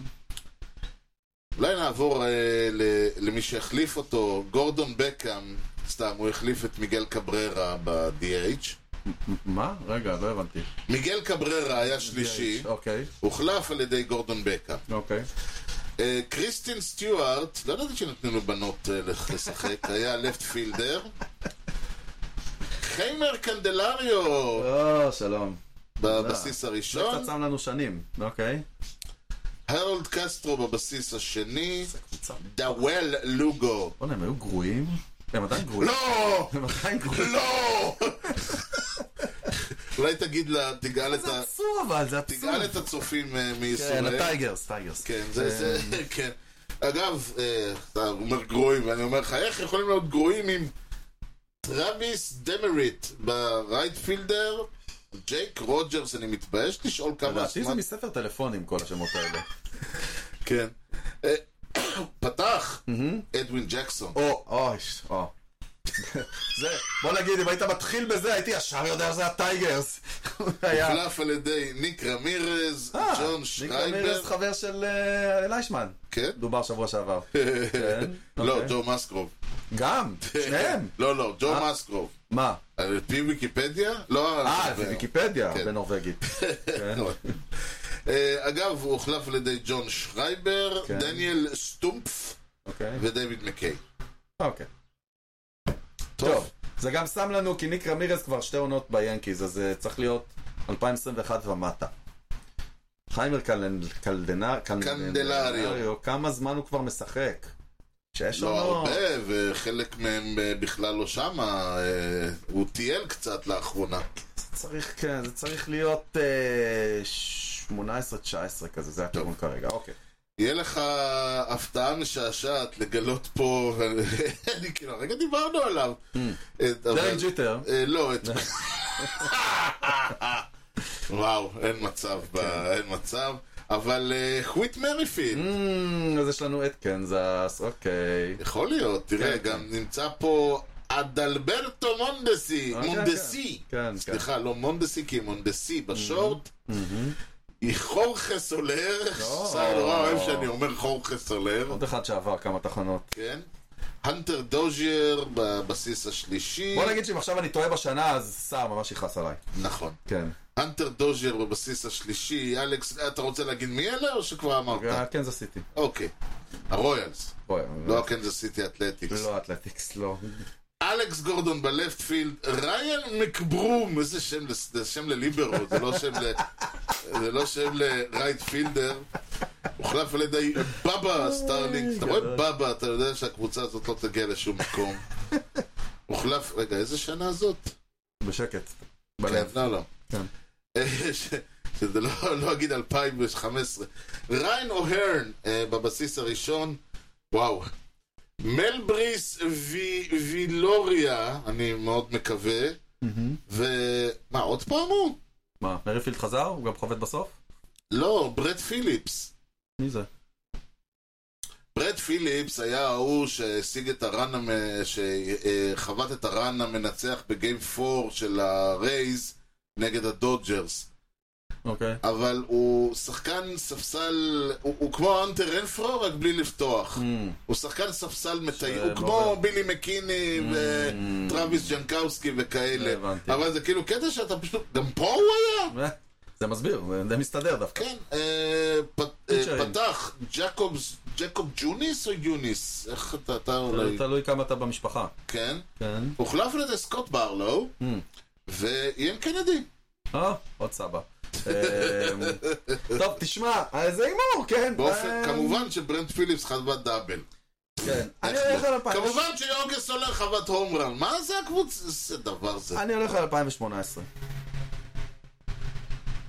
Speaker 1: אולי נעבור אה, ל... למי שהחליף אותו, גורדון בקאם, סתם, הוא החליף את מיגל קבררה ב-DH.
Speaker 2: מה? רגע, לא הבנתי.
Speaker 1: מיגל קבררה היה שלישי,
Speaker 2: אוקיי,
Speaker 1: הוחלף על ידי גורדון בקאם.
Speaker 2: אוקיי.
Speaker 1: אה, קריסטין סטיוארט, לא ידעתי שנתנו לבנות אה, לח- לשחק, היה לפט פילדר. חיימר קנדלריו
Speaker 2: או, שלום.
Speaker 1: אה. בבסיס
Speaker 2: אה, זה
Speaker 1: הראשון,
Speaker 2: קצת שם לנו שנים, אוקיי.
Speaker 1: הרולד קסטרו בבסיס השני, דאוול לוגו.
Speaker 2: בוא'נה, הם היו גרועים? הם עדיין גרועים.
Speaker 1: לא!
Speaker 2: הם עדיין גרועים.
Speaker 1: לא! אולי תגיד לה, תגאל את
Speaker 2: זה
Speaker 1: ה...
Speaker 2: אבסורד, אבל זה אבסורד.
Speaker 1: תגאל את הצופים אה,
Speaker 2: כן, אה,
Speaker 1: מישראל.
Speaker 2: הטייגרס, טייגרס.
Speaker 1: כן, זה, זה, כן. אגב, אה, אתה אומר גרועים, ואני אומר לך, איך יכולים להיות גרועים עם טראביס דמריט ברייט פילדר, ג'ייק רוג'רס, אני מתבייש לשאול כמה
Speaker 2: לדעתי זה
Speaker 1: זמן...
Speaker 2: מספר טלפונים כל השמות האלה.
Speaker 1: כן. אה, פתח אדווין ג'קסון.
Speaker 2: או, אוי, או. זה, בוא נגיד, אם היית מתחיל בזה, הייתי ישר יודע שזה הטייגרס. היה-
Speaker 1: הוחלף על ידי ניק רמירז,
Speaker 2: אה,
Speaker 1: ג'ון
Speaker 2: ניקו מירס
Speaker 1: שטרייבר.
Speaker 2: חבר של אה, ליישמן.
Speaker 1: כן?
Speaker 2: דובר שבוע שעבר. כן,
Speaker 1: לא,
Speaker 2: אוקיי.
Speaker 1: ג'ו מסקרוב.
Speaker 2: גם, שניהם.
Speaker 1: לא, לא, ג'ו
Speaker 2: אה.
Speaker 1: מסקרוב.
Speaker 2: מה?
Speaker 1: על פי ויקיפדיה? לא,
Speaker 2: אה,
Speaker 1: על-
Speaker 2: זה ויקיפדיה,
Speaker 1: כן.
Speaker 2: בנורבגית.
Speaker 1: אה, אגב, הוא הוחלף על ידי ג'ון שרייבר,
Speaker 2: כן.
Speaker 1: דניאל סטומפף
Speaker 2: אוקיי.
Speaker 1: ודייוויד מקיי.
Speaker 2: אוקיי.
Speaker 1: טוב.
Speaker 2: טוב, זה גם שם לנו, כי ניק רמירס כבר שתי עונות ביאנקיז, אז אה, צריך להיות 2021 ומטה. חיימר קלנ- קלדנר- קלדנריו, כמה זמן הוא כבר משחק? שש
Speaker 1: לא
Speaker 2: עונות.
Speaker 1: הרבה, וחלק מהם אה, בכלל לא שמה, אה, הוא טייל קצת לאחרונה.
Speaker 2: צריך, כן, זה צריך להיות אה, 18-19 כזה, זה הכיוון כרגע, אוקיי.
Speaker 1: יהיה לך הפתעה משעשעת לגלות פה, אני כאילו, הרגע דיברנו עליו.
Speaker 2: Mm.
Speaker 1: את- אבל-
Speaker 2: דרק ג'יטר,
Speaker 1: אה, לא, את... וואו, אין מצב, ב-
Speaker 2: כן.
Speaker 1: אין מצב. אבל אה, חוויט מריפילד,
Speaker 2: אמ, אז יש לנו את קנזס, אוקיי.
Speaker 1: יכול להיות, תראה,
Speaker 2: כן,
Speaker 1: גם נמצא פה אדלברטו מונדסי,
Speaker 2: אוקיי,
Speaker 1: מונדסי.
Speaker 2: כן, כן.
Speaker 1: סליחה, לא מונדסי, כי מונדסי בשורט. היא חורכה סולר,
Speaker 2: Mm-hmm. לא.
Speaker 1: סער נורא אוהב שאני אומר חורכה סולר,
Speaker 2: עוד אחד שעבר כמה תחנות.
Speaker 1: כן. הנטר דוז'ייר בבסיס השלישי,
Speaker 2: בוא נגיד שאם עכשיו אני טועה בשנה, אז סער ממש יכעס עליי.
Speaker 1: נכון.
Speaker 2: כן.
Speaker 1: הנטר דוז'ר בבסיס השלישי, אלכס, אתה רוצה להגיד מי אלה או שכבר אמרת?
Speaker 2: אה, קנזס סיטי.
Speaker 1: אוקיי. הרויאלס,
Speaker 2: בואי,
Speaker 1: לא הקנזס סיטי אתלטיקס.
Speaker 2: לא אתלטיקס, לא.
Speaker 1: אלכס גורדון בלפט פילד, ריין מקברום, איזה שם, לס- זה שם לליברו, זה לא שם ל... זה לא שם לרייט פילדר. הוחלף על ידי בבא סטארלינג, אתה רואה בבא, אתה יודע שהקבוצה הזאת לא תגיע לשום מקום. הוחלף, רגע, איזה שנה זאת?
Speaker 2: בשקט.
Speaker 1: כן,
Speaker 2: בלב.
Speaker 1: לא, לא.
Speaker 2: כן.
Speaker 1: ש- שזה לא לא אגיד 2015. ריין אוהרן אה, בבסיס הראשון, וואו. מלבריס וי- וילוריה, אני מאוד מקווה. ו... מה, עוד פעם הוא?
Speaker 2: מה, מריפילד חזר? הוא גם חובט בסוף?
Speaker 1: לא, ברד פיליפס.
Speaker 2: מי זה?
Speaker 1: ברד פיליפס היה ההוא שהשיג את הרן, המ- שחבט את הרן המנצח בגיים 4 של הרייז נגד הדודג'רס.
Speaker 2: אוקיי.
Speaker 1: אבל הוא שחקן ספסל, הוא, הוא כמו אנטר רנפרו רק בלי לפתוח.
Speaker 2: Mm,
Speaker 1: הוא שחקן ספסל מטייל, הוא
Speaker 2: לא
Speaker 1: כמו
Speaker 2: עובר.
Speaker 1: בילי מקיני וטרוויס ג'נקאוסקי וכאלה.
Speaker 2: הבנתי.
Speaker 1: אבל זה כאילו קטע שאתה פשוט, גם פה הוא היה?
Speaker 2: אה, זה מסביר, זה די מסתדר דווקא.
Speaker 1: כן, אה, פ- אה,
Speaker 2: פיצ'רים.
Speaker 1: פתח ג'קובס, ג'קוב ג'וניס או יוניס? איך אתה, אתה אולי,
Speaker 2: תלוי כמה אתה במשפחה.
Speaker 1: כן.
Speaker 2: כן.
Speaker 1: הוחלף על ידי סקוט ברלו ואיין קנדי.
Speaker 2: אה, עוד סבא. אמ, טוב, תשמע, אה, זה הימור, כן?
Speaker 1: באופן,
Speaker 2: אמ,
Speaker 1: כמובן שברנט פיליפס חטבה דאבל.
Speaker 2: כן. אני הולך על 2000.
Speaker 1: כמובן שיוגס הולך חוות הומרן, מה זה הקבוצה? איזה דבר זה.
Speaker 2: אני הולך על 2018.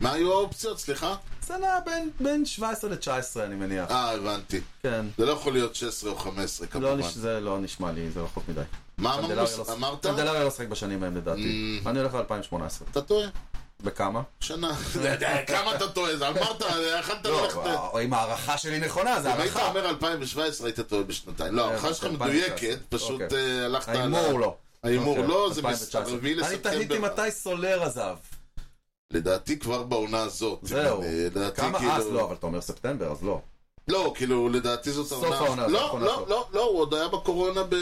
Speaker 1: מה היו האופציות? סליחה?
Speaker 2: זה נע בין- בין 17 ל-19 אני מניח.
Speaker 1: אה, הבנתי.
Speaker 2: כן.
Speaker 1: זה לא יכול להיות 16 או 15
Speaker 2: לא,
Speaker 1: כמובן.
Speaker 2: נש- זה לא נשמע לי, זה רחוק מדי.
Speaker 1: מה אמרנו?
Speaker 2: קנדלריה לא-
Speaker 1: אמרת?
Speaker 2: קנדלריה לא שחק בשנים ההם לדעתי.
Speaker 1: Mm.
Speaker 2: אני הולך על 2018.
Speaker 1: אתה טועה.
Speaker 2: בכמה?
Speaker 1: שנה. כמה אתה טועה? זה אמרת, יכלת ללכת... אה,
Speaker 2: לא, אם ההערכה שלי נכונה, זה
Speaker 1: אם היית
Speaker 2: הערכה.
Speaker 1: אומר 2017 היית טועה בשנתיים.
Speaker 2: אה,
Speaker 1: לא, ההערכה שלך
Speaker 2: 2019.
Speaker 1: מדויקת, פשוט
Speaker 2: אוקיי.
Speaker 1: אה, הלכת על... ה-
Speaker 2: ההימור לא.
Speaker 1: ההימור
Speaker 2: אוקיי,
Speaker 1: לא, זה
Speaker 2: 2019.
Speaker 1: ב-4
Speaker 2: אני תהיתי
Speaker 1: לספטמבר.
Speaker 2: מתי סולר עזב.
Speaker 1: לדעתי כבר בעונה הזאת.
Speaker 2: זהו.
Speaker 1: אה, לדעתי
Speaker 2: כמה
Speaker 1: כאילו-
Speaker 2: אז לא, אבל אתה אומר ספטמבר, אז לא.
Speaker 1: לא, כאילו, לדעתי זאת
Speaker 2: סוף
Speaker 1: העונה.
Speaker 2: העונה, זה
Speaker 1: לא,
Speaker 2: האחרונה
Speaker 1: לא,
Speaker 2: שלו.
Speaker 1: לא, לא, הוא עוד היה בקורונה ב...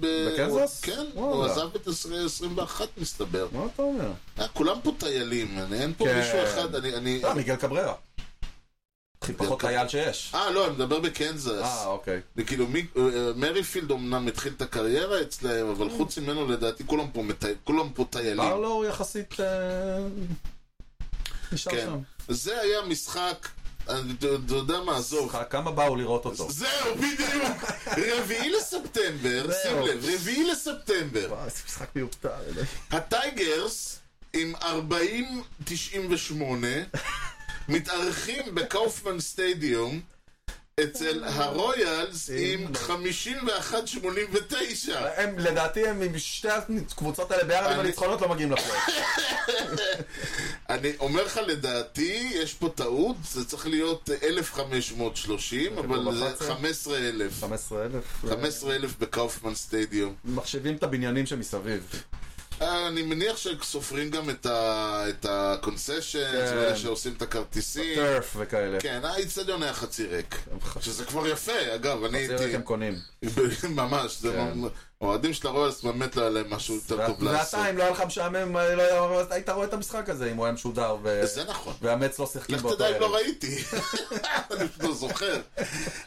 Speaker 1: ב-
Speaker 2: בקנזס?
Speaker 1: הוא- כן, הוא
Speaker 2: וואלה.
Speaker 1: עזב את 2021 מסתבר.
Speaker 2: מה אתה אומר?
Speaker 1: אה, כולם פה טיילים, אני- אין פה
Speaker 2: כן.
Speaker 1: מישהו אחד, אני... אני-
Speaker 2: לא, מיגל קבררה. הכי פחות
Speaker 1: קבררה.
Speaker 2: חייל שיש.
Speaker 1: אה, לא, אני מדבר בקנזס.
Speaker 2: אה, אוקיי.
Speaker 1: אני כאילו, מי- אה, מריפילד אמנם התחיל את הקריירה אצלהם, אבל חוץ ממנו לדעתי כולם פה מטי- כולם פה טיילים.
Speaker 2: ברלו הוא יחסית... אה, נשאר
Speaker 1: כן.
Speaker 2: לא שם.
Speaker 1: זה היה משחק, אני- אתה אתה יודע מה, עזוב.
Speaker 2: אה, כמה באו לראות אותו?
Speaker 1: זהו, בדיוק. רביעי לספטמבר,
Speaker 2: זהו.
Speaker 1: שים לב, רביעי לספטמבר.
Speaker 2: וואי, אה, זה משחק מיותר.
Speaker 1: הטייגרס עם 40-98 מתארחים בקאופמן סטדיום אצל הרויאלס עם 51-89.
Speaker 2: הם, לדעתי הם עם שתי הקבוצות האלה ביחד עם
Speaker 1: אני-
Speaker 2: הניצחונות לא מגיעים לפלייאוף.
Speaker 1: אני אומר לך, לדעתי, יש פה טעות, זה צריך להיות 1,530, אבל זה
Speaker 2: בחצר?
Speaker 1: 15,000.
Speaker 2: 15,000.
Speaker 1: 15,000 בקאופמן סטדיום.
Speaker 2: מחשבים את הבניינים שמסביב.
Speaker 1: אה, אני מניח שסופרים גם את ה- את הקונסשנס,
Speaker 2: כן.
Speaker 1: ואלה שעושים את הכרטיסים.
Speaker 2: טרף וכאלה.
Speaker 1: כן, האיצטדיון היה חצי ריק. שזה כבר יפה, אגב, אני
Speaker 2: זה רק
Speaker 1: הייתי...
Speaker 2: הם קונים.
Speaker 1: ממש, זה
Speaker 2: כן.
Speaker 1: ממש- האוהדים של הרויאלס באמת לא היה להם משהו יותר טוב לעשות.
Speaker 2: ואתה, אם לא היה לך משעמם, לא היה- היית רואה את המשחק הזה אם הוא היה משודר, ו-
Speaker 1: זה נכון.
Speaker 2: והמץ לא שיחקים
Speaker 1: לך
Speaker 2: באותו
Speaker 1: תדע אם
Speaker 2: ערב.
Speaker 1: לא ראיתי, אני פשוט לא זוכר.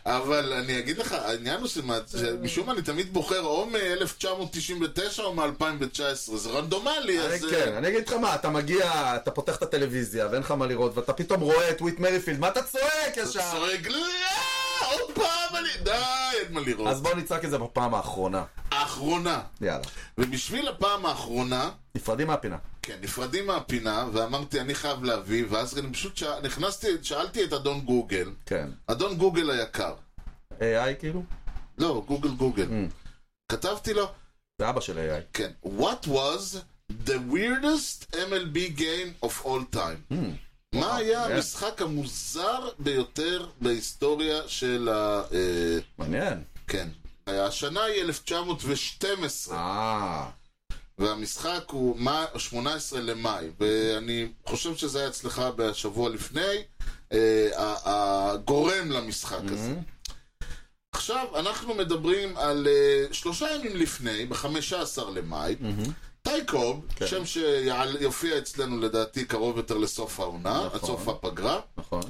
Speaker 1: אבל אני אגיד לך, העניין הוא שמה- שמשום מה אני תמיד בוחר או מ-1999 או מ-2019, זה רנדומלי,
Speaker 2: אני-
Speaker 1: אז... אה,
Speaker 2: כן, אני אגיד לך מה, אתה מגיע, אתה פותח את הטלוויזיה ואין לך מה לראות, ואתה פתאום רואה את וויט מריפילד, מה אתה צועק
Speaker 1: אתה
Speaker 2: ישר?
Speaker 1: צועק, לא, עוד פעם אני... די, אין מה לראות.
Speaker 2: אז בואו נצעק את זה בפעם האחרונה.
Speaker 1: האחרונה.
Speaker 2: יאללה.
Speaker 1: ובשביל הפעם האחרונה,
Speaker 2: נפרדים מהפינה.
Speaker 1: כן, נפרדים מהפינה, ואמרתי, אני חייב להביא, ואז אני פשוט שא- נכנסתי, שאלתי את אדון גוגל,
Speaker 2: כן.
Speaker 1: אדון גוגל היקר,
Speaker 2: AI כאילו?
Speaker 1: לא, גוגל גוגל, כתבתי לו,
Speaker 2: זה אבא של AI.
Speaker 1: כן, what was the weirdest MLB game of all time? מה היה
Speaker 2: כן.
Speaker 1: המשחק המוזר ביותר בהיסטוריה של ה... אה,
Speaker 2: מעניין.
Speaker 1: כן. השנה היא 1912,
Speaker 2: אה,
Speaker 1: והמשחק הוא מה- 18 למאי, ואני חושב שזה היה אצלך בשבוע לפני, אה, ה- הגורם למשחק
Speaker 2: Mhm.
Speaker 1: הזה. עכשיו, אנחנו מדברים על אה, שלושה ימים לפני, ב-15 למאי, טייקוב,
Speaker 2: Mhm. כן.
Speaker 1: שם שיופיע אצלנו לדעתי קרוב יותר לסוף העונה,
Speaker 2: נכון.
Speaker 1: עד סוף הפגרה,
Speaker 2: נכון.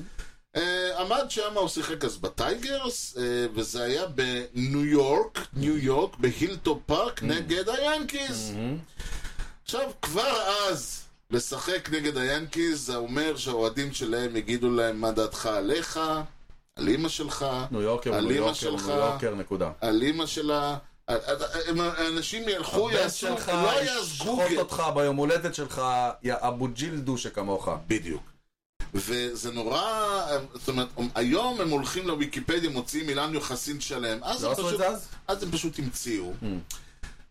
Speaker 1: אה, עמד שם, הוא שיחק אז בטייגרס, אה, וזה היה בניו יורק, ניו יורק, בהילטו
Speaker 2: Mm.
Speaker 1: פארק נגד היאנקיז.
Speaker 2: Mm-hmm.
Speaker 1: עכשיו, כבר אז, לשחק נגד היאנקיז, זה אומר שהאוהדים שלהם יגידו להם מה דעתך עליך, על אימא שלך,
Speaker 2: ניו יורקר הוא
Speaker 1: על
Speaker 2: ניו
Speaker 1: אימא
Speaker 2: יורקר הוא
Speaker 1: שלך,
Speaker 2: ניו יורקר, נקודה.
Speaker 1: על אימא שלה. אה, הם- האנשים ילכו,
Speaker 2: הבן
Speaker 1: יעשו,
Speaker 2: שלך
Speaker 1: לא יעז
Speaker 2: ישחוט
Speaker 1: גוגל.
Speaker 2: אותך ביום הולדת שלך, יא אבו ג'ילדו שכמוך.
Speaker 1: בדיוק. וזה נורא, זאת אומרת, היום הם הולכים לוויקיפדיה, מוציאים אילן יוחסין שלם. אז
Speaker 2: לא
Speaker 1: הם
Speaker 2: עשו את
Speaker 1: פשוט,
Speaker 2: זה אז?
Speaker 1: אז הם פשוט המציאו.
Speaker 2: Hmm.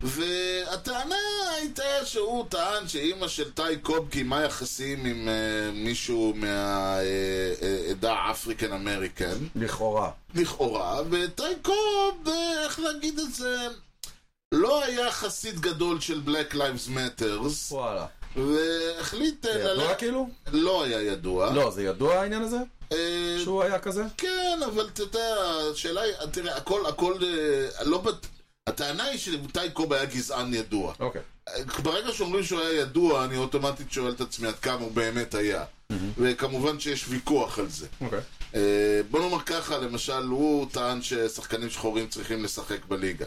Speaker 1: והטענה הייתה שהוא טען שאימא של טאי קוב קיימה יחסים עם אה, מישהו אה, מהעדה האפריקן אמריקן.
Speaker 2: לכאורה.
Speaker 1: לכאורה, וטייקוב, אה, איך להגיד את זה, לא היה חסיד גדול של Black Lives Matters,
Speaker 2: וואלה.
Speaker 1: והחליט אה,
Speaker 2: זה ידוע
Speaker 1: ללכת...
Speaker 2: כאילו?
Speaker 1: לא היה ידוע.
Speaker 2: לא, זה ידוע העניין הזה?
Speaker 1: אה,
Speaker 2: שהוא היה כזה?
Speaker 1: כן, אבל אתה יודע, השאלה היא, תראה, הכל, הכל, אה, לא... בט- הטענה היא שטייקוב היה גזען ידוע.
Speaker 2: אוקיי.
Speaker 1: ברגע שאומרים שהוא היה ידוע, אני אוטומטית שואל את עצמי עד כמה הוא באמת היה. וכמובן שיש ויכוח על זה.
Speaker 2: אוקיי.
Speaker 1: אה, בוא נאמר ככה, למשל, הוא טען ששחקנים שחורים צריכים לשחק בליגה.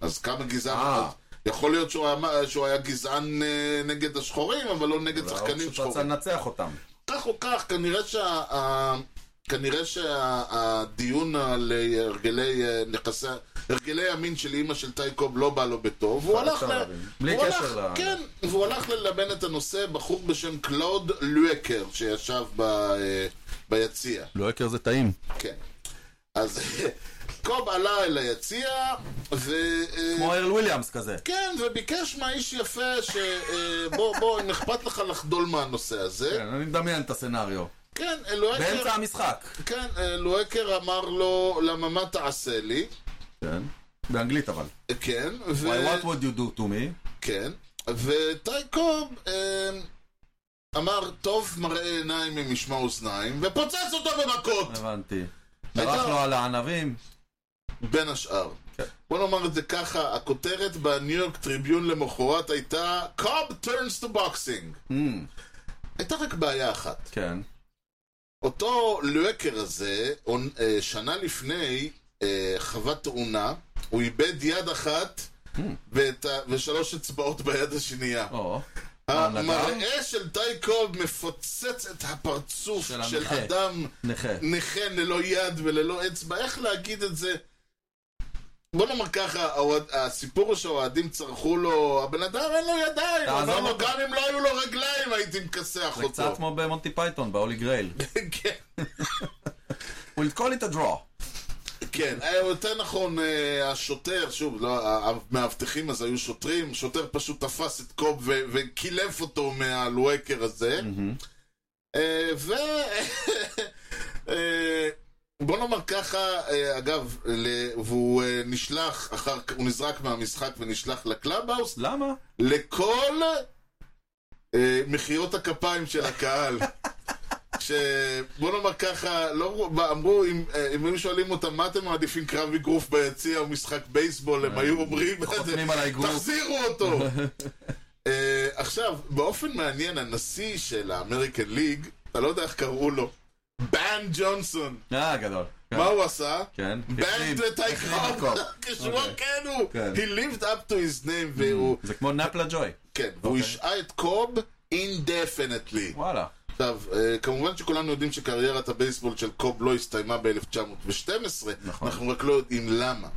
Speaker 1: אז כמה גזען...
Speaker 2: אה.
Speaker 1: אז יכול להיות שהוא היה, שהוא היה גזען אה, נגד השחורים, אבל לא נגד שחקנים
Speaker 2: הוא פשוט רצה
Speaker 1: שחורים.
Speaker 2: לנצח אותם.
Speaker 1: כך או כך, כנראה שה... ה- כנראה שהדיון על אה, הרגלי אה, נכסי... הרגלי המין של אימא של טייקוב לא בא לו בטוב, והוא הלך
Speaker 2: אפשר
Speaker 1: ל...
Speaker 2: להבין. בלי
Speaker 1: הוא
Speaker 2: קשר
Speaker 1: הלך-
Speaker 2: ל-
Speaker 1: כן, והוא הלך ללבן את הנושא, בחור בשם קלוד לואקר, שישב ב... אה, ביציע.
Speaker 2: לא הכר זה טעים.
Speaker 1: כן. אז קוב עלה אל היציע, ו... אה,
Speaker 2: כמו ארל וויליאמס כזה.
Speaker 1: כן, וביקש מהאיש יפה ש... אה, בוא, בוא, אם אכפת לך לחדול מהנושא הזה.
Speaker 2: כן, אני מדמיין את הסצנריו.
Speaker 1: כן, אלוהקר...
Speaker 2: באמצע המשחק.
Speaker 1: כן, אה, לואקר אמר לו, למה מה תעשה לי?
Speaker 2: כן. באנגלית אבל.
Speaker 1: אה, כן, ו...
Speaker 2: Why what would you do to me?
Speaker 1: כן, וטייקוב אה, אמר, טוב מראה עיניים אם ישמע אוזניים, ופוצץ אותו במכות!
Speaker 2: הבנתי.
Speaker 1: אה.
Speaker 2: דרך לו על הענבים.
Speaker 1: בין השאר.
Speaker 2: כן.
Speaker 1: בוא נאמר את זה ככה, הכותרת בניו יורק טריביון למחרת הייתה קוב turns to boxing.
Speaker 2: Mm,
Speaker 1: הייתה רק בעיה אחת.
Speaker 2: כן.
Speaker 1: אותו לואקר הזה, און- אה, שנה לפני, אה, חווה תאונה, הוא איבד יד אחת ואת ה- ושלוש אצבעות ביד השנייה.
Speaker 2: או.
Speaker 1: אה,
Speaker 2: אה,
Speaker 1: המראה של טי קוב מפוצץ את הפרצוף
Speaker 2: של
Speaker 1: של
Speaker 2: הנכה.
Speaker 1: אדם
Speaker 2: נכה.
Speaker 1: נכה ללא יד וללא אצבע, איך להגיד את זה? בוא נאמר ככה, האוהד- הסיפור הוא שהאוהדים צרחו לו, הבן אדם אין לו ידיים, הוא
Speaker 2: תעזוב
Speaker 1: אמר לו,
Speaker 2: אותו.
Speaker 1: גם אם לא היו לו רגליים הייתי מכסח
Speaker 2: זה קצת
Speaker 1: אותו.
Speaker 2: כמו במונטי פייתון, בהולי גרייל.
Speaker 1: כן.
Speaker 2: We'll call it a draw.
Speaker 1: כן, אה, יותר נכון, אה, השוטר, שוב, לא, ה- המאבטחים אז היו שוטרים, שוטר פשוט תפס את קוב ו- וקילף אותו מהלואקר הזה.
Speaker 2: Mm. Mm-hmm.
Speaker 1: אה, ו... אה, בוא נאמר ככה, אה, אגב, ל- והוא אה, נשלח, אחר כ- הוא נזרק מהמשחק ונשלח לקלאבהאוס,
Speaker 2: למה?
Speaker 1: לכל אה, מחיאות הכפיים של הקהל. שבוא נאמר ככה, לא, אמרו, אם, אה, אם היו שואלים אותם מה אתם מעדיפים קרב אגרוף ביציע או משחק בייסבול, הם היו אומרים,
Speaker 2: חותמים על האגרוף.
Speaker 1: תחזירו אותו! אה, עכשיו, באופן מעניין, הנשיא של האמריקן ליג, אתה לא יודע איך קראו לו, בן ג'ונסון,
Speaker 2: אה, גדול. כן.
Speaker 1: מה הוא עשה?
Speaker 2: כן.
Speaker 1: בן
Speaker 2: החרים- החרים את
Speaker 1: לטייקון,
Speaker 2: קוב.
Speaker 1: כשהוא
Speaker 2: אוקיי.
Speaker 1: הכנו,
Speaker 2: כן. Mm.
Speaker 1: he lived up to his name והוא...
Speaker 2: זה כמו נפלה ג'וי.
Speaker 1: כן, והוא
Speaker 2: אוקיי.
Speaker 1: השעה את קוב indefinitely.
Speaker 2: וואלה.
Speaker 1: עכשיו, אה, כמובן שכולנו יודעים שקריירת הבייסבול של קוב לא הסתיימה ב-1912,
Speaker 2: נכון.
Speaker 1: אנחנו רק לא יודעים למה.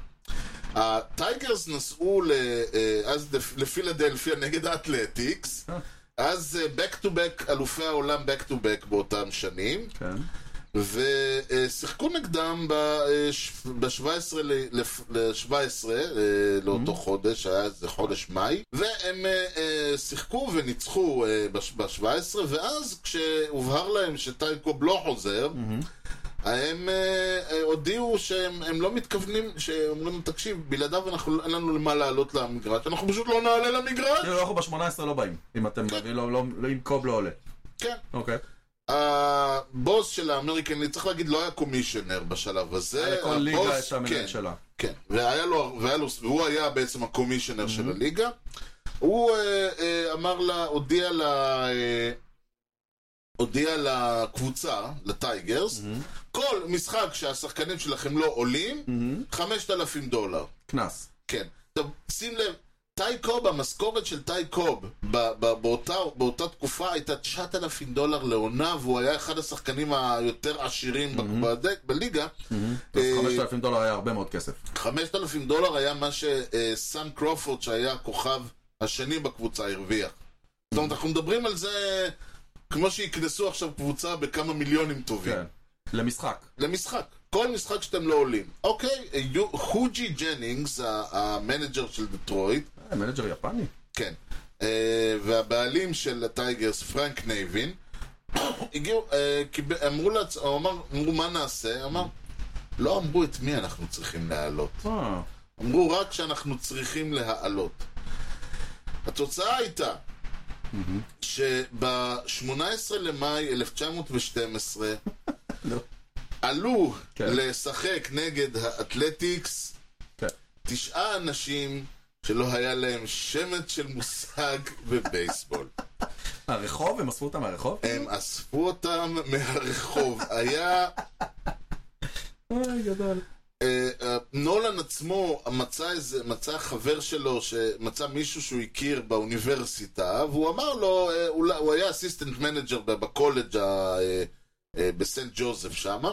Speaker 1: הטייגרס נסעו ל- אה, אז לפ- לפילדלפיה נגד האתלטיקס,
Speaker 2: אה.
Speaker 1: אז בק טו בק, אלופי העולם בק טו בק באותם שנים,
Speaker 2: כן.
Speaker 1: ושיחקו נגדם אה, ב-17 ל-17 אה,
Speaker 2: Mm-hmm.
Speaker 1: לאותו חודש, היה איזה חודש מאי, והם אה, אה, שיחקו וניצחו אה, ב-17, ואז כשהובהר להם שטייקוב לא חוזר,
Speaker 2: Mm-hmm.
Speaker 1: הם אה, אה, הודיעו שהם הם לא מתכוונים, שהם אומרים, תקשיב, בלעדיו אנחנו- אין לנו למה לעלות למגרש, אנחנו פשוט לא נעלה למגרש!
Speaker 2: כאילו אנחנו ב-18 לא באים, אם אתם, לא- לא- לא- אם קוב לא עולה.
Speaker 1: כן.
Speaker 2: אוקיי.
Speaker 1: הבוס של האמריקן, ליג, צריך להגיד, לא היה קומישיונר בשלב הזה.
Speaker 2: היה לכל ליגה
Speaker 1: הבוס-
Speaker 2: את המנהל
Speaker 1: כן,
Speaker 2: שלה.
Speaker 1: כן, והיה לו, והיה לו, והוא היה בעצם הקומישיונר של הליגה. הוא אה, אה, אמר לה, הודיע לה, אה, הודיע לקבוצה, לטייגרס, כל משחק שהשחקנים שלכם לא עולים, 5,000 דולר.
Speaker 2: קנס.
Speaker 1: כן. עכשיו, שים לב, טי קוב, המשכורת של טי קוב ב- ב- באותה, באותה תקופה הייתה 9,000 דולר לעונה, והוא היה אחד השחקנים היותר עשירים mm-hmm. בליגה.
Speaker 2: אז
Speaker 1: אה,
Speaker 2: 5,000 דולר היה הרבה מאוד כסף.
Speaker 1: 5,000 דולר היה מה שסאם קרופורד, שהיה הכוכב השני בקבוצה, הרוויח. זאת אומרת, אנחנו מדברים על זה כמו שיקנסו עכשיו קבוצה בכמה מיליונים טובים.
Speaker 2: כן. למשחק.
Speaker 1: למשחק. כל משחק שאתם לא עולים. אוקיי, יו- חוג'י ג'נינגס, ה- המנג'ר של דטרויט,
Speaker 2: אה, מנג'ר יפני.
Speaker 1: כן. אה, והבעלים של הטייגרס, פרנק נייבין, הגיעו, אה, קיב- אמרו לעצמו, אמרו מה נעשה? אמר, לא אמרו את מי אנחנו צריכים להעלות.
Speaker 2: אה,
Speaker 1: אמרו רק שאנחנו צריכים להעלות. התוצאה הייתה שב-18 למאי 1912
Speaker 2: לא.
Speaker 1: עלו
Speaker 2: כן.
Speaker 1: לשחק נגד האתלטיקס
Speaker 2: כן.
Speaker 1: תשעה אנשים שלא היה להם שמץ של מושג בבייסבול.
Speaker 2: הרחוב? הם אספו אותם מהרחוב?
Speaker 1: הם אספו אותם מהרחוב. היה
Speaker 2: אה, גדול.
Speaker 1: אה, אה, נולן עצמו מצא איזה, מצא חבר שלו, שמצא מישהו שהוא הכיר באוניברסיטה, והוא אמר לו, אה, אולי- הוא היה אסיסטנט מנג'ר ב- בקולג' ה- אה, אה, בסנט ג'וזף שמה,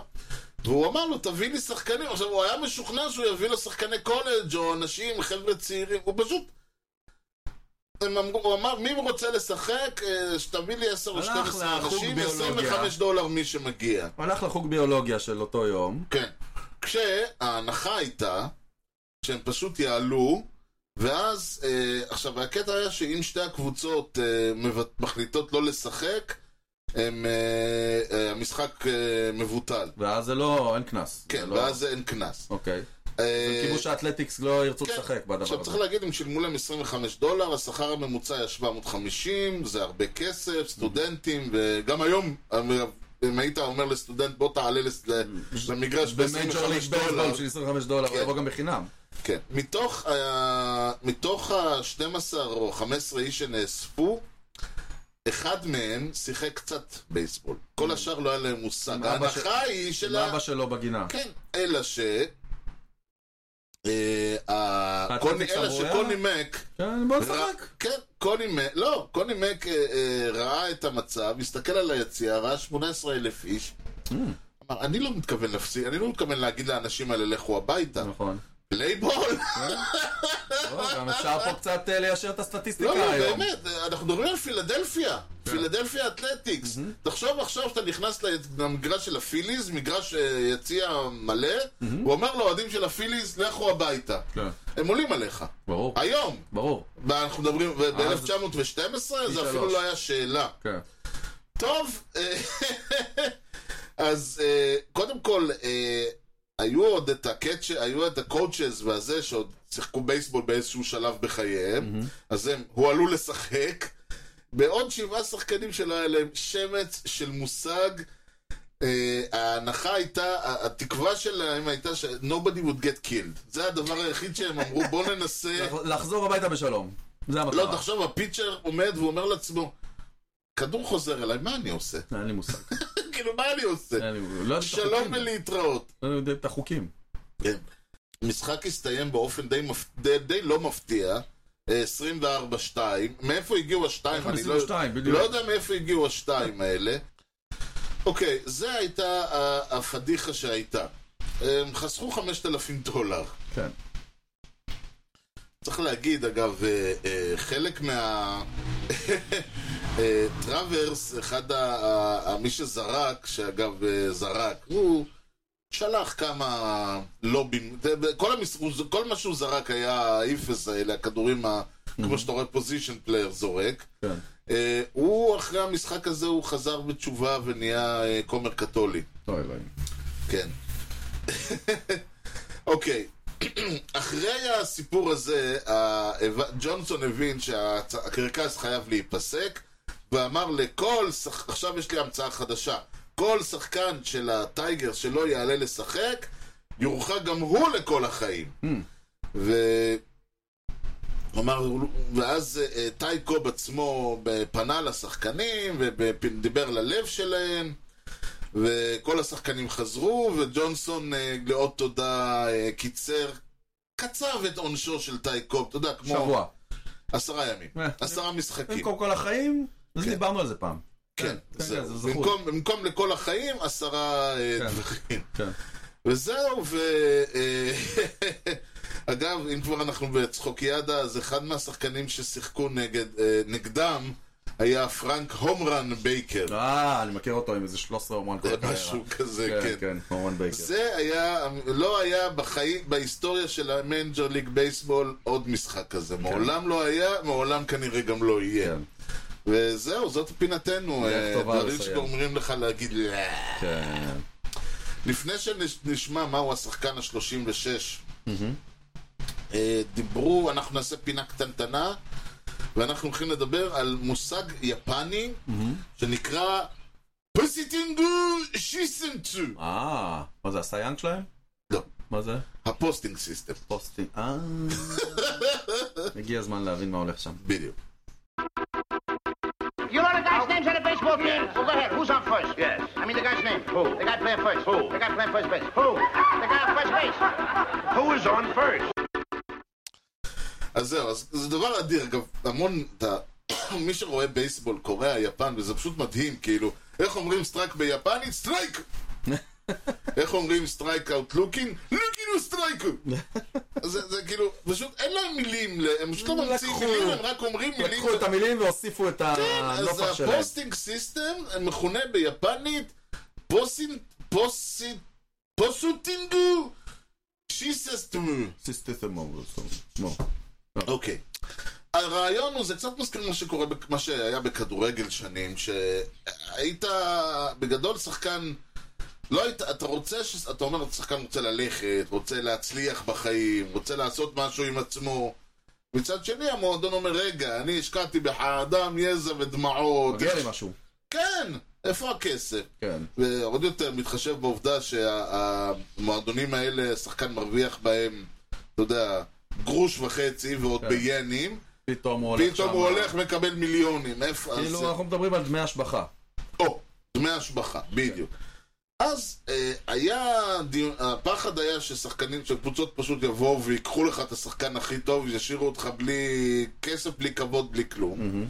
Speaker 1: והוא אמר לו, תביא לי שחקנים. עכשיו, הוא היה משוכנע שהוא יביא לו שחקני קולג' או אנשים, חבר'ה צעירים, הוא פשוט... הם אמרו, הוא אמר, מי רוצה לשחק, אה, שתביא לי 10 או
Speaker 2: הלך
Speaker 1: 12
Speaker 2: לחוג
Speaker 1: אנשים,
Speaker 2: ביולוגיה.
Speaker 1: 25 דולר מי שמגיע.
Speaker 2: הוא הלך לחוג ביולוגיה של אותו יום.
Speaker 1: כן. כשההנחה הייתה שהם פשוט יעלו, ואז, אה, עכשיו, הקטע היה שאם שתי הקבוצות אה, מבט- מחליטות לא לשחק, הם, אה, אה, המשחק אה, מבוטל.
Speaker 2: ואז זה לא, אין קנס. זה
Speaker 1: כן,
Speaker 2: לא-
Speaker 1: ואז אין קנס.
Speaker 2: אוקיי.
Speaker 1: אה,
Speaker 2: כיבוש האתלטיקס לא ירצו
Speaker 1: כן.
Speaker 2: לשחק בדבר
Speaker 1: עכשיו
Speaker 2: הזה.
Speaker 1: צריך להגיד, הם שילמו להם 25 דולר, השכר הממוצע היה 750, זה הרבה כסף, סטודנטים, וגם היום, אה, אם היית אומר לסטודנט, בוא תעלה לס- למגרש
Speaker 2: במייג'ור ליג
Speaker 1: ב-25 דולר.
Speaker 2: בייסבול של 25 דולר, הוא
Speaker 1: כן.
Speaker 2: יבוא גם בחינם.
Speaker 1: כן. מתוך, uh, מתוך ה-12 או 15 איש שנאספו, אחד מהם שיחק קצת בייסבול. כל השאר לא היה להם מושג.
Speaker 2: Mm. עם אבא ש-
Speaker 1: ההנחה היא של ה...
Speaker 2: לאבא שלו בגינה.
Speaker 1: כן, אלא ש... אה, ה-
Speaker 2: אתה
Speaker 1: קוני-
Speaker 2: תצטרך
Speaker 1: אלא
Speaker 2: לעבור
Speaker 1: שקוני מק...
Speaker 2: כן, בוא
Speaker 1: ראה-
Speaker 2: נשחק.
Speaker 1: כן, קוני מק... לא, קוני מק אה, אה, ראה את המצב, הסתכל על היציאה, ראה 18 אלף איש.
Speaker 2: Mm.
Speaker 1: אמר, אני לא מתכוון להפסיק, אני לא מתכוון להגיד לאנשים האלה לכו הביתה.
Speaker 2: נכון.
Speaker 1: פלייבול?
Speaker 2: לא, גם אפשר פה קצת אה, ליישר את הסטטיסטיקה
Speaker 1: לא, לא,
Speaker 2: היום. כן.
Speaker 1: באמת, אנחנו מדברים על פילדלפיה. פילדלפיה אתלטיקס. תחשוב עכשיו שאתה נכנס למגרש של הפיליז, מגרש אה, יציע מלא, הוא אומר לאוהדים של הפיליז, לכו הביתה.
Speaker 2: כן.
Speaker 1: הם עולים עליך.
Speaker 2: ברור,
Speaker 1: היום.
Speaker 2: ברור.
Speaker 1: אנחנו מדברים, ב-1912 זה אפילו
Speaker 2: אה, שלוש.
Speaker 1: לא היה שאלה.
Speaker 2: כן.
Speaker 1: אה. טוב, אה, אז אה, קודם כל, אה, היו עוד את הקאצ' היו את הקואוצ'ז והזה שעוד שיחקו בייסבול באיזשהו שלב בחייהם, אז הם הועלו לשחק, בעוד שבעה שחקנים שלא היה להם שמץ של מושג. אה, ההנחה הייתה, ה- התקווה שלהם הייתה ש- nobody would get killed. זה הדבר היחיד שהם אמרו, בוא ננסה...
Speaker 2: לח- לחזור הביתה בשלום. זה המטרה.
Speaker 1: לא, תחשוב, הפיצ'ר עומד ואומר לעצמו, כדור חוזר אליי, מה אני עושה?
Speaker 2: אין לי מושג.
Speaker 1: כאילו, מה אני עושה?
Speaker 2: אין לי מושג. לא יודע את
Speaker 1: שלום
Speaker 2: החוקים.
Speaker 1: ולהתראות.
Speaker 2: לא יודע את החוקים.
Speaker 1: כן. המשחק הסתיים באופן די, מפ... די, די לא מפתיע, אה, 24-2. מאיפה הגיעו השתיים?
Speaker 2: אנחנו
Speaker 1: אני לא...
Speaker 2: ניסינו שתיים, בדיוק.
Speaker 1: לא יודע מאיפה הגיעו השתיים האלה. אוקיי, זה הייתה ה- הפדיחה שהייתה. הם חסכו 5,000 דולר.
Speaker 2: כן.
Speaker 1: צריך להגיד, אגב, אה, אה, חלק מה... אה, טראברס, אחד ה... ה... ה... מי שזרק, שאגב אה, זרק, הוא שלח כמה לובים. זה- ב- כל, המס... הוא- כל מה שהוא זרק היה האיפס האלה, הכדורים, ה... כמו שאתה רואה פוזיישן פלייר זורק.
Speaker 2: כן.
Speaker 1: אה, הוא, אחרי המשחק הזה, הוא חזר בתשובה ונהיה אה, כומר קתולי.
Speaker 2: אוי אלוהים.
Speaker 1: כן. אוקיי. אחרי הסיפור הזה, ה- הב- ג'ונסון הבין שהקרקס חייב להיפסק, ואמר לכל, שח- עכשיו יש לי המצאה חדשה, כל שחקן של הטייגר שלא יעלה לשחק, יורחק גם הוא לכל החיים. ו... אמר, ואז אה, טי קוב עצמו אה, פנה לשחקנים ודיבר ללב שלהם וכל השחקנים חזרו, וג'ונסון, אה, לאות תודה, אה, קיצר, קצב את עונשו של טי קוב, אתה יודע, כמו...
Speaker 2: שבוע.
Speaker 1: עשרה ימים.
Speaker 2: אה.
Speaker 1: עשרה משחקים.
Speaker 2: במקום כל החיים, אז
Speaker 1: כן.
Speaker 2: דיברנו על זה פעם.
Speaker 1: כן,
Speaker 2: כן,
Speaker 1: זהו.
Speaker 2: זה זכור.
Speaker 1: במקום- במקום לכל החיים, עשרה אה,
Speaker 2: כן.
Speaker 1: דברים.
Speaker 2: כן.
Speaker 1: וזהו, ו... אה, אגב, אם כבר אנחנו בצחוקיאדה, אז אחד מהשחקנים ששיחקו נגד, אה, נגדם היה פרנק הומרן בייקר.
Speaker 2: אה, אני מכיר אותו עם איזה 13 הומרן כל הקריירה.
Speaker 1: משהו כזה,
Speaker 2: לא, כן,
Speaker 1: כן.
Speaker 2: כן, הומרן בייקר.
Speaker 1: זה היה, לא היה בחיים, בהיסטוריה של המנג'ר ליג בייסבול עוד משחק כזה. מעולם לא היה, מעולם כנראה גם לא יהיה.
Speaker 2: כן,
Speaker 1: וזהו, זאת פינתנו.
Speaker 2: דרך
Speaker 1: אה,
Speaker 2: טובה
Speaker 1: דברים
Speaker 2: לסיים.
Speaker 1: שאומרים לך להגיד לא.
Speaker 2: כן.
Speaker 1: לפני שנשמע מהו השחקן ה-36, דיברו, אנחנו נעשה פינה קטנטנה, ואנחנו הולכים לדבר על מושג יפני שנקרא פוסיטינגו שיסנצו.
Speaker 2: אה, מה זה הסייאנג שלהם?
Speaker 1: לא,
Speaker 2: מה זה?
Speaker 1: הפוסטינג סיסטם,
Speaker 2: פוסטים. אה. הגיע הזמן להבין מה הולך שם.
Speaker 1: בדיוק.
Speaker 5: You know the guy's names on the baseball team? Well, go ahead. Who's on first? Yes. I mean the guy's name. Who? The guy playing first. Who? The guy playing first base. Who? The guy on first base.
Speaker 4: Who is on first?
Speaker 1: אז זהו, אז זה דבר אדיר, אגב, המון, אתה, מי שרואה בייסבול, קוריאה, יפן, וזה פשוט מדהים, כאילו, איך אומרים סטרייק ביפנית? סטרייק! איך אומרים סטרייק אאוט לוקינג? לוקינג סטרייק! זה זה כאילו, פשוט אין להם מילים, ל- הם פשוט לא ממציאים
Speaker 2: לקחו.
Speaker 1: מילים, הם רק אומרים מילים.
Speaker 2: לקחו את המילים והוסיפו את
Speaker 1: כן, אז
Speaker 2: הנופח שלהם.
Speaker 1: הפוסטינג סיסטם מכונה ביפנית פוסינג, פוסינג, פוסוטינגו, שיססטמו.
Speaker 2: סיסטם מובוס.
Speaker 1: אוקיי. הרעיון הוא, זה קצת מזכיר מה שקורה, בק- מה שהיה בכדורגל שנים, שהיית בגדול שחקן, לא היית, אתה רוצה, ש... אתה אומר, שחקן רוצה ללכת, רוצה להצליח בחיים, רוצה לעשות משהו עם עצמו. מצד שני, המועדון אומר, רגע, אני השקעתי בך דם, יזע ודמעות.
Speaker 2: מגיע לי משהו.
Speaker 1: כן, איפה הכסף?
Speaker 2: כן.
Speaker 1: ועוד יותר מתחשב בעובדה שהמועדונים האלה, שחקן מרוויח בהם, אתה יודע, גרוש וחצי ועוד ביינים,
Speaker 2: פתאום הוא כן. הולך שם.
Speaker 1: פתאום הוא הולך מקבל מיליונים. איפה אז-
Speaker 2: כאילו כן. אנחנו מדברים על דמי השבחה.
Speaker 1: או, דמי השבחה, בדיוק. אז אה, היה, דיון- הפחד היה ששחקנים, שקבוצות פשוט יבואו ויקחו לך את השחקן הכי טוב, ישאירו אותך בלי כסף, בלי כבוד, בלי כלום.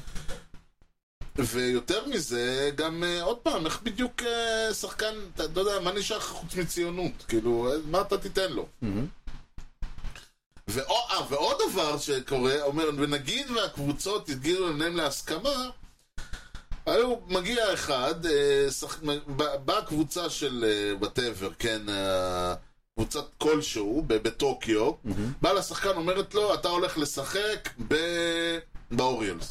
Speaker 1: ויותר מזה, גם אה, עוד פעם, איך בדיוק אה, שחקן, אתה לא יודע, מה נשאר לך חוץ מציונות? כאילו, אה, מה אתה תיתן לו? ועוד, אה, ועוד דבר שקורה, אומר, ונגיד והקבוצות הגיעו עליהם להסכמה, היו, מגיע אחד, אה, שח... באה בא קבוצה של וואטאבר, כן, אה, קבוצת כלשהו, ב- בטוקיו, mm-hmm. באה לשחקן, אומרת לו, אתה הולך לשחק ב... באוריולס.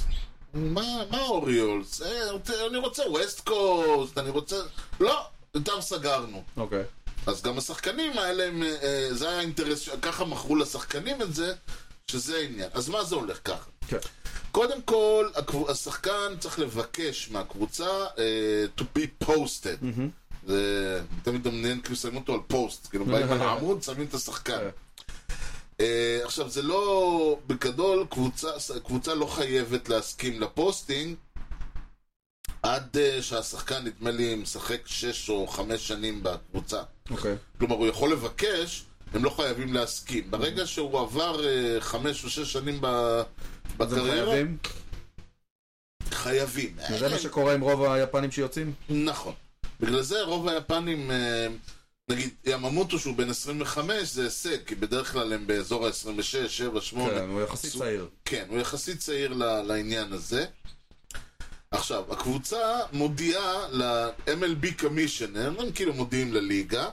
Speaker 1: מה, מה אוריולס? אה, רוצה- אני רוצה ווסט קוסט, אני רוצה... לא, יותר סגרנו.
Speaker 2: אוקיי.
Speaker 1: אז גם השחקנים האלה, הם, אה, אה, זה היה האינטרס, ש- ככה מכרו לשחקנים את זה, שזה העניין. אז מה זה הולך ככה?
Speaker 2: כן.
Speaker 1: קודם כל, הקב... השחקן צריך לבקש מהקבוצה אה, to be posted. זה תמיד מעניין כאילו שמים אותו על פוסט, כאילו באים על העמוד, שמים את השחקן. אה, עכשיו, זה לא, בגדול, קבוצה, ס- קבוצה לא חייבת להסכים לפוסטינג עד אה, שהשחקן, נדמה לי, משחק שש או חמש שנים בקבוצה.
Speaker 2: אוקיי.
Speaker 1: כלומר, הוא יכול לבקש, הם לא חייבים להסכים.
Speaker 2: Mm-hmm.
Speaker 1: ברגע שהוא עבר אה, חמש או שש שנים ב-
Speaker 2: אז הם
Speaker 1: בקריירה,
Speaker 2: חייבים?
Speaker 1: חייבים.
Speaker 2: זה מה שקורה עם רוב היפנים שיוצאים?
Speaker 1: נכון. בגלל זה רוב היפנים, אה, נגיד, יממוטו שהוא בן 25 זה הישג, כי בדרך כלל הם באזור ה-26, 7, 8.
Speaker 2: כן, הוא יחסית צעיר.
Speaker 1: כן, הוא יחסית צעיר ל- לעניין הזה. עכשיו, הקבוצה מודיעה ל-MLB Commissioner, הם כאילו מודיעים לליגה,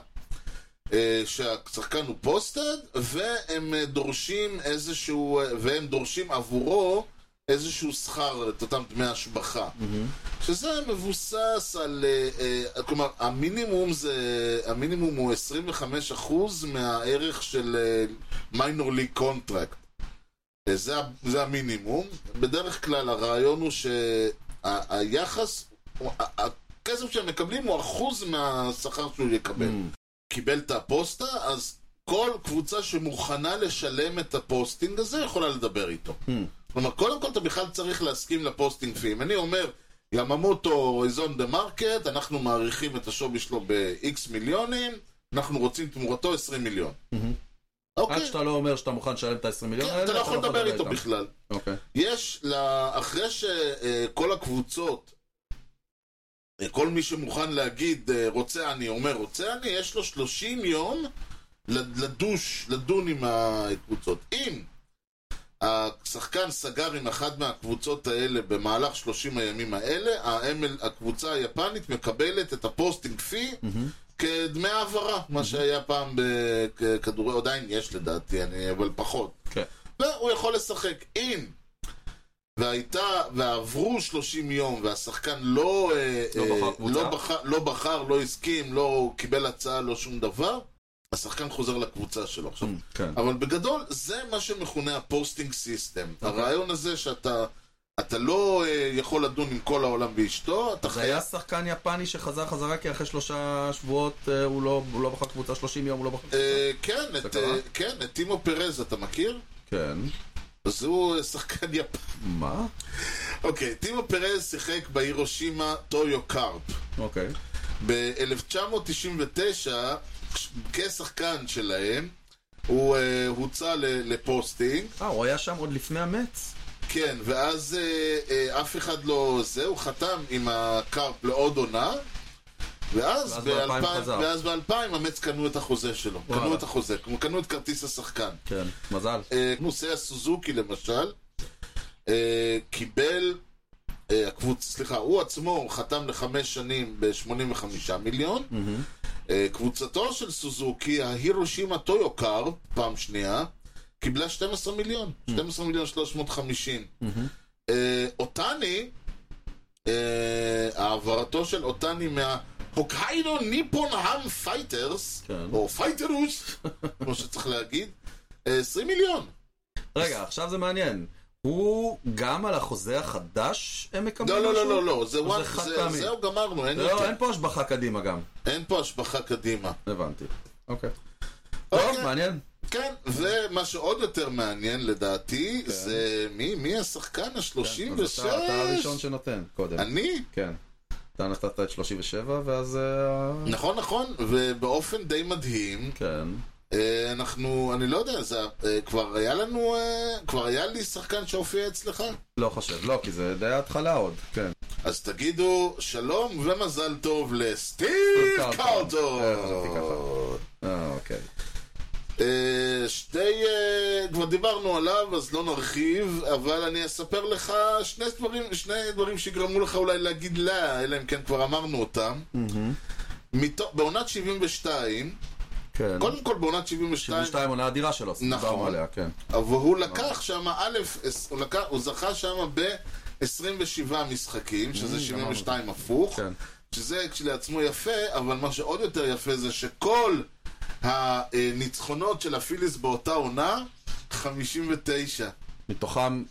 Speaker 1: אה, שהשחקן הוא פוסטד, והם אה, דורשים איזשהו, אה, והם דורשים עבורו איזשהו שכר, את אותם דמי השבחה. שזה מבוסס על, אה, אה, כלומר, המינימום זה, המינימום הוא 25% מהערך של אה, מיינור ליג קונטרקט. אה, זה, ה- זה המינימום. בדרך כלל הרעיון הוא שהיחס, הכסף שהם מקבלים הוא אחוז מהשכר שהוא
Speaker 2: כן.
Speaker 1: יקבל. קיבל את הפוסטה, אז כל קבוצה שמוכנה לשלם את הפוסטינג הזה יכולה לדבר איתו. כלומר, קודם כל אתה בכלל צריך להסכים לפוסטינג פי. אם אני אומר, יממוטו איזון דה מרקט, אנחנו מעריכים את השווי שלו ב-X מיליונים, אנחנו רוצים תמורתו 20 מיליון.
Speaker 2: עד
Speaker 1: אוקיי,
Speaker 2: שאתה לא אומר שאתה מוכן לשלם את ה-20 מיליון
Speaker 1: כן,
Speaker 2: האלה,
Speaker 1: אתה לא יכול לדבר איתו
Speaker 2: איתם.
Speaker 1: בכלל.
Speaker 2: אוקיי.
Speaker 1: יש, לה- אחרי שכל הקבוצות, אה, כל מי שמוכן להגיד אה, רוצה אני, אומר רוצה אני, יש לו 30 יום לד- לדוש, לדון עם הקבוצות. אם השחקן סגר עם אחת מהקבוצות האלה במהלך 30 הימים האלה, ה-ML, הקבוצה היפנית מקבלת את הפוסטינג פי
Speaker 2: Mm-hmm.
Speaker 1: כדמי העברה, מה שהיה פעם בכדורי, עדיין יש לדעתי, אני, אבל פחות.
Speaker 2: כן.
Speaker 1: והוא יכול לשחק. אם והייתה, ועברו 30 יום, והשחקן לא, אה,
Speaker 2: לא
Speaker 1: אה,
Speaker 2: בחר קבוצה.
Speaker 1: לא, בחר, לא בחר, לא הסכים, לא קיבל הצעה, לא שום דבר, השחקן חוזר לקבוצה שלו עכשיו.
Speaker 2: כן.
Speaker 1: אבל בגדול, זה מה שמכונה הפוסטינג סיסטם.
Speaker 2: אוקיי.
Speaker 1: הרעיון הזה שאתה אתה לא אה, יכול לדון עם כל העולם ואשתו, אתה
Speaker 2: זה
Speaker 1: חייב...
Speaker 2: היה שחקן יפני שחזר חזרה כי אחרי שלושה שבועות אה, הוא לא- הוא לא בחר קבוצה 30 יום, הוא לא בחר קבוצה.
Speaker 1: אה, כן, את,
Speaker 2: קרה?
Speaker 1: אה, כן, את טימו פרז אתה מכיר?
Speaker 2: כן.
Speaker 1: אז הוא אה, שחקן יפני.
Speaker 2: מה?
Speaker 1: אוקיי, טימו פרז שיחק בהירושימה טויו קארפ.
Speaker 2: אוקיי.
Speaker 1: ב-1999, כשחקן שלהם, הוא אה, הוצא ל- לפוסטינג,
Speaker 2: אה, הוא היה שם עוד לפני המץ?
Speaker 1: כן, ואז אה, אה, אף אחד לא... זה, הוא חתם עם הקארפ לעוד עונה, ואז
Speaker 2: ואז
Speaker 1: ב-2000
Speaker 2: ב- 2000 חזר.
Speaker 1: ואז ב-2000 המץ קנו את החוזה שלו,
Speaker 2: וואלה.
Speaker 1: קנו את החוזה, כלומר, קנו את כרטיס השחקן.
Speaker 2: כן. מזל.
Speaker 1: אה, כמו סיה סוזוקי למשל, אה, קיבל, אה, הקבוצ... סליחה, הוא עצמו חתם לחמש שנים ב-85 מיליון. אה, קבוצתו של סוזוקי, ההירושימה טויוקר, פעם שנייה, קיבלה 12 מיליון, 12 מיליון 350. אה, אותני, אה, העברתו של אותני מה... הוקהיידו ניפון האם פייטרס,
Speaker 2: כן.
Speaker 1: או פייטרוס, כמו שצריך להגיד, אה, 20 מיליון.
Speaker 2: רגע, עכשיו זה מעניין. הוא גם על החוזה החדש הם מקבלים
Speaker 1: לא,
Speaker 2: משהו?
Speaker 1: לא, לא, לא, לא, זה וואן,
Speaker 2: חד
Speaker 1: זה-
Speaker 2: פעמי.
Speaker 1: זהו, גמרנו, אין
Speaker 2: לא,
Speaker 1: יותר.
Speaker 2: אין פה השבחה קדימה גם.
Speaker 1: אין פה השבחה קדימה.
Speaker 2: הבנתי. אוקיי. טוב,
Speaker 1: אוקיי.
Speaker 2: מעניין.
Speaker 1: כן, ומה שעוד יותר מעניין לדעתי, זה מי, מי השחקן
Speaker 2: כן. אז אתה אתה הראשון
Speaker 1: ה-36?
Speaker 2: שנותן קודם.
Speaker 1: אני?
Speaker 2: כן. אתה נתת את 37 ואז... אה,
Speaker 1: נכון, נכון, ובאופן די מדהים,
Speaker 2: כן.
Speaker 1: אה, אנחנו, אני לא יודע, זה, אה, כבר היה לנו, אה, כבר היה לי שחקן שהופיע אצלך?
Speaker 2: לא חושב, לא, כי זה די ההתחלה עוד. כן.
Speaker 1: אז תגידו שלום ומזל טוב לסטיב
Speaker 2: קרלטון.
Speaker 1: קרלטון.
Speaker 2: אה, חשבתי ככה. אה, אוקיי.
Speaker 1: אה, שתי... אה, כבר דיברנו עליו, אז לא נרחיב, אבל אני אספר לך שני דברים, שני דברים שיגרמו לך אולי להגיד לה, אלא אם כן כבר אמרנו אותם. מתו- בעונת 72,
Speaker 2: כן.
Speaker 1: קודם כל בעונת 72,
Speaker 2: 72 עונה אדירה שלו, אז
Speaker 1: נכון.
Speaker 2: דיברנו עליה, כן.
Speaker 1: אבל הוא לקח שם, א', עש- הוא לקח- הוא זכה שם ב-27 משחקים, שזה 72 הפוך,
Speaker 2: Mm, כן.
Speaker 1: שזה כשלעצמו יפה, אבל מה שעוד יותר יפה זה שכל הניצחונות של הפיליס באותה עונה, 59.
Speaker 2: מתוכם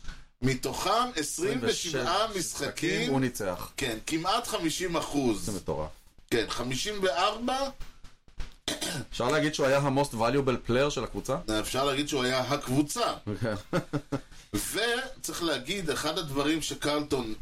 Speaker 1: מתוכם 27
Speaker 2: 27 משחקים
Speaker 1: משחקים,
Speaker 2: הוא ניצח.
Speaker 1: כן, כמעט 50
Speaker 2: זה
Speaker 1: אחוז.
Speaker 2: מטורף.
Speaker 1: כן, 54,
Speaker 2: אפשר להגיד שהוא היה ה-most valuable player של הקבוצה?
Speaker 1: אפשר להגיד שהוא היה הקבוצה. וצריך להגיד, אחד הדברים שקרלטון,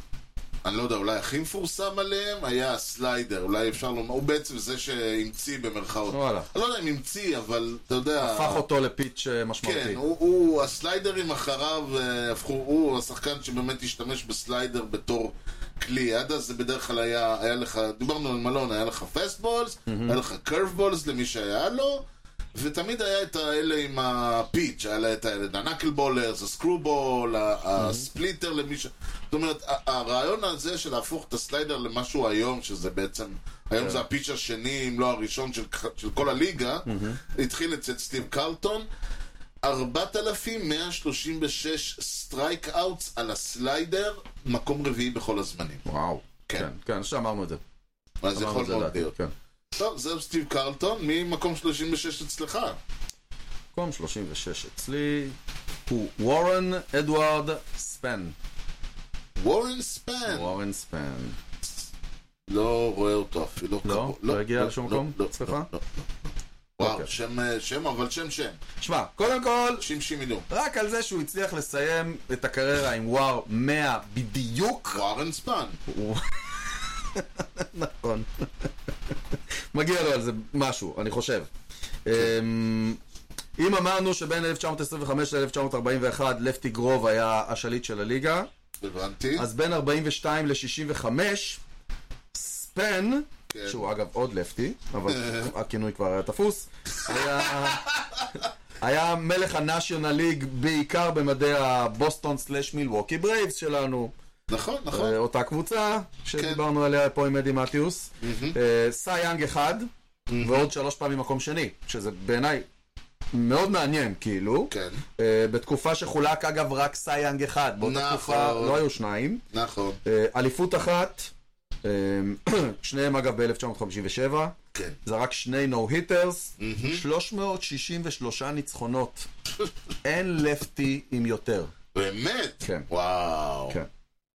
Speaker 1: אני לא יודע, אולי הכי מפורסם עליהם, היה הסליידר, אולי אפשר לומר, הוא בעצם זה שהמציא במרכאות.
Speaker 2: וואלה.
Speaker 1: אני לא יודע אם המציא, אבל אתה יודע...
Speaker 2: הפך אותו לפיץ' אה, משמעותי.
Speaker 1: כן, הוא, הוא, הסליידרים אחריו אה, הפכו, הוא השחקן שבאמת השתמש בסליידר בתור כלי. עד אז זה בדרך כלל היה, היה לך, דיברנו על מלון, היה לך פסטבולס, היה לך קרבבולס למי שהיה לו, ותמיד היה את האלה עם הפיץ', היה לה את האלה, הנקלבולרס, הסקרובול, ה- הספליטר למי ש... זאת אומרת, ה- הרעיון הזה של להפוך את הסליידר למשהו היום, שזה בעצם, היום זה הפיץ' השני, אם לא הראשון של, של כל הליגה, התחיל אצל סטיב קרלטון. 4,136 סטרייק אאוטס על הסליידר, מקום רביעי בכל הזמנים.
Speaker 2: וואו.
Speaker 1: כן.
Speaker 2: כן, כן, אני חושב שאמרנו את זה.
Speaker 1: אז
Speaker 2: אמרנו
Speaker 1: יכול
Speaker 2: את זה
Speaker 1: מאוד
Speaker 2: לדעתי,
Speaker 1: להיות.
Speaker 2: כן.
Speaker 1: טוב, זהו סטיב קרלטון, ממקום 36 אצלך.
Speaker 2: מקום 36 אצלי הוא וורן אדוארד ספן.
Speaker 1: וורן ספן.
Speaker 2: וורן ספן.
Speaker 1: לא רואה אותו אפילו.
Speaker 2: לא?
Speaker 1: קרוב.
Speaker 2: לא הגיע לשום
Speaker 1: לא,
Speaker 2: מקום?
Speaker 1: לא,
Speaker 2: אצלך?
Speaker 1: לא, לא. וואו,
Speaker 2: אוקיי.
Speaker 1: שם, אה, שם, אבל שם שם.
Speaker 2: שמע, קודם כל,
Speaker 1: שימשי מיליון.
Speaker 2: רק על זה שהוא הצליח לסיים את הקריירה עם וואר 100 בדיוק.
Speaker 1: וורן ספן.
Speaker 2: נכון. מגיע לו על זה משהו, אני חושב. אמ, אם אמרנו שבין 1925 ל-1941 לפטי גרוב היה השליט של הליגה,
Speaker 1: הבנתי.
Speaker 2: אז בין 42 ל-65, ספן,
Speaker 1: כן.
Speaker 2: שהוא אגב עוד לפטי, אבל הכינוי כבר היה תפוס, היה... היה מלך הנאשיונל ליג בעיקר במדי הבוסטון סלאש מילווקי ברייבס שלנו.
Speaker 1: נכון, נכון. כן.
Speaker 2: אה, אותה קבוצה שדיברנו עליה פה עם אדי מתיוס. אה, סי יאנג אחד, ועוד שלוש פעמים מקום שני, שזה בעיניי מאוד מעניין, כאילו.
Speaker 1: כן.
Speaker 2: אה, בתקופה שחולק, אגב, רק סי יאנג אחד. באותה
Speaker 1: נכון.
Speaker 2: תקופה לא היו שניים.
Speaker 1: נכון.
Speaker 2: אה, אליפות אחת, אה, שניהם אגב ב-1957.
Speaker 1: כן.
Speaker 2: זה רק שני נו-היטרס, 363 ניצחונות. אין לפטי עם יותר.
Speaker 1: באמת?
Speaker 2: כן.
Speaker 1: וואו.
Speaker 2: כן.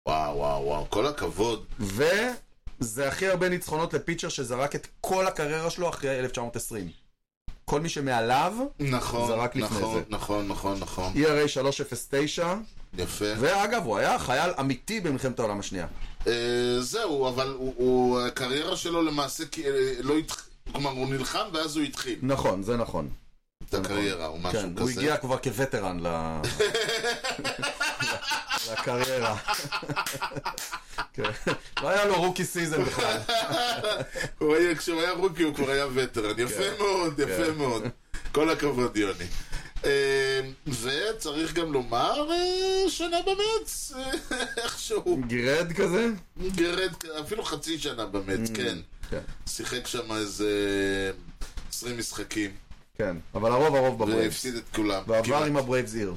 Speaker 1: וואו, וואו, וואו. כל הכבוד.
Speaker 2: וזה הכי הרבה ניצחונות לפיצ'ר שזרק את כל הקריירה שלו אחרי 1920. כל מי שמעליו, E
Speaker 1: נכון,
Speaker 2: זה רק לפני
Speaker 1: נכון,
Speaker 2: זה.
Speaker 1: נכון, נכון, נכון,
Speaker 2: ERA 309,
Speaker 1: יפה.
Speaker 2: ואגב, הוא היה חייל אמיתי במלחמת העולם השנייה.
Speaker 1: אה, זהו, אבל הוא- הוא, הקריירה שלו למעשה כי- אה, לא התחיל, כלומר הוא נלחם ואז הוא התחיל
Speaker 2: נכון, זה נכון.
Speaker 1: את הקריירה או משהו
Speaker 2: כן,
Speaker 1: כזה.
Speaker 2: הוא הגיע כבר כווטרן ל... לקריירה. כן. לא היה לו רוקי סיזן בכלל.
Speaker 1: הוא היה, כשהוא היה רוקי הוא כבר היה
Speaker 2: כן.
Speaker 1: וטרן, יפה מאוד, יפה מאוד. כל הכבוד יוני. אה, וצריך גם לומר אה, שנה במץ, אה, איכשהו
Speaker 2: גרד כזה?
Speaker 1: גרד, אפילו חצי שנה במץ, כן.
Speaker 2: כן.
Speaker 1: שיחק שם איזה 20 משחקים.
Speaker 2: כן, אבל הרוב הרוב בברייבס.
Speaker 1: והפסיד את כולם.
Speaker 2: ועבר
Speaker 1: כמעט.
Speaker 2: עם הברייבס עיר. כן,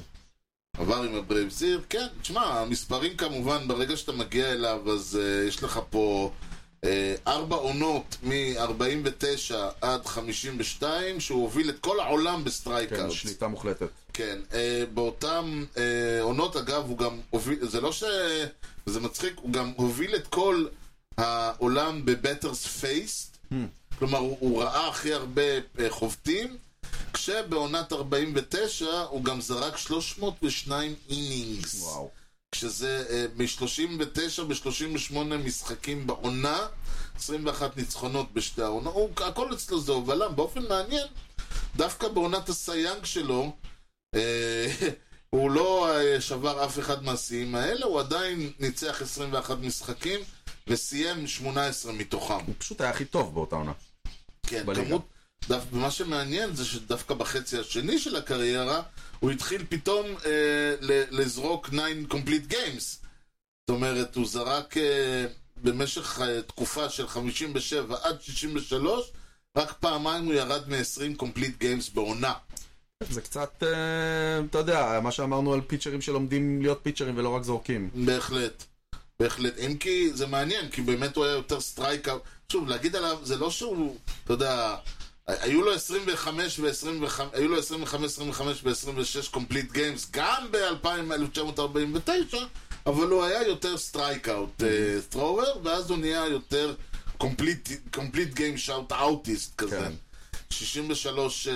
Speaker 1: עבר עם הברייבס עיר, כן, תשמע, המספרים כמובן, ברגע שאתה מגיע אליו, אז uh, יש לך פה uh, ארבע עונות מ-49 עד 52, שהוא הוביל את כל העולם
Speaker 2: כן,
Speaker 1: בסטרייקאוט.
Speaker 2: שליטה מוחלטת.
Speaker 1: כן, אה, באותם אה, עונות, אגב, הוא גם הוביל, זה לא ש... זה מצחיק, הוא גם הוביל את כל העולם בבטרס פייסט, כלומר, הוא, הוא ראה הכי הרבה אה, חובטים, כשבעונת 49 הוא גם זרק 302 אינינגס.
Speaker 2: וואו.
Speaker 1: כשזה אה, מ-39 ב-38 משחקים בעונה, 21 ניצחונות בשתי העונות, הוא- הכל אצלו זה הובלה, באופן מעניין, דווקא בעונת הסייאנג שלו, אה, הוא לא אה, שבר אף אחד מהשיאים האלה, הוא עדיין ניצח 21 משחקים וסיים 18 מתוכם.
Speaker 2: הוא פשוט היה הכי טוב באותה עונה.
Speaker 1: כן,
Speaker 2: בליגה.
Speaker 1: כמות, דו, מה שמעניין זה שדווקא בחצי השני של הקריירה, הוא התחיל פתאום אה, ל- לזרוק 9 complete games. זאת אומרת, הוא זרק אה, במשך אה, תקופה של 57 עד 63, רק פעמיים הוא ירד מ-20 complete games בעונה.
Speaker 2: זה קצת, אה, אתה יודע, מה שאמרנו על פיצ'רים שלומדים להיות פיצ'רים ולא רק זורקים.
Speaker 1: בהחלט. בהחלט. אם כי זה מעניין, כי באמת הוא היה יותר סטרייק... שוב, להגיד עליו, זה לא שהוא, אתה יודע, היו לו 25 ו-25, היו לו 25, 25 ו-26 קומפליט גיימס, גם ב-1949, אבל הוא היה יותר סטרייק אאוט ת'רוור, ואז הוא נהיה יותר קומפליט גיים שאוט אאוטיסט כזה.
Speaker 2: כן.
Speaker 1: 63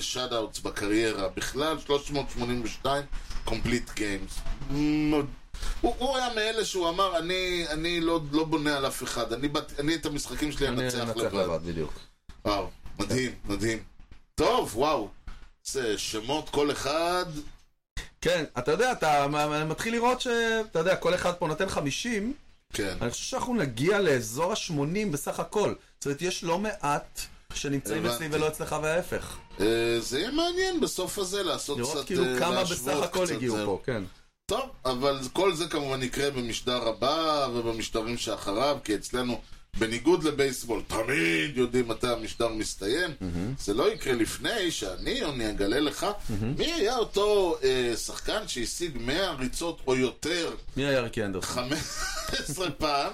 Speaker 1: שאט-אאוטס אה, בקריירה בכלל, 382 קומפליט גיימס. הוא הוא היה מאלה שהוא אמר, "אני- אני לא לא בונה על אף אחד, אני באתי- אני את המשחקים שלי
Speaker 2: אני
Speaker 1: אנצח
Speaker 2: אנצח
Speaker 1: כן, לבד.
Speaker 2: לבד, בדיוק.
Speaker 1: וואו, מדהים, מדהים. טוב, וואו. זה שמות כל אחד,
Speaker 2: כן, אתה יודע, אתה מ- מתחיל לראות ש... אתה יודע, כל אחד פה נותן 50,
Speaker 1: כן.
Speaker 2: אני חושב שאנחנו נגיע לאזור ה-80 בסך הכל. זאת אומרת, יש לא מעט שנמצאים
Speaker 1: הבנתי.
Speaker 2: אצלי ולא אצלך וההפך.
Speaker 1: אה, זה יהיה מעניין בסוף הזה לעשות קצת...
Speaker 2: לראות כאילו
Speaker 1: אה,
Speaker 2: כמה בסך
Speaker 1: להשוות
Speaker 2: הכל
Speaker 1: קצת
Speaker 2: הגיעו
Speaker 1: זה.
Speaker 2: פה, כן.
Speaker 1: טוב, אבל כל זה כמובן יקרה במשדר הבא ובמשדרים שאחריו, כי אצלנו, בניגוד לבייסבול, תמיד יודעים מתי המשדר מסתיים. זה לא יקרה לפני שאני, יוני, אגלה לך, מי היה אותו אה, שחקן שהשיג 100 ריצות או יותר
Speaker 2: מי היה ריקי אנדרסון?
Speaker 1: 15 פעם.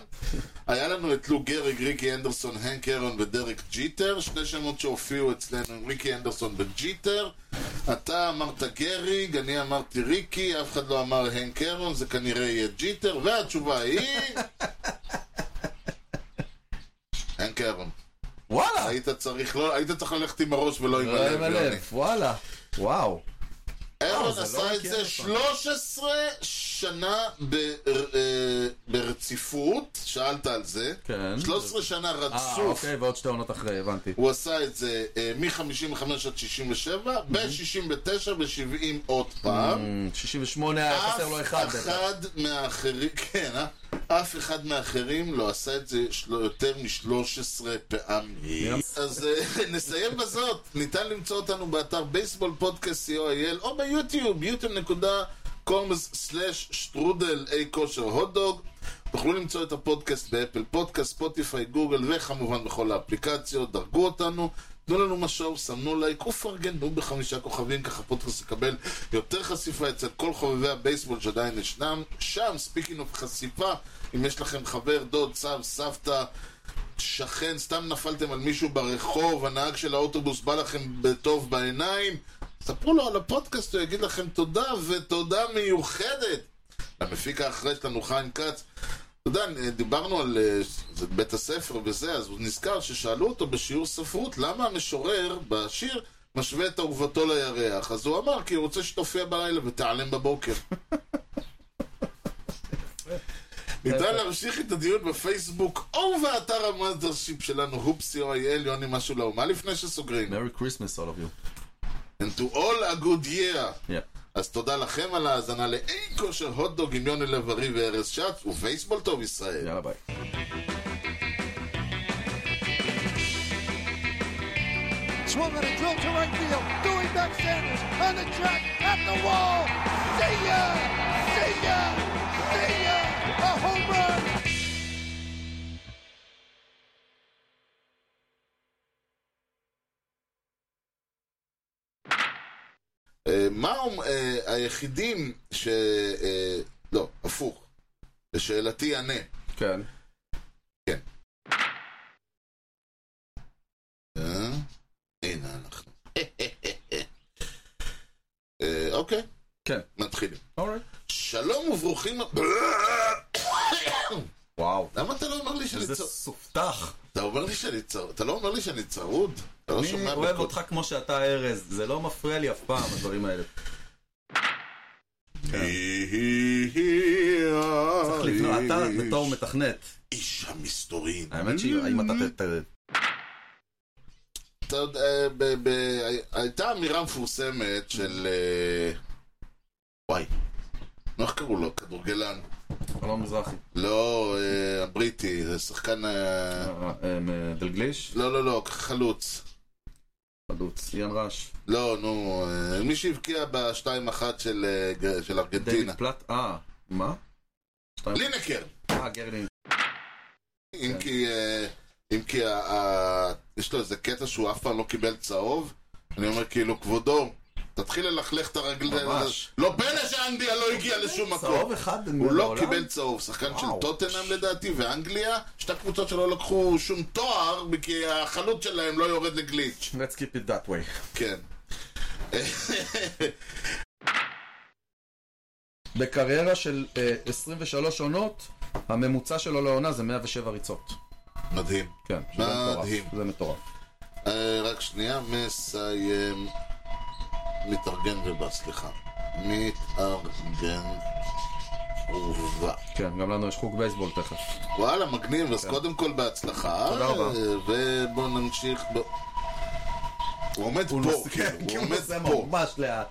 Speaker 1: היה לנו את לו גריג, ריקי אנדרסון, הנק ארון ודרק ג'יטר, שני שמות שהופיעו אצלנו, ריקי אנדרסון וג'יטר. אתה אמרת גריג, אני אמרתי ריקי, אף אחד לא אמר הנק ארון, זה כנראה יהיה ג'יטר, והתשובה היא... הנק ארון.
Speaker 2: וואלה!
Speaker 1: היית צריך, לא, היית צריך ללכת עם הראש ולא עם
Speaker 2: לא
Speaker 1: הלב,
Speaker 2: עם
Speaker 1: יוני.
Speaker 2: הלב, וואו. וואו.
Speaker 1: אהרון
Speaker 2: זה לא
Speaker 1: עשה את
Speaker 2: ריקי
Speaker 1: זה
Speaker 2: אנדרסון.
Speaker 1: 13 שנה בר- אה, ברציפות, שאלת על זה.
Speaker 2: כן.
Speaker 1: 13 שנה
Speaker 2: אה,
Speaker 1: רצוף.
Speaker 2: אוקיי, ועוד שתי עונות אחרי, הבנתי.
Speaker 1: הוא עשה את זה אה, מ-55 עד 67, ב-69 ו-70 עוד פעם.
Speaker 2: אמ, 68 היה
Speaker 1: אף
Speaker 2: חסר לו אחד. בטח.
Speaker 1: אחד מהאחרים, כן, אה? אף אחד מהאחרים לא עשה את זה של- יותר מ-13 פעמים.
Speaker 2: Yes.
Speaker 1: אז אה, נסיים בזאת. ניתן למצוא אותנו באתר בייסבול פודקאסט co.il או ביוטיוב, yוטיוב.com/שטרודל אי כושר הוטדוג. תוכלו למצוא את הפודקאסט באפל פודקאסט, ספוטיפיי, גוגל וכמובן בכל האפליקציות. דרגו אותנו, תנו לנו משוב, סמנו לייק ופרגנו בחמישה כוכבים, ככה הפודקאסט יקבל יותר חשיפה אצל כל חובבי הבייסבול שעדיין ישנם. שם, ספיקינג אוף חשיפה, אם יש לכם חבר, דוד, סב, סבתא, שכן, סתם נפלתם על מישהו ברחוב, הנהג של האוטובוס בא לכם בטוב בעיניים, ספרו לו על הפודקאסט, הוא יגיד לכם תודה, ותודה מיוחדת. המפיק האחראי שלנו, חיים כץ, אתה יודע, דיברנו על אה, זה בית הספר וזה, אז הוא נזכר ששאלו אותו בשיעור ספרות, למה המשורר בשיר משווה את אהובתו לירח? אז הוא אמר, כי הוא רוצה שתופיע בלילה ותיעלם בבוקר. ניתן להמשיך את הדיון בפייסבוק ובאתר המאזרשיפ שלנו, הופסי.או.איי.אל, יוני משהו לאומה לפני שסוגרים.
Speaker 2: Merry Christmas, all of you.
Speaker 1: And to all a good year.
Speaker 2: Yeah.
Speaker 1: אז תודה לכם על ההאזנה לאי כושר הוטדוג עם יוני לב-ארי וארז שץ, ובייסבול טוב ישראל.
Speaker 2: יאללה ביי.
Speaker 6: Swung on a drill to right field. Doing back Sanders on the track at the wall. See ya! See ya! See ya! A home run!
Speaker 1: אה, מה הם, אה, היחידים ש... אה, לא, הפוך. לשאלתי ענה.
Speaker 2: כן.
Speaker 1: אה? הנה אנחנו. אה, אוקיי,
Speaker 2: כן.
Speaker 1: מתחילים.
Speaker 2: אורייט.
Speaker 1: שלום וברוכים...
Speaker 2: וואו.
Speaker 1: למה אתה לא אומר לי שאני
Speaker 2: איזה
Speaker 1: צרוד?
Speaker 2: סופתח.
Speaker 1: אתה אומר לי שאני צרוד? אתה לא אומר לי שאני צרוד? אתה לא
Speaker 2: אני
Speaker 1: שומע
Speaker 2: אוהב
Speaker 1: בקול.
Speaker 2: אותך כמו שאתה ארז, זה לא מפריע לי אף פעם, הדברים האלה.
Speaker 1: אה,
Speaker 2: צריך לבנות, אתה בתור מתכנת.
Speaker 1: איש המסתורין.
Speaker 2: האמת שאם אתה ת- ת-
Speaker 1: אתה יודע, אה, ב- ב- הייתה אמירה מפורסמת של... אה, וואי, נו, איך קראו לו? כדורגלן.
Speaker 2: אלון מזרחי.
Speaker 1: לא, אה, הבריטי, זה שחקן... אה,
Speaker 2: אה, אה, אה, דלגליש?
Speaker 1: לא, לא, לא, חלוץ.
Speaker 2: חלוץ, אילן רש.
Speaker 1: לא, נו, אה, מי שהבקיע ב-2-1 של, אה, ג- של ארגנטינה.
Speaker 2: דייוויד פלט, אה, מה? שתיים-
Speaker 1: לינקר!
Speaker 2: אה, גרלין.
Speaker 1: אם כי, אה, אם כי ה- ה- יש לו איזה קטע שהוא אף פעם לא קיבל צהוב, אני אומר כאילו, כבודו, תתחיל ללכלך את הרגליים.
Speaker 2: ממש.
Speaker 1: לא פלא שאנגליה לא הגיע לשום
Speaker 2: צהוב
Speaker 1: מקום.
Speaker 2: אחד
Speaker 1: הוא לא
Speaker 2: בעולם?
Speaker 1: קיבל צהוב, שחקן של
Speaker 2: וואו.
Speaker 1: טוטנאם לדעתי ואנגליה, שתי קבוצות שלא לקחו שום תואר, כי החלוץ שלהם לא יורד לגליץ'.
Speaker 2: Let's keep it that way.
Speaker 1: כן.
Speaker 2: בקריירה של אה, 23 עונות, הממוצע שלו לעונה זה 107 ריצות.
Speaker 1: מדהים.
Speaker 2: כן, שזה מטורף.
Speaker 1: מדהים.
Speaker 2: זה מטורף.
Speaker 1: אה, רק שנייה, מסיים. מתארגן ובא, סליחה. מתארגן ובא.
Speaker 2: כן, גם לנו יש חוג בייסבול תכף.
Speaker 1: וואלה, מגניב, אז קודם כל בהצלחה.
Speaker 2: תודה רבה.
Speaker 1: אה, ובואו נמשיך ב... הוא עומד פה,
Speaker 2: כן,
Speaker 1: כאילו,
Speaker 2: כי
Speaker 1: הוא עומד
Speaker 2: נוסע
Speaker 1: פה.
Speaker 2: ממש לאט.